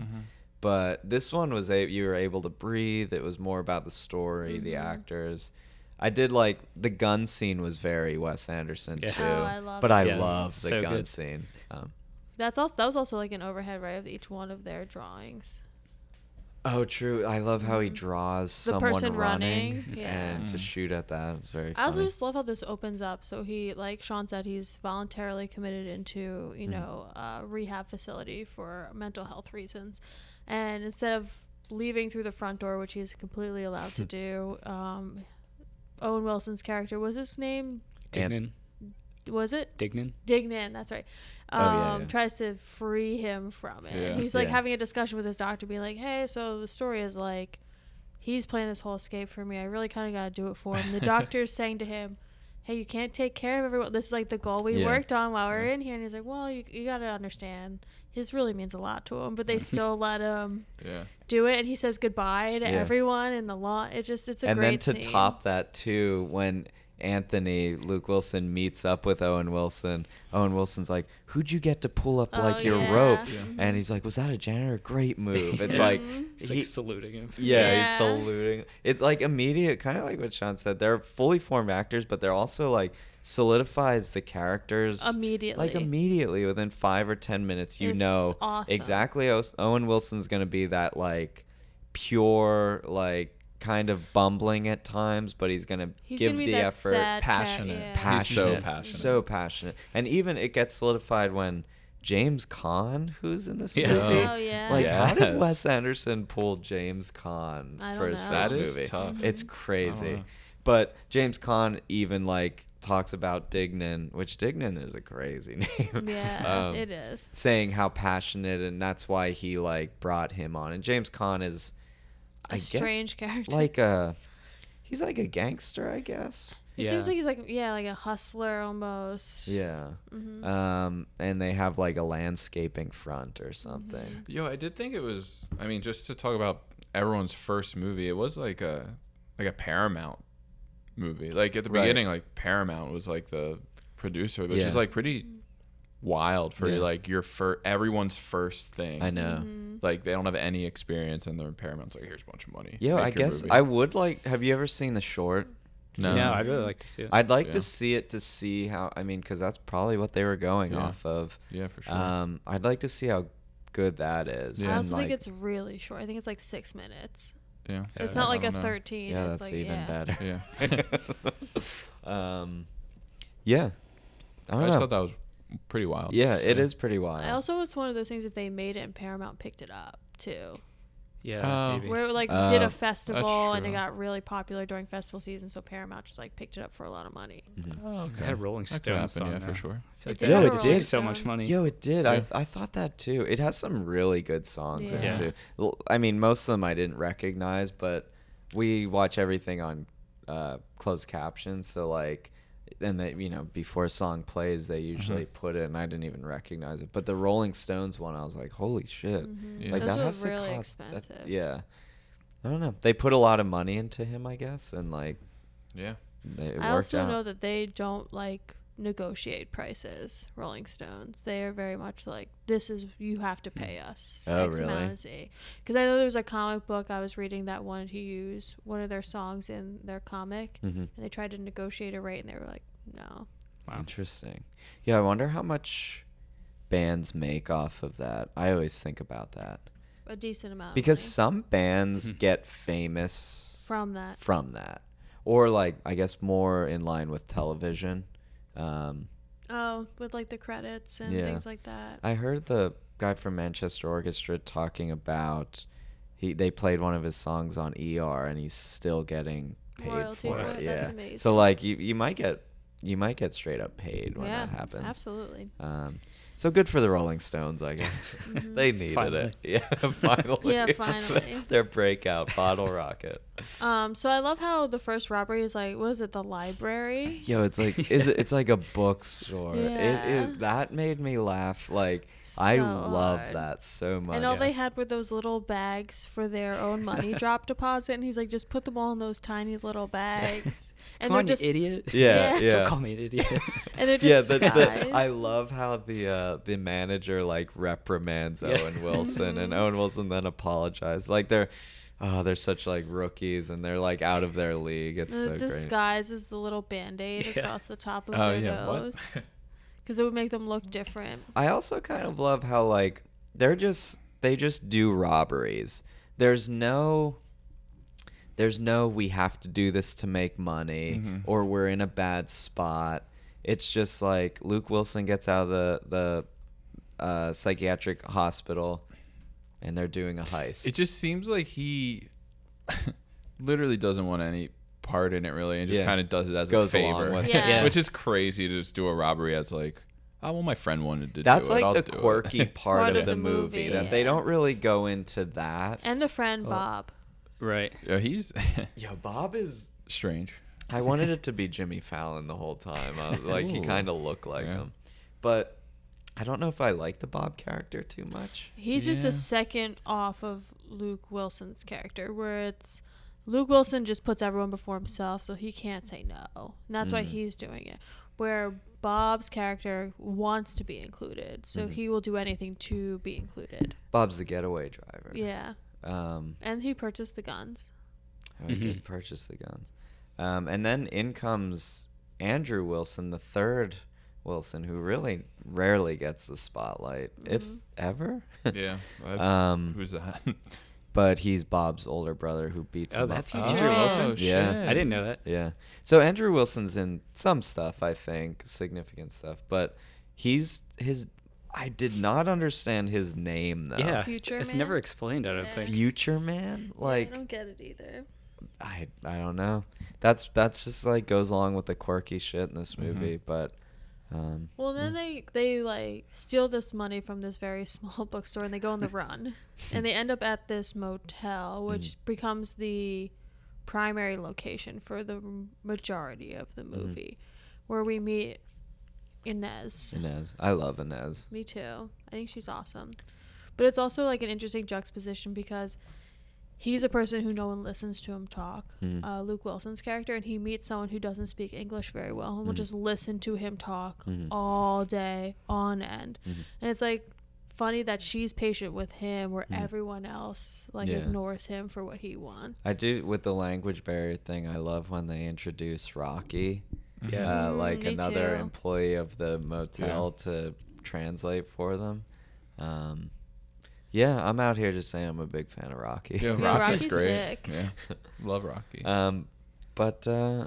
Speaker 4: Mm-hmm.
Speaker 1: but this one was a you were able to breathe. It was more about the story, the
Speaker 2: Mm-hmm.
Speaker 1: actors. I did like the gun scene was very Wes Anderson
Speaker 4: Yeah.
Speaker 1: too,
Speaker 2: Oh, I love
Speaker 1: but I
Speaker 4: Yeah.
Speaker 1: love the
Speaker 4: So
Speaker 1: gun
Speaker 4: good.
Speaker 1: scene. Um,
Speaker 2: That's also that was also like an overhead right of each one of their drawings.
Speaker 1: Oh, true. I love how he draws
Speaker 2: Mm-hmm. The
Speaker 1: someone
Speaker 2: person
Speaker 1: running,
Speaker 2: running, yeah.
Speaker 4: Mm.
Speaker 1: and to shoot at that. It's very.
Speaker 2: I also
Speaker 1: funny.
Speaker 2: just love how this opens up. So he, like Sean said, he's voluntarily committed into you know a rehab facility for mental health reasons, and instead of leaving through the front door, which he's completely allowed to do, um, Owen Wilson's character was his name.
Speaker 1: And-
Speaker 4: Dignan. Was
Speaker 2: it?
Speaker 4: Dignan?
Speaker 2: Dignan, that's right. Um,
Speaker 1: Oh, yeah, yeah.
Speaker 2: tries to free him from it.
Speaker 3: Yeah.
Speaker 2: He's like
Speaker 1: Yeah.
Speaker 2: having a discussion with his doctor, being like, "Hey, so the story is like, he's playing this whole escape for me. I really kind of got to do it for him." The doctor's saying to him, "Hey, you can't take care of everyone. This is like the goal we
Speaker 1: Yeah.
Speaker 2: worked on while we were in here." And he's like, "Well, you you got to understand, his really means a lot to him, but they still let him
Speaker 3: Yeah.
Speaker 2: do it." And he says goodbye to
Speaker 1: Yeah.
Speaker 2: everyone in the lawn. It just it's a
Speaker 1: and then
Speaker 2: great
Speaker 1: to
Speaker 2: scene.
Speaker 1: top that too, when Anthony Luke Wilson meets up with Owen Wilson, Owen Wilson's like, "Who'd you get to pull up
Speaker 2: Oh,
Speaker 1: like your
Speaker 2: yeah.
Speaker 1: rope?"
Speaker 3: Yeah.
Speaker 1: And he's like, "Was that a janitor? Great move." It's
Speaker 4: Yeah.
Speaker 1: like.
Speaker 2: Mm-hmm.
Speaker 4: It's
Speaker 1: he-
Speaker 4: like saluting him.
Speaker 1: yeah,
Speaker 2: Yeah.
Speaker 1: he's saluting. It's like immediate, kind of like what Sean said. They're fully formed actors, but they're also like solidifies the characters
Speaker 2: immediately.
Speaker 1: Like immediately within five or ten minutes, you
Speaker 2: It's
Speaker 1: know
Speaker 2: awesome.
Speaker 1: exactly o- Owen Wilson's going to be that like pure, like kind of bumbling at times, but he's going to
Speaker 2: He's
Speaker 1: give
Speaker 2: gonna be
Speaker 1: the
Speaker 2: that
Speaker 1: effort,
Speaker 2: sad cat,
Speaker 3: passionate.
Speaker 2: yeah.
Speaker 3: He's
Speaker 1: passionate,
Speaker 3: so passionate.
Speaker 1: so passionate. and even it gets solidified when James Caan, who's in this
Speaker 4: Yeah.
Speaker 1: movie,
Speaker 2: Oh, yeah.
Speaker 1: like how did
Speaker 3: Yes.
Speaker 1: Wes Anderson pull James Caan
Speaker 2: I
Speaker 1: for
Speaker 2: don't
Speaker 1: his
Speaker 2: know.
Speaker 1: first
Speaker 3: That is
Speaker 1: movie?
Speaker 3: tough. Mhm.
Speaker 1: It's crazy. But James Caan even like talks about Dignan, which Dignan is a crazy name.
Speaker 2: Yeah,
Speaker 1: Um,
Speaker 2: it is.
Speaker 1: Saying how passionate and that's why he like brought him on. And James Caan is
Speaker 2: A
Speaker 1: I guess,
Speaker 2: strange character.
Speaker 1: Like a he's like a gangster, I guess.
Speaker 2: He
Speaker 4: Yeah.
Speaker 2: seems like he's like yeah, like a hustler almost.
Speaker 1: Yeah.
Speaker 2: Mm-hmm.
Speaker 1: Um and they have like a landscaping front or something.
Speaker 2: Mm-hmm.
Speaker 3: Yo, I did think it was. I mean, just to talk about everyone's first movie, it was like a like a Paramount movie. Like at the
Speaker 1: Right.
Speaker 3: beginning, like Paramount was like the producer, which
Speaker 1: Yeah.
Speaker 3: is like pretty wild for
Speaker 1: Yeah.
Speaker 3: like your fir- everyone's first thing.
Speaker 1: I know.
Speaker 2: Mm-hmm.
Speaker 3: Like they don't have any experience and their paramount's like, here's a bunch of money.
Speaker 1: Yeah,
Speaker 3: Make
Speaker 1: I
Speaker 3: your
Speaker 1: guess
Speaker 3: movie."
Speaker 1: I would like. Have you ever seen the short?
Speaker 3: no.
Speaker 4: No, I'd really like to see it.
Speaker 1: I'd like
Speaker 3: Yeah.
Speaker 1: to see it to see how. I mean, because that's probably what they were going
Speaker 3: Yeah.
Speaker 1: off of.
Speaker 3: Yeah, for sure.
Speaker 1: Um, I'd like to see how good that is.
Speaker 3: Yeah.
Speaker 2: I
Speaker 1: and,
Speaker 2: also
Speaker 1: like,
Speaker 2: think it's really short. I think it's like six minutes.
Speaker 3: yeah.
Speaker 2: it's
Speaker 4: Yeah,
Speaker 2: not
Speaker 3: I
Speaker 2: like a
Speaker 3: don't know.
Speaker 2: 13.
Speaker 1: yeah,
Speaker 2: it's
Speaker 1: that's
Speaker 2: like,
Speaker 1: even
Speaker 2: yeah.
Speaker 1: better. Yeah. um, Oh, yeah. I don't
Speaker 3: I, just
Speaker 1: know.
Speaker 3: thought that was pretty wild.
Speaker 1: yeah, it is pretty wild.
Speaker 2: I also it's one of those things if they made it and Paramount picked it up too,
Speaker 4: yeah,
Speaker 3: Oh.
Speaker 4: maybe.
Speaker 2: where it like did
Speaker 1: Uh,
Speaker 2: a festival and it
Speaker 3: true.
Speaker 2: got really popular during festival season, so Paramount just like picked it up for a lot of money.
Speaker 1: Mm-hmm.
Speaker 3: Oh, okay.
Speaker 4: I had Rolling
Speaker 3: That could
Speaker 4: Stones
Speaker 3: happen,
Speaker 4: song,
Speaker 3: yeah,
Speaker 4: though.
Speaker 3: for sure.
Speaker 4: I feel like
Speaker 2: It did
Speaker 4: that
Speaker 1: have
Speaker 4: would
Speaker 1: Rolling
Speaker 4: take so
Speaker 2: Stones.
Speaker 4: much money.
Speaker 1: Yo, it did.
Speaker 3: Yeah.
Speaker 1: I I thought that too. It has some really good songs in
Speaker 2: Yeah.
Speaker 1: it too. L- I mean, most of them I didn't recognize, but we watch everything on uh, closed captions. So like, and they you know before a song plays, they
Speaker 3: Mm-hmm.
Speaker 1: usually put it, and I didn't even recognize it. But the Rolling Stones one, I was like, holy shit!
Speaker 4: Mm.
Speaker 3: Yeah.
Speaker 1: Like
Speaker 2: Mm-hmm. Those
Speaker 1: that
Speaker 2: are
Speaker 1: has
Speaker 2: really
Speaker 1: to cost. that-
Speaker 2: expensive.
Speaker 1: yeah, I don't know. They put a lot of money into him, I guess, and like
Speaker 3: Yeah.
Speaker 1: they, it
Speaker 2: I
Speaker 1: worked
Speaker 2: also
Speaker 1: out.
Speaker 2: know that they don't like negotiate prices. Rolling Stones, they are very much like this is you have to pay us
Speaker 1: Oh,
Speaker 2: X
Speaker 1: really?
Speaker 2: amount of Z. Because I know there's a comic book I was reading that wanted to use one of their songs in their comic,
Speaker 1: Mm-hmm.
Speaker 2: and they tried to negotiate a rate, and they were like, no.
Speaker 4: Wow.
Speaker 1: Interesting. Yeah, I wonder how much bands make off of that. I always think about that.
Speaker 2: A decent amount. of
Speaker 1: Because
Speaker 2: money
Speaker 1: some bands get famous
Speaker 2: from that.
Speaker 1: from that. Or like I guess more in line with television. Um,
Speaker 2: Oh, with like the credits and
Speaker 1: Yeah.
Speaker 2: things like that.
Speaker 1: I heard the guy from Manchester Orchestra talking about he they played one of his songs on ER and he's still getting paid
Speaker 2: Royalty
Speaker 1: for
Speaker 2: for
Speaker 1: it.
Speaker 2: it,
Speaker 1: Yeah.
Speaker 2: that's amazing.
Speaker 1: So like you you might get you might get straight up paid when
Speaker 2: yeah,
Speaker 1: that happens.
Speaker 2: absolutely.
Speaker 1: Um, so good for the Rolling Stones, I guess. they needed
Speaker 4: Finally.
Speaker 1: it. Yeah, finally.
Speaker 2: Mm-hmm. Yeah, finally.
Speaker 1: Their breakout, Bottle Rocket.
Speaker 2: Um, so I love how the first robbery is like, was it the library?
Speaker 1: Yo, it's like is it, it's like a bookstore.
Speaker 2: Yeah.
Speaker 1: It is that made me laugh. Like I
Speaker 2: So
Speaker 1: love
Speaker 2: hard.
Speaker 1: that so much.
Speaker 2: And all they had were those little bags for their own money drop deposit. And he's like, just put them all in those tiny little bags. And
Speaker 4: Come
Speaker 2: they're
Speaker 4: on, you
Speaker 2: just
Speaker 4: idiot.
Speaker 1: yeah,
Speaker 2: Yeah.
Speaker 1: yeah.
Speaker 4: Don't call me an idiot.
Speaker 2: And they're
Speaker 1: yeah,
Speaker 2: just
Speaker 1: the, the, I love how the uh, the manager like reprimands
Speaker 4: Yeah.
Speaker 1: Owen Wilson,
Speaker 2: Mm-hmm.
Speaker 1: and Owen Wilson then apologizes. Like they're, oh, they're such like rookies, and they're like out of their league. It's so
Speaker 2: the
Speaker 1: great.
Speaker 2: disguise is the little band aid
Speaker 4: Yeah.
Speaker 2: across the top of
Speaker 3: Oh,
Speaker 2: their
Speaker 3: yeah, what?
Speaker 2: nose. Because it would make them look different.
Speaker 1: I also kind of love how like they're just they just do robberies. There's no there's no we have to do this to make money
Speaker 3: Mm-hmm.
Speaker 1: or we're in a bad spot. It's just like Luke Wilson gets out of the the uh, psychiatric hospital and they're doing a heist.
Speaker 3: It just seems like he literally doesn't want any part in it really and just
Speaker 1: Yeah.
Speaker 3: kind of does it as
Speaker 1: Goes
Speaker 3: a
Speaker 1: along
Speaker 3: favor.
Speaker 1: with it.
Speaker 2: Yeah.
Speaker 3: Which is
Speaker 2: Yes.
Speaker 3: crazy to just do a robbery as like, oh well my friend wanted to
Speaker 1: That's
Speaker 3: do it.
Speaker 1: like
Speaker 3: I'll
Speaker 1: the
Speaker 3: do it."
Speaker 1: quirky part, of, the, movie, that they
Speaker 2: yeah.
Speaker 1: don't really go into that.
Speaker 2: And the friend, Bob.
Speaker 4: right.
Speaker 3: yeah, he's
Speaker 1: Yo, Bob is
Speaker 3: strange.
Speaker 1: I wanted it to be Jimmy Fallon the whole time. I was like, he
Speaker 3: Ooh.
Speaker 1: kind of looked like
Speaker 3: Yeah.
Speaker 1: him, but I don't know if I like the Bob character too much.
Speaker 2: He's just
Speaker 3: Yeah.
Speaker 2: a second off of Luke Wilson's character, where it's Luke Wilson just puts everyone before himself, so he can't say no. And that's why he's doing it. Where Bob's character wants to be included, so he will do anything to be included.
Speaker 1: Bob's the getaway driver.
Speaker 2: Yeah.
Speaker 1: Um,
Speaker 2: And he purchased the guns.
Speaker 1: I
Speaker 3: Mm-hmm.
Speaker 1: did purchase the guns, um, and then in comes Andrew Wilson, the third Wilson, who really rarely gets the spotlight, if ever.
Speaker 3: Yeah.
Speaker 1: um,
Speaker 3: Who's that?
Speaker 1: but he's Bob's older brother who beats
Speaker 4: Oh,
Speaker 1: him
Speaker 4: that's
Speaker 1: up.
Speaker 4: Andrew Wilson.
Speaker 3: Oh,
Speaker 1: Yeah.
Speaker 3: shit.
Speaker 4: I didn't know that.
Speaker 1: Yeah. So Andrew Wilson's in some stuff, I think, significant stuff, but he's his I did not understand his name though.
Speaker 4: Yeah,
Speaker 2: Future
Speaker 4: it's
Speaker 2: Man?
Speaker 4: never explained. I don't think.
Speaker 1: Future man? Like
Speaker 2: I don't get it either.
Speaker 1: I I don't know. That's that's just like goes along with the quirky shit in this movie, but um
Speaker 2: Well, then they they like steal this money from this very small bookstore and they go on the run, and they end up at this motel, which becomes the primary location for the majority of the movie, where we meet Inez.
Speaker 1: Inez. I love Inez.
Speaker 2: Me too. I think she's awesome, but it's also like an interesting juxtaposition because he's a person who no one listens to him talk.
Speaker 3: Hmm.
Speaker 8: Mhm.
Speaker 2: Uh, Luke Wilson's character, and he meets someone who doesn't speak English very well, and will
Speaker 3: Hmm.
Speaker 8: Mhm.
Speaker 2: just listen to him talk
Speaker 8: Mhm.
Speaker 2: all day on end.
Speaker 3: Hmm.
Speaker 1: Mm-hmm.
Speaker 8: Mhm.
Speaker 2: And it's like funny that she's patient with him, where
Speaker 3: Hmm.
Speaker 8: Mhm.
Speaker 2: everyone else like
Speaker 8: Yeah.
Speaker 2: ignores him for what he wants.
Speaker 1: I do with the language barrier thing. I love when they introduce Rocky,
Speaker 4: Yeah.
Speaker 1: uh,
Speaker 2: Mm,
Speaker 1: like
Speaker 2: me
Speaker 1: another
Speaker 2: too.
Speaker 1: employee of the motel to translate for them. Um, yeah, I'm out here just saying I'm a big fan of Rocky.
Speaker 3: Yeah,
Speaker 2: Yeah,
Speaker 3: Rocky's,
Speaker 2: Rocky's
Speaker 3: great.
Speaker 2: sick.
Speaker 3: Yeah, love Rocky.
Speaker 1: Um, but uh,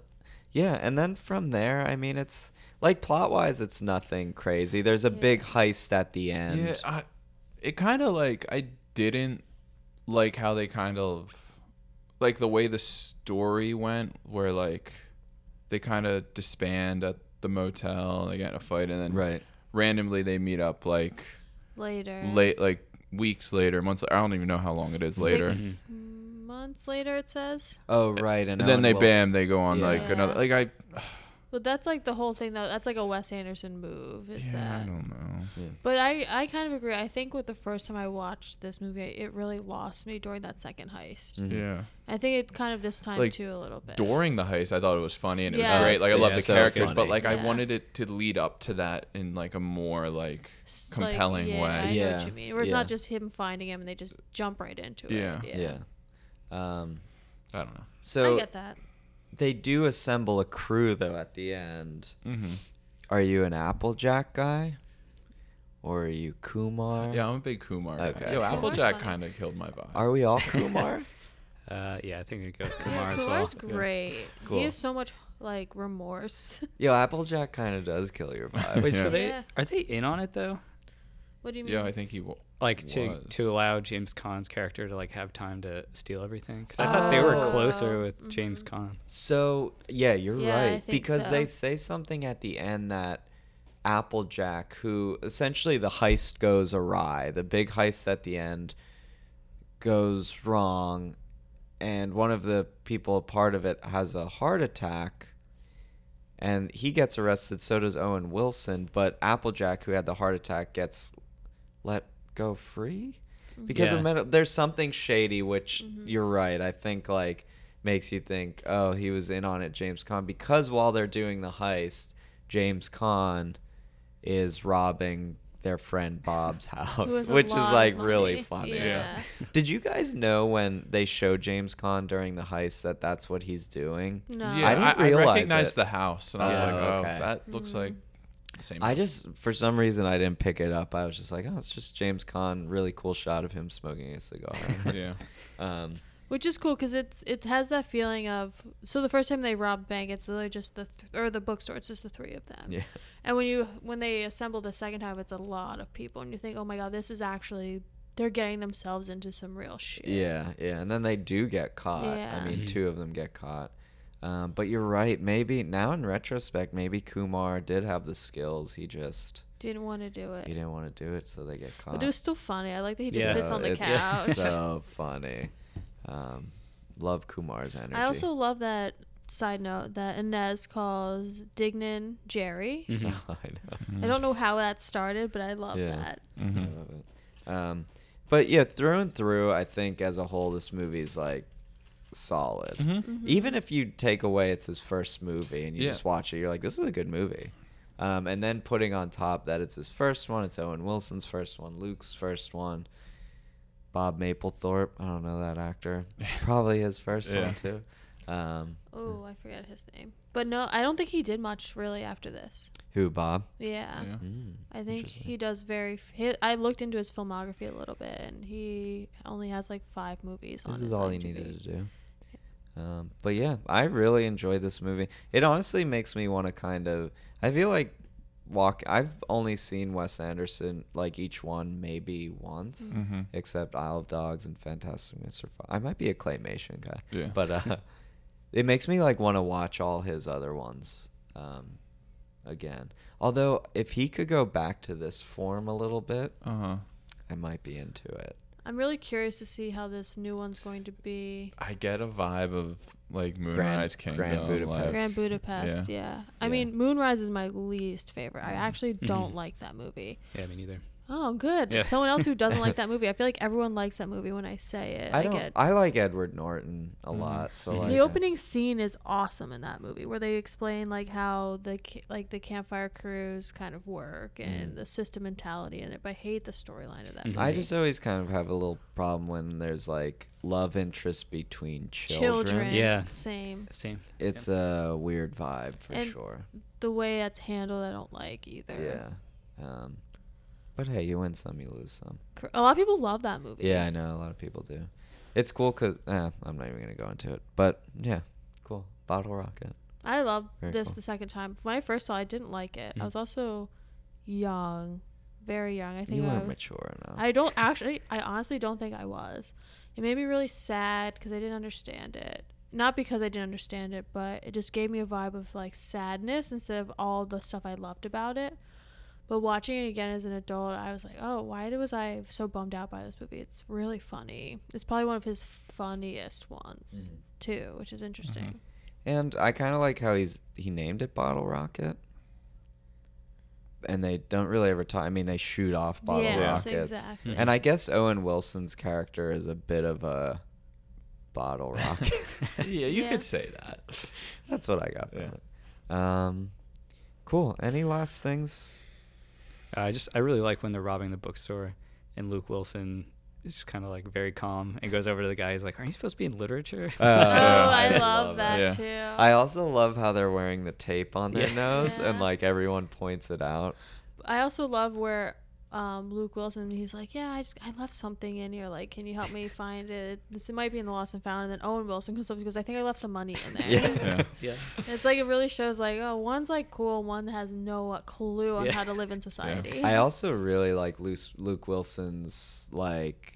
Speaker 1: yeah, and then from there, I mean, it's like plot wise, it's nothing crazy. There's a
Speaker 2: Yeah.
Speaker 1: big heist at the end.
Speaker 3: yeah, I, it kind of like I didn't like how they kind of like the way the story went, where like they kind of disband at the motel, they get in a fight, and then
Speaker 1: Right.
Speaker 3: randomly they meet up like
Speaker 2: later.
Speaker 3: late, like weeks later, months. I don't even know how long it is later.
Speaker 2: Six months later, it says.
Speaker 1: Oh, right. And
Speaker 3: And then
Speaker 1: Owen
Speaker 3: they
Speaker 1: Wilson-
Speaker 3: bam, they go on
Speaker 1: Yeah.
Speaker 3: like another like I
Speaker 2: But that's like the whole thing, though. That's like a Wes Anderson move, is
Speaker 3: yeah, I
Speaker 2: that?
Speaker 3: don't know.
Speaker 2: But I, I kind of agree. I think with the first time I watched this movie, it really lost me during that second heist.
Speaker 1: Mhm.
Speaker 3: Yeah.
Speaker 2: I think it kind of this time
Speaker 3: Mm. Like,
Speaker 2: too a little bit.
Speaker 3: during the heist i thought it was funny and it
Speaker 2: Yeah.
Speaker 3: was great like i
Speaker 8: It's
Speaker 3: love the
Speaker 8: so
Speaker 3: characters but
Speaker 8: funny.
Speaker 3: like i
Speaker 2: Yeah.
Speaker 3: wanted it to lead up to that in like a more like
Speaker 2: S- like,
Speaker 3: compelling
Speaker 2: yeah, I
Speaker 3: way
Speaker 2: know what
Speaker 1: Yeah.
Speaker 2: you mean. Where it's not
Speaker 1: Yeah.
Speaker 2: just him finding him and they just jump right into
Speaker 3: Yeah.
Speaker 2: it.
Speaker 1: Yeah. Um,
Speaker 3: i don't know
Speaker 2: I
Speaker 1: so
Speaker 2: get that.
Speaker 1: they do assemble a crew though at the end.
Speaker 3: mm-hmm.
Speaker 1: Are you an Applejack guy, or are you Kumar?
Speaker 3: yeah i'm a big kumar guy.
Speaker 1: Okay.
Speaker 3: yo
Speaker 1: Kumar's
Speaker 3: applejack
Speaker 2: funny.
Speaker 3: kind of killed my vibe
Speaker 1: Are we all Kumar?
Speaker 4: Uh, yeah, I think we go with Kumar
Speaker 2: Yeah,
Speaker 4: as well.
Speaker 2: Kumar's great.
Speaker 1: Cool.
Speaker 2: He has so much like remorse.
Speaker 1: Yo, Applejack kind of does kill your vibe.
Speaker 4: Wait,
Speaker 3: Yeah.
Speaker 4: so they
Speaker 2: Yeah.
Speaker 4: are they in on it though?
Speaker 2: what do you mean?
Speaker 3: yeah i think he wa-
Speaker 4: Like to
Speaker 3: was.
Speaker 4: to allow James Conn's character to like have time to steal everything? Because I thought they were
Speaker 1: Oh.
Speaker 4: closer with James Conn.
Speaker 1: So yeah, you're
Speaker 2: Yeah, I
Speaker 1: right
Speaker 2: think
Speaker 1: because they
Speaker 2: so.
Speaker 1: say something at the end that Applejack, who essentially the heist goes awry, the big heist at the end goes wrong, and one of the people a part of it has a heart attack. And he gets arrested. So does Owen Wilson. But Applejack, who had the heart attack, gets let go free
Speaker 2: Mm-hmm.
Speaker 1: because of
Speaker 4: Yeah.
Speaker 1: mental. There's something shady, which you're right. I think like makes you think, oh, he was in on it, James Conn, because while they're doing the heist, James Conn is robbing their friend Bob's
Speaker 2: Who
Speaker 1: house,
Speaker 2: has a
Speaker 1: which is
Speaker 2: lot of
Speaker 1: like really
Speaker 2: money.
Speaker 1: funny.
Speaker 2: Yeah.
Speaker 1: Did you guys know when they show James Conn during the heist that that's what he's doing?
Speaker 2: No.
Speaker 3: yeah
Speaker 1: I didn't
Speaker 3: I
Speaker 1: realize
Speaker 3: recognized
Speaker 1: it.
Speaker 3: the house and i was
Speaker 1: Oh,
Speaker 3: like oh
Speaker 1: okay.
Speaker 3: that looks like
Speaker 2: Mm-hmm.
Speaker 3: the same
Speaker 1: I
Speaker 3: house.
Speaker 1: just, for some reason, I didn't pick it up. I was just like, oh, it's just James Conn. Really cool shot of him smoking a cigar.
Speaker 3: yeah
Speaker 1: um,
Speaker 2: Which is cool because it's it has that feeling of so the first time they rob a bank it's literally just the th- or the bookstore it's just the three of them
Speaker 1: yeah.
Speaker 2: and when you when they assemble the second time it's a lot of people and you think oh my god this is actually they're getting themselves into some real shit
Speaker 1: Yeah, yeah, and then they do get caught.
Speaker 2: Yeah.
Speaker 1: I mean, two of them get caught. Um, but you're right. Maybe now in retrospect, maybe Kumar did have the skills. He just
Speaker 2: didn't want to do
Speaker 1: he
Speaker 2: it
Speaker 1: didn't want to do it, so they get caught.
Speaker 2: but it was still funny I like that he just
Speaker 4: Yeah.
Speaker 2: sits
Speaker 1: So
Speaker 2: on the
Speaker 1: it's
Speaker 2: couch
Speaker 1: So funny. Um, love Kumar's energy.
Speaker 2: I also love that side note that Inez calls Dignan Jerry
Speaker 1: I
Speaker 4: Mhm.
Speaker 1: know.
Speaker 2: I don't know how that started but I love
Speaker 1: Mm-hmm. Yeah.
Speaker 2: that
Speaker 3: Mm-hmm.
Speaker 1: I love it. Um, but yeah, through and through, I think as a whole, this movie's like solid. Even if you take away it's his first movie and you
Speaker 3: Mm-hmm. Yeah.
Speaker 1: just watch it, you're like, this is a good movie. Um, and then putting on top that it's his first one, it's Owen Wilson's first one, Luke's first one, Bob Mapplethorpe. I don't know that actor. Probably his first
Speaker 3: Yeah.
Speaker 1: one too. Um,
Speaker 2: oh I forgot his name but no I don't think he did much really after this
Speaker 1: who Bob?
Speaker 2: yeah.
Speaker 3: yeah
Speaker 1: Mm.
Speaker 2: I think
Speaker 1: Interesting.
Speaker 2: he does very. F- he, I looked into his filmography a little bit, and he only has like five movies. on
Speaker 1: This
Speaker 2: his
Speaker 1: is all
Speaker 2: IMDb.
Speaker 1: he needed to do. Um, but yeah, I really enjoyed this movie. It honestly makes me want to kind of. I feel like walk. I've only seen Wes Anderson like each one maybe once, except Isle of Dogs and Fantastic Mr. Fox. I might be a claymation guy,
Speaker 3: Yeah.
Speaker 1: but uh, it makes me like want to watch all his other ones um, again. Although if he could go back to this form a little bit,
Speaker 3: uh-huh
Speaker 1: I might be into it.
Speaker 2: I'm really curious to see how this new one's going to be.
Speaker 3: i get a vibe of like
Speaker 1: Grand-
Speaker 3: moonrise kingdom
Speaker 1: Grand
Speaker 3: like-
Speaker 1: Budapest.
Speaker 2: Grand Budapest, yeah. I
Speaker 1: Yeah. Mm-hmm.
Speaker 2: mean, Moonrise is my least favorite. I actually don't like that movie.
Speaker 4: Yeah, me neither.
Speaker 2: Oh, good.
Speaker 4: Yeah.
Speaker 2: Someone else who doesn't like that movie. I feel like everyone likes that movie when I say it.
Speaker 1: I don't.
Speaker 2: get Mm-hmm.
Speaker 1: I like Edward Norton a
Speaker 4: Mhm.
Speaker 1: lot. So
Speaker 4: Mhm.
Speaker 1: like
Speaker 2: the opening scene is awesome in that movie where they explain like how the ca- like the campfire crews kind of work and
Speaker 4: Mm.
Speaker 2: the system mentality in it but i hate the storyline of that
Speaker 4: Mhm.
Speaker 2: movie.
Speaker 1: I just always kind of have a little problem when there's like love interest between children.
Speaker 2: children,
Speaker 4: Yeah.
Speaker 2: same
Speaker 4: Same.
Speaker 1: It's a weird vibe for
Speaker 2: And-
Speaker 1: sure.
Speaker 2: the way it's handled i don't like either
Speaker 1: Yeah. Um, but hey, you win some, you lose some.
Speaker 2: yeah a lot of people love that movie
Speaker 1: Yeah, I know a lot of people do. It's cool because eh, I'm not even gonna go into it. But yeah, cool. Bottle Rocket.
Speaker 2: i love
Speaker 1: Very
Speaker 2: this
Speaker 1: cool.
Speaker 2: the second time when i first saw it, i didn't like it
Speaker 4: Mm.
Speaker 2: i was also young very young i think
Speaker 1: You
Speaker 2: I
Speaker 1: weren't
Speaker 2: was-
Speaker 1: mature enough.
Speaker 2: I don't actually. I honestly don't think I was. It made me really sad because I didn't understand it. Not because I didn't understand it, but it just gave me a vibe of like sadness instead of all the stuff I loved about it. But watching it again as an adult, I was like, oh, why did- was I so bummed out by this movie? It's really funny. It's probably one of his funniest ones
Speaker 1: Mm-hmm.
Speaker 2: too, which is interesting.
Speaker 1: And I kind of like how he's he named it Bottle Rocket. And they don't really ever talk. I mean, they shoot off Mm-hmm. bottle
Speaker 2: yes,
Speaker 1: rockets.
Speaker 2: exactly.
Speaker 1: And I guess Owen Wilson's character is a bit of a bottle rocket.
Speaker 3: yeah, you
Speaker 2: Yeah.
Speaker 3: could say that.
Speaker 1: That's what I got from
Speaker 3: Yeah.
Speaker 1: it. Um, cool. Any last things?
Speaker 4: Uh, I just I really like when they're robbing the bookstore, and Luke Wilson is just kind of like very calm and goes over to the guy. He's like, "Aren't you supposed to be in literature?"
Speaker 1: Oh,
Speaker 2: oh,
Speaker 1: Yeah.
Speaker 2: I,
Speaker 1: I
Speaker 2: love,
Speaker 1: love
Speaker 2: that
Speaker 3: it.
Speaker 2: too.
Speaker 1: I also love how they're wearing the tape on their
Speaker 4: Yeah.
Speaker 1: nose and
Speaker 2: Oh. Yeah.
Speaker 1: like everyone points it out.
Speaker 2: I also love where um, Luke Wilson he's like, yeah, I just I left something in here. Like, can you help me find it? This it might be in the lost and found. And then Owen Wilson comes up and goes, I think I left some money in there.
Speaker 3: Yeah.
Speaker 4: yeah.
Speaker 2: It's like it really shows like, oh, one's like cool, one has no uh, clue on
Speaker 4: Yeah.
Speaker 2: how to live in society.
Speaker 1: I also really like Luke, Luke Wilson's like.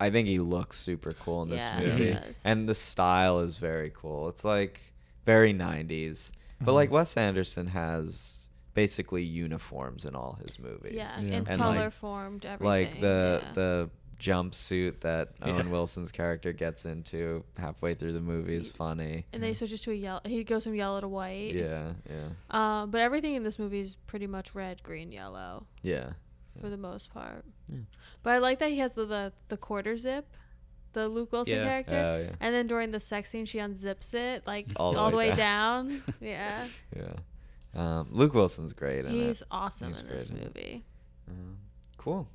Speaker 1: I think he looks super cool in this
Speaker 2: Yeah,
Speaker 3: he
Speaker 1: movie,
Speaker 2: does.
Speaker 1: and the style is very cool. It's like very '90s, but like Wes Anderson has basically uniforms in all his movies.
Speaker 2: yeah,
Speaker 3: Yeah.
Speaker 1: And,
Speaker 2: and,
Speaker 1: like-
Speaker 2: color formed everything.
Speaker 1: like the
Speaker 2: yeah.
Speaker 1: the jumpsuit that
Speaker 4: Yeah.
Speaker 1: Owen Wilson's character gets into halfway through the movie is funny.
Speaker 2: and then he switches to a yellow. He goes from yellow to white.
Speaker 1: Yeah, yeah,
Speaker 2: Um, but everything in this movie is pretty much red, green, yellow.
Speaker 1: yeah.
Speaker 2: for the most part.
Speaker 1: Yeah.
Speaker 2: But I like that he has the the, the quarter zip, the Luke Wilson
Speaker 4: Yeah.
Speaker 2: character.
Speaker 1: Oh, yeah.
Speaker 2: And then during the sex scene, she unzips it like
Speaker 1: All
Speaker 2: all
Speaker 1: the
Speaker 2: the,
Speaker 1: way
Speaker 2: way,
Speaker 1: down.
Speaker 2: down. yeah,
Speaker 1: Yeah. Um, Luke Wilson's great in
Speaker 2: he's
Speaker 1: it.
Speaker 2: awesome
Speaker 1: He's
Speaker 2: in this
Speaker 1: great in it.
Speaker 2: movie.
Speaker 1: Um, cool.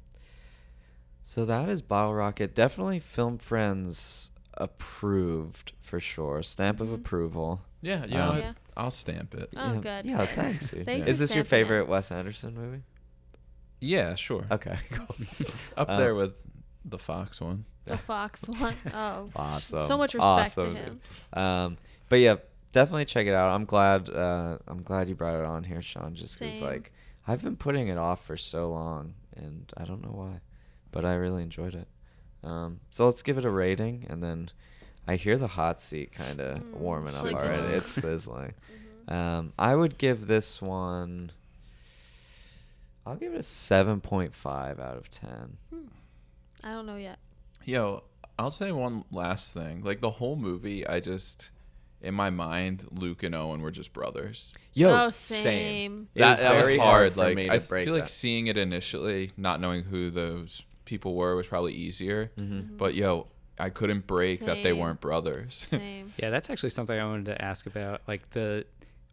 Speaker 1: So that is Bottle Rocket. Definitely Film Friends approved for sure. Stamp of
Speaker 2: Mhm.
Speaker 1: approval.
Speaker 3: Yeah,
Speaker 1: Um,
Speaker 3: you know, what?
Speaker 2: Yeah.
Speaker 3: I'll stamp it.
Speaker 2: Oh,
Speaker 1: yeah,
Speaker 2: good.
Speaker 1: Yeah, thanks. dude.
Speaker 2: Thanks
Speaker 1: is
Speaker 2: for
Speaker 1: this your
Speaker 2: stamping it.
Speaker 1: favorite Wes Anderson movie?
Speaker 3: Yeah, sure.
Speaker 1: Okay, cool.
Speaker 3: Up
Speaker 1: Uh,
Speaker 3: there with the Fox one.
Speaker 2: The Fox one. Oh,
Speaker 1: Awesome.
Speaker 2: so much respect
Speaker 1: Awesome,
Speaker 2: to
Speaker 1: dude.
Speaker 2: him.
Speaker 1: Um, but yeah, definitely check it out. I'm glad. Uh, I'm glad you brought it on here, Sean. Just because
Speaker 2: Same.
Speaker 1: like I've been putting it off for so long, and I don't know why, but I really enjoyed it. Um, so let's give it a rating, and then I hear the hot seat kind of
Speaker 2: Mm,
Speaker 1: warming up
Speaker 2: sizzling. Mm-hmm.
Speaker 1: already. It's sizzling. Um, I would give this one. I'll give it a seven point five out of ten.
Speaker 2: Oh, I don't know yet.
Speaker 3: Yo, I'll say one last thing. Like the whole movie, I just in my mind, Luke and Owen were just brothers.
Speaker 1: Yo,
Speaker 2: oh, same.
Speaker 1: It
Speaker 3: that,
Speaker 1: was
Speaker 3: that was
Speaker 1: very
Speaker 3: hard.
Speaker 1: hard for
Speaker 3: like
Speaker 1: me
Speaker 3: I
Speaker 1: to break
Speaker 3: feel like
Speaker 1: that.
Speaker 3: seeing it initially, not knowing who those people were, was probably easier.
Speaker 1: Mm-hmm.
Speaker 3: But yo, I couldn't break that
Speaker 2: Mm-hmm.
Speaker 3: they
Speaker 2: Same.
Speaker 3: weren't brothers.
Speaker 2: Same.
Speaker 4: Yeah, that's actually something I wanted to ask about. Like the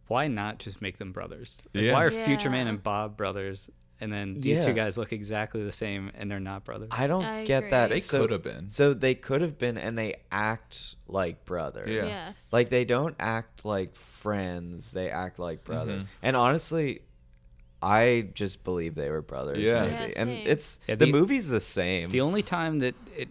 Speaker 4: why not just make them brothers? Like,
Speaker 3: Yeah.
Speaker 4: Why are Future Man
Speaker 2: Yeah.
Speaker 4: and Bob brothers? And then these two
Speaker 1: Yeah.
Speaker 4: guys look exactly the same, and they're not brothers.
Speaker 1: I don't
Speaker 2: I
Speaker 1: get that.
Speaker 2: agree.
Speaker 3: They
Speaker 1: So-
Speaker 3: could've been.
Speaker 1: So they could have been, and they act like brothers.
Speaker 3: Yeah.
Speaker 2: Yes.
Speaker 1: Like they don't act like friends; they act like
Speaker 3: Mm-hmm.
Speaker 1: brothers. And honestly, I just believe they were brothers.
Speaker 3: Yeah.
Speaker 1: maybe.
Speaker 3: Yeah,
Speaker 1: and
Speaker 2: same.
Speaker 1: it's
Speaker 4: Yeah,
Speaker 1: the,
Speaker 4: the-
Speaker 1: movie's the same.
Speaker 4: The only time that it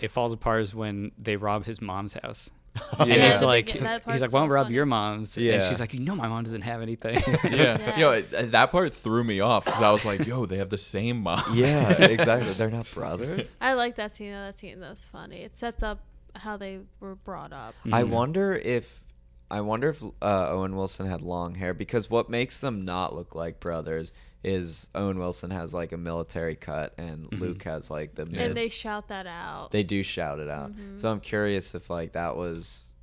Speaker 4: it falls apart is when they rob his mom's house. And
Speaker 2: Yeah,
Speaker 4: he's
Speaker 2: the
Speaker 4: like,
Speaker 2: begin- that
Speaker 4: he's
Speaker 2: part's
Speaker 4: like, why don't
Speaker 2: so
Speaker 4: we rob
Speaker 2: funny.
Speaker 4: your mom's? And
Speaker 1: Yeah.
Speaker 4: she's like, you know, my mom doesn't have anything.
Speaker 3: yeah, yo,
Speaker 2: Yes.
Speaker 3: it- uh, that part threw me off because I was like, yo, they have the same mom.
Speaker 1: yeah, exactly. They're not brothers.
Speaker 2: I like that scene. though. That scene that was funny. It sets up how they were brought up.
Speaker 1: I
Speaker 4: Mhm.
Speaker 1: wonder if. I wonder if uh, Owen Wilson had long hair because what makes them not look like brothers is Owen Wilson has like a military cut and
Speaker 4: Mm-hmm.
Speaker 1: Luke has like the mid
Speaker 2: And they shout that out.
Speaker 1: they do shout it out.
Speaker 2: Mm-hmm.
Speaker 1: So I'm curious if like that was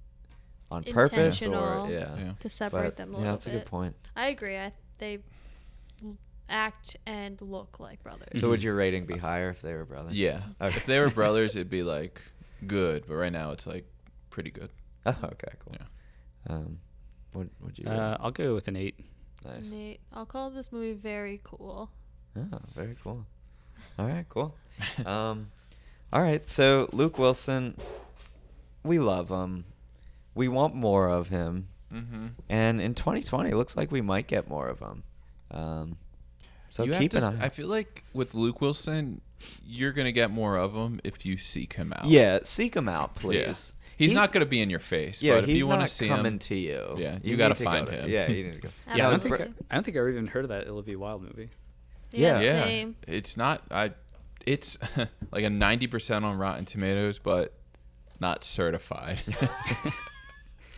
Speaker 1: on purpose or
Speaker 2: Intentional.
Speaker 1: yeah.
Speaker 3: Yeah.
Speaker 2: to
Speaker 1: But
Speaker 2: separate them a
Speaker 1: yeah,
Speaker 2: little
Speaker 1: that's
Speaker 2: bit.
Speaker 1: a good point.
Speaker 2: I agree. I they act and look like brothers.
Speaker 1: So would your rating be higher if they were brothers?
Speaker 3: Mm-hmm. Yeah.
Speaker 1: Okay.
Speaker 3: If they were brothers, it'd be like good, but right now it's like pretty good.
Speaker 1: Oh, okay, cool.
Speaker 3: Yeah.
Speaker 1: Um, what would you?
Speaker 4: Uh, I'll go with an eight.
Speaker 1: rate? nice.
Speaker 2: Nate, I'll call this movie very cool.
Speaker 1: Oh, very cool. All right, cool. um, all right, so Luke Wilson, we love him. We want more of him.
Speaker 3: Mm-hmm.
Speaker 1: And in 2020, it looks like we might get more of him. Um, so
Speaker 3: you have
Speaker 1: keep
Speaker 3: to-
Speaker 1: an eye.
Speaker 3: I feel like with Luke Wilson, you're gonna get more of him if you seek him out.
Speaker 1: yeah, seek him out, please.
Speaker 3: Yeah. He's, not gonna be in your face.
Speaker 1: Yeah,
Speaker 3: but if
Speaker 1: he's
Speaker 3: you want
Speaker 1: not
Speaker 3: to see
Speaker 1: coming
Speaker 3: him,
Speaker 1: to you.
Speaker 3: Yeah, you gotta
Speaker 1: need to
Speaker 3: find
Speaker 1: to-
Speaker 3: him.
Speaker 1: Yeah, you need to go.
Speaker 4: Yeah, I don't,
Speaker 1: was
Speaker 4: think,
Speaker 1: br-
Speaker 4: I I don't think I even heard of that Olivia Wilde movie.
Speaker 2: Yeah,
Speaker 1: Yeah.
Speaker 3: yeah,
Speaker 2: same.
Speaker 3: it's not. I, it's like a ninety percent on Rotten Tomatoes, but not certified.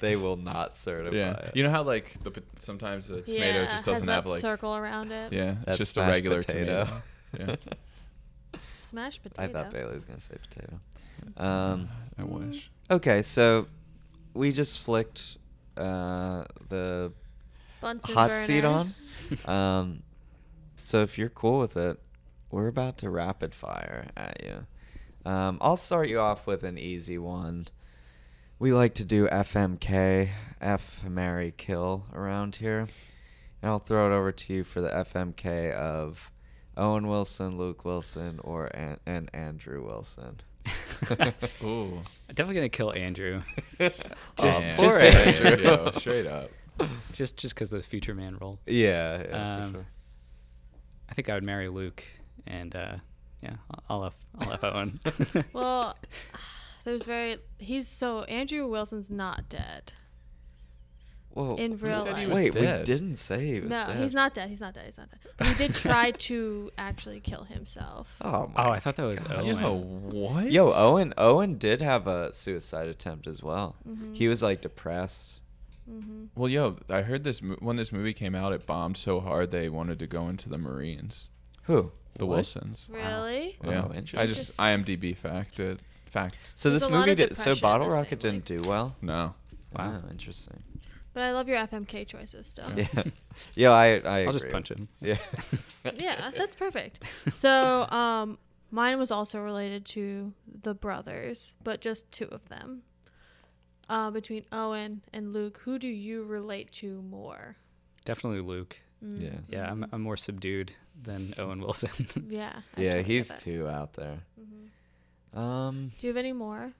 Speaker 1: They will not certify
Speaker 3: yeah,
Speaker 1: it.
Speaker 3: you know how like the pot- sometimes the tomato
Speaker 2: Yeah,
Speaker 3: just
Speaker 2: has
Speaker 3: doesn't
Speaker 2: that
Speaker 3: have like
Speaker 2: circle around it.
Speaker 3: yeah, it's
Speaker 1: That's
Speaker 3: just a
Speaker 1: mashed
Speaker 3: regular
Speaker 1: potato.
Speaker 3: tomato.
Speaker 2: Smashed
Speaker 1: I
Speaker 2: potato.
Speaker 1: thought Bailey was going to say potato. Um,
Speaker 3: Yeah, I wish.
Speaker 1: okay, so we just flicked uh, the
Speaker 2: Bunsen
Speaker 1: hot seat on.
Speaker 2: burners.
Speaker 1: Um, so if you're cool with it, we're about to rapid fire at you. Um, I'll start you off with an easy one. We like to do FMK, F Mary Kill around here. And I'll throw it over to you for the FMK of Owen Wilson, Luke Wilson, or an- and Andrew Wilson.
Speaker 3: Ooh,
Speaker 4: I'm definitely gonna kill Andrew.
Speaker 1: Just-
Speaker 3: Damn.
Speaker 4: just
Speaker 1: poor
Speaker 4: basically-
Speaker 1: Andrew.
Speaker 3: Yeah, straight up.
Speaker 4: just just because of the future man role.
Speaker 1: Yeah, yeah, for
Speaker 4: Um,
Speaker 1: sure.
Speaker 4: I think I would marry Luke, and uh, yeah, I'll- I'll F I'll F Owen.
Speaker 2: Well, there's very. He's so Andrew Wilson's not dead.
Speaker 1: Whoa,
Speaker 2: in
Speaker 1: who
Speaker 2: real
Speaker 1: said he
Speaker 2: life.
Speaker 1: was Wait, we
Speaker 3: dead?
Speaker 1: didn't say he was
Speaker 2: no,
Speaker 1: dead.
Speaker 2: he's not dead. He's not dead. He's not dead. But he did try to actually kill himself.
Speaker 1: Oh my
Speaker 4: oh, I thought that was Owen.
Speaker 3: Yo, what?
Speaker 1: Yo, oh Owen Owen did have a suicide attempt as well.
Speaker 2: Mm-hmm.
Speaker 1: He was like depressed.
Speaker 3: Well, yo, I heard this mo- when this movie came out. It bombed so hard they wanted to go into the Marines,
Speaker 1: Who?
Speaker 3: the Wilsons.
Speaker 2: Really?
Speaker 1: Wow,
Speaker 3: yeah, I
Speaker 1: interesting.
Speaker 3: just IMDb fact it. Fact.
Speaker 1: So
Speaker 2: There's
Speaker 1: this
Speaker 2: a lot
Speaker 1: movie
Speaker 2: of
Speaker 1: did so
Speaker 2: depression
Speaker 1: Bottle
Speaker 2: in this
Speaker 1: Rocket
Speaker 2: family.
Speaker 1: didn't do well.
Speaker 3: No.
Speaker 1: Wow, interesting.
Speaker 2: But I love your FMK choices still.
Speaker 1: Yeah. Yo, I I agree.
Speaker 4: I'll just punch him.
Speaker 1: Yeah.
Speaker 2: yeah, that's perfect. So, um, mine was also related to the brothers, but just two of them. Uh, between Owen and Luke, who do you relate to more? Mm.
Speaker 4: Definitely Luke.
Speaker 1: Yeah.
Speaker 4: Yeah, I'm, I'm more subdued than Owen Wilson.
Speaker 2: Yeah. I
Speaker 1: Yeah,
Speaker 2: totally get
Speaker 1: he's
Speaker 2: that.
Speaker 1: too out there. Um
Speaker 2: Do you have any more?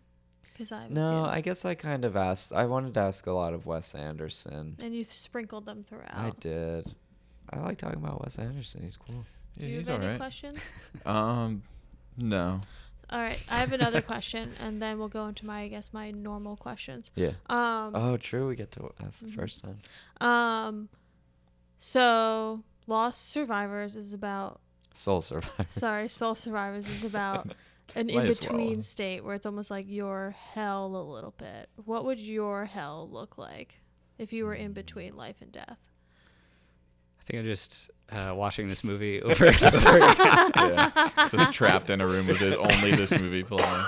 Speaker 2: Because I have a
Speaker 1: no,
Speaker 2: few.
Speaker 1: I guess I kind of asked I wanted to ask a lot of Wes Anderson.
Speaker 2: and you sprinkled them throughout.
Speaker 1: I did. I like talking about Wes Anderson. He's cool.
Speaker 2: Do
Speaker 3: Yeah,
Speaker 2: you
Speaker 3: he's
Speaker 2: have
Speaker 3: all
Speaker 2: any
Speaker 3: right.
Speaker 2: questions?
Speaker 3: Um, no.
Speaker 2: All right, I have another question, and then we'll go into my, I guess, my normal questions.
Speaker 1: Yeah.
Speaker 2: Um,
Speaker 1: Oh, true. We get to ask
Speaker 2: Mm-hmm.
Speaker 1: the first time.
Speaker 2: um, so Lost Survivors is about
Speaker 1: Soul Survivor.
Speaker 2: sorry, Soul Survivors is about an
Speaker 3: Might
Speaker 2: in
Speaker 3: as well.
Speaker 2: between state where it's almost like your hell a little bit. What would your hell look like if you were in between life and death?
Speaker 4: I think I'm just uh, watching this movie over and over. again.
Speaker 3: Yeah. just trapped in a room with his, only this movie playing.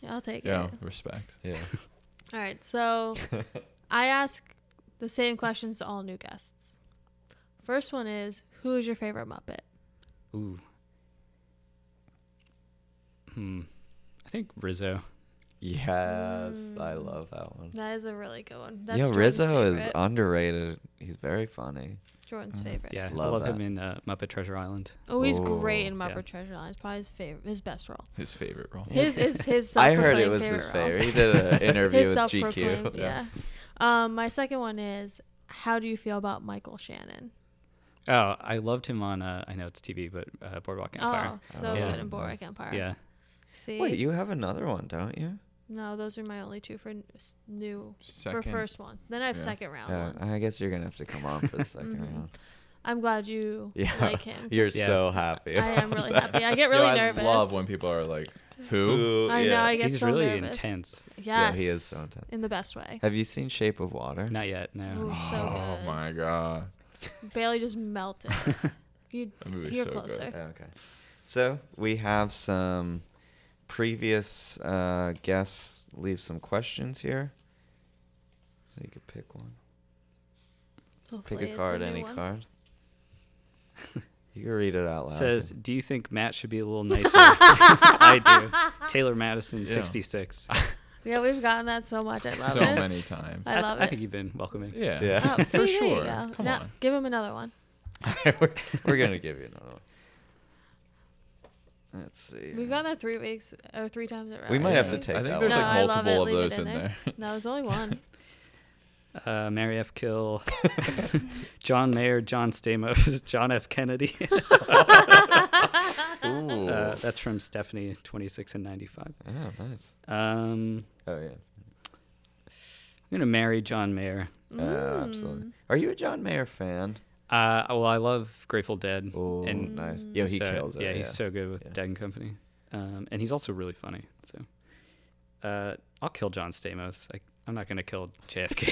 Speaker 2: Yeah, I'll take
Speaker 3: Yeah,
Speaker 2: it.
Speaker 3: respect.
Speaker 1: Yeah.
Speaker 2: All right, so I ask the same questions to all new guests. First one is who is your favorite Muppet?
Speaker 4: Ooh. Hmm. I think Rizzo.
Speaker 1: Yes, I love that one.
Speaker 2: That is a really good one. Mm. That's
Speaker 1: Yeah,
Speaker 2: Jordan's
Speaker 1: Rizzo is Mm.
Speaker 2: favorite.
Speaker 1: underrated. He's very funny.
Speaker 2: Jordan's favorite.
Speaker 4: Yeah, I
Speaker 1: Love
Speaker 4: love
Speaker 1: that.
Speaker 4: him in uh, Muppet Treasure Island.
Speaker 2: Oh, he's
Speaker 1: Oh,
Speaker 2: great in Muppet
Speaker 4: yeah.
Speaker 2: Treasure Island. It's probably his favorite, his best role.
Speaker 3: His favorite role.
Speaker 2: His is his.
Speaker 1: I heard it
Speaker 2: self-proclaimed
Speaker 1: was his
Speaker 2: role.
Speaker 1: favorite. He did an interview
Speaker 2: His
Speaker 1: with GQ.
Speaker 2: self-proclaimed, Yeah. Um, my second one is how do you feel about Michael Shannon?
Speaker 4: Oh, I loved him on. Uh, I know it's TV, but uh, Boardwalk Empire.
Speaker 2: Oh, so
Speaker 4: yeah.
Speaker 2: good in Boardwalk Empire.
Speaker 4: Yeah.
Speaker 2: See.
Speaker 1: Wait, you have another one, don't you?
Speaker 2: no, those are my only two for n- s- new
Speaker 3: Second.
Speaker 2: for first one. Then I have second round
Speaker 1: Yeah,
Speaker 2: ones. Mm-hmm.
Speaker 1: I guess you're gonna have to come on for the 2nd round.
Speaker 2: I'm glad you
Speaker 1: Yeah,
Speaker 2: like him. 'cause
Speaker 1: you're
Speaker 4: Yeah.
Speaker 1: so happy.
Speaker 2: I am really happy. I get
Speaker 3: Yo,
Speaker 2: really
Speaker 3: I
Speaker 2: nervous.
Speaker 3: love when people are like, "Who?"
Speaker 1: Ooh,
Speaker 2: I know.
Speaker 1: yeah.
Speaker 2: I get
Speaker 4: He's
Speaker 2: so
Speaker 4: really
Speaker 2: nervous.
Speaker 4: intense.
Speaker 2: Yes.
Speaker 1: Yeah, he is so intense.
Speaker 2: In the best way.
Speaker 1: Have you seen Shape of Water?
Speaker 4: Not yet.
Speaker 2: Ooh,
Speaker 4: No.
Speaker 2: so
Speaker 3: Oh
Speaker 2: good.
Speaker 3: my god,
Speaker 2: Bailey just melted. You,
Speaker 3: that movie's
Speaker 2: you're
Speaker 3: so
Speaker 2: closer.
Speaker 3: good.
Speaker 1: Yeah, Oh, Okay. So we have some previous uh, guests leave some questions here. So you could pick one.
Speaker 2: Hopefully
Speaker 1: Pick a
Speaker 2: it's
Speaker 1: card,
Speaker 2: new
Speaker 1: any
Speaker 2: one.
Speaker 1: card.
Speaker 9: You can read it out loud.
Speaker 4: says, "Do you think Matt should be a little nicer?" I do. Taylor Madison,
Speaker 5: Yeah.
Speaker 4: sixty-six.
Speaker 2: Yeah, we've gotten that so much. I love
Speaker 5: so
Speaker 2: it.
Speaker 5: many times.
Speaker 2: I love
Speaker 4: I
Speaker 2: it.
Speaker 4: think you've been welcoming.
Speaker 5: Yeah.
Speaker 1: Yeah.
Speaker 2: oh, see,
Speaker 5: For
Speaker 2: there you
Speaker 5: sure.
Speaker 2: go.
Speaker 5: Come
Speaker 2: Now,
Speaker 5: on.
Speaker 2: give him another one.
Speaker 1: we're, we're gonna give you another one. Let's see.
Speaker 2: We've gotten that three weeks or three times at
Speaker 1: We might have to
Speaker 2: right?
Speaker 1: take
Speaker 5: I
Speaker 1: that
Speaker 5: think
Speaker 1: one.
Speaker 5: there's
Speaker 2: No, I
Speaker 5: like
Speaker 2: love
Speaker 5: multiple
Speaker 2: it. Leave
Speaker 5: of
Speaker 2: it
Speaker 5: those
Speaker 2: in
Speaker 5: in
Speaker 2: there.
Speaker 5: there.
Speaker 2: No, there's only one.
Speaker 4: Uh, Mary F. Kill, John Mayer, John Stamos, John F. Kennedy.
Speaker 5: Ooh.
Speaker 4: uh, that's from Stephanie, twenty-six and ninety-five.
Speaker 9: oh, nice.
Speaker 4: Um,
Speaker 9: Oh yeah.
Speaker 4: I'm gonna marry John Mayer.
Speaker 2: Mm.
Speaker 9: Uh, absolutely. Are you a John Mayer fan?
Speaker 4: Uh, well, I love Grateful Dead,
Speaker 9: Oh,
Speaker 4: and
Speaker 9: nice.
Speaker 2: Mm.
Speaker 9: Yo, he
Speaker 4: so-
Speaker 9: kills it.
Speaker 4: Yeah, he's so good with Dead and Company, um, and he's also really funny. So, uh, I'll kill John Stamos. Like, I'm not gonna kill JFK.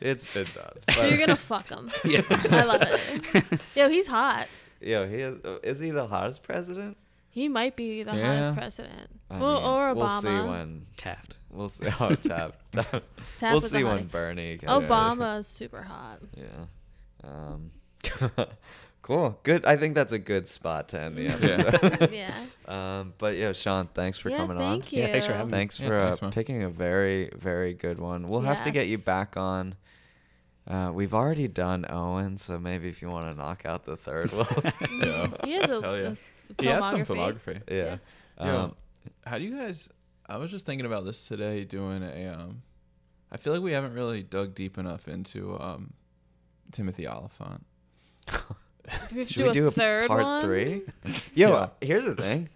Speaker 1: It's been done.
Speaker 2: so you're
Speaker 1: But,
Speaker 2: gonna fuck him.
Speaker 4: yeah,
Speaker 2: I love it. Yo, he's hot.
Speaker 1: yo, he is. uh, Is he the hottest president?
Speaker 2: He might be the
Speaker 5: Yeah.
Speaker 2: hottest president.
Speaker 9: I
Speaker 2: well,
Speaker 9: mean,
Speaker 2: or
Speaker 1: We'll
Speaker 2: Obama.
Speaker 1: see when.
Speaker 4: Taft.
Speaker 1: We'll see. Oh, tap, tap.
Speaker 2: Tap
Speaker 1: we'll
Speaker 2: was a
Speaker 1: see when
Speaker 2: honey.
Speaker 1: Bernie. gets it.
Speaker 2: Obama is super hot.
Speaker 9: Yeah. Um,
Speaker 1: Cool. Good. I think that's a good spot to end the
Speaker 5: Yeah.
Speaker 1: episode.
Speaker 2: Yeah.
Speaker 1: um, but yeah, Sean, thanks for
Speaker 2: yeah,
Speaker 1: coming on.
Speaker 2: thank you.
Speaker 4: Yeah, thanks for having me.
Speaker 1: Thanks
Speaker 5: Yeah,
Speaker 1: for
Speaker 5: thanks,
Speaker 1: uh,
Speaker 5: man.
Speaker 1: picking a very, very good one. We'll have to get you
Speaker 2: Yes.
Speaker 1: back on. Uh, we've already done Owen, so maybe if you want to knock out the third, we'll.
Speaker 5: Yeah.
Speaker 2: He has a,
Speaker 5: Hell yeah.
Speaker 2: a s-
Speaker 5: He has some
Speaker 2: filmography.
Speaker 5: photography.
Speaker 1: yeah.
Speaker 5: Yeah.
Speaker 1: Um,
Speaker 5: How do you guys? I was just thinking about this today, doing a. Um, I feel like we haven't really dug deep enough into um, Timothy Oliphant.
Speaker 2: Do we have to
Speaker 1: should
Speaker 2: do,
Speaker 1: we
Speaker 2: a
Speaker 1: do a
Speaker 2: third
Speaker 1: part
Speaker 2: one?
Speaker 1: three? Yo,
Speaker 5: Yeah.
Speaker 1: here's the thing.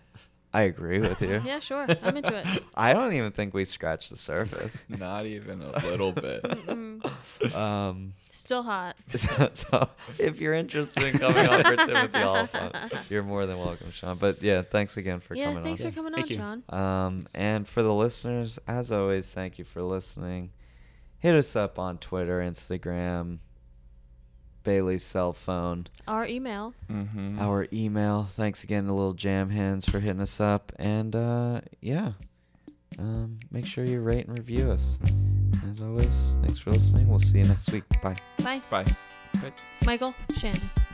Speaker 1: I agree with you.
Speaker 2: Yeah, sure. I'm into it.
Speaker 1: I don't even think we scratched the surface.
Speaker 5: Not even a little bit.
Speaker 2: Mm-mm.
Speaker 1: Um,
Speaker 2: Still hot.
Speaker 1: so, so if you're interested in coming on for Timothy Oliphant, you're more than welcome, Sean. But yeah, thanks again for
Speaker 2: yeah,
Speaker 1: coming
Speaker 2: thanks
Speaker 1: on.
Speaker 2: for coming
Speaker 4: Thank
Speaker 2: on,
Speaker 4: you.
Speaker 2: Sean.
Speaker 1: Um, and for the listeners, as always, thank you for listening. Hit us up on Twitter, Instagram, Bailey's cell phone,
Speaker 2: Our email.
Speaker 5: Mm-hmm.
Speaker 1: our email. Thanks again to Little Jam Hands for hitting us up. And uh, yeah, um, make sure you rate and review us. As always, thanks for listening. We'll see you next week. Bye.
Speaker 2: Bye.
Speaker 5: Bye.
Speaker 2: Michael Shannon.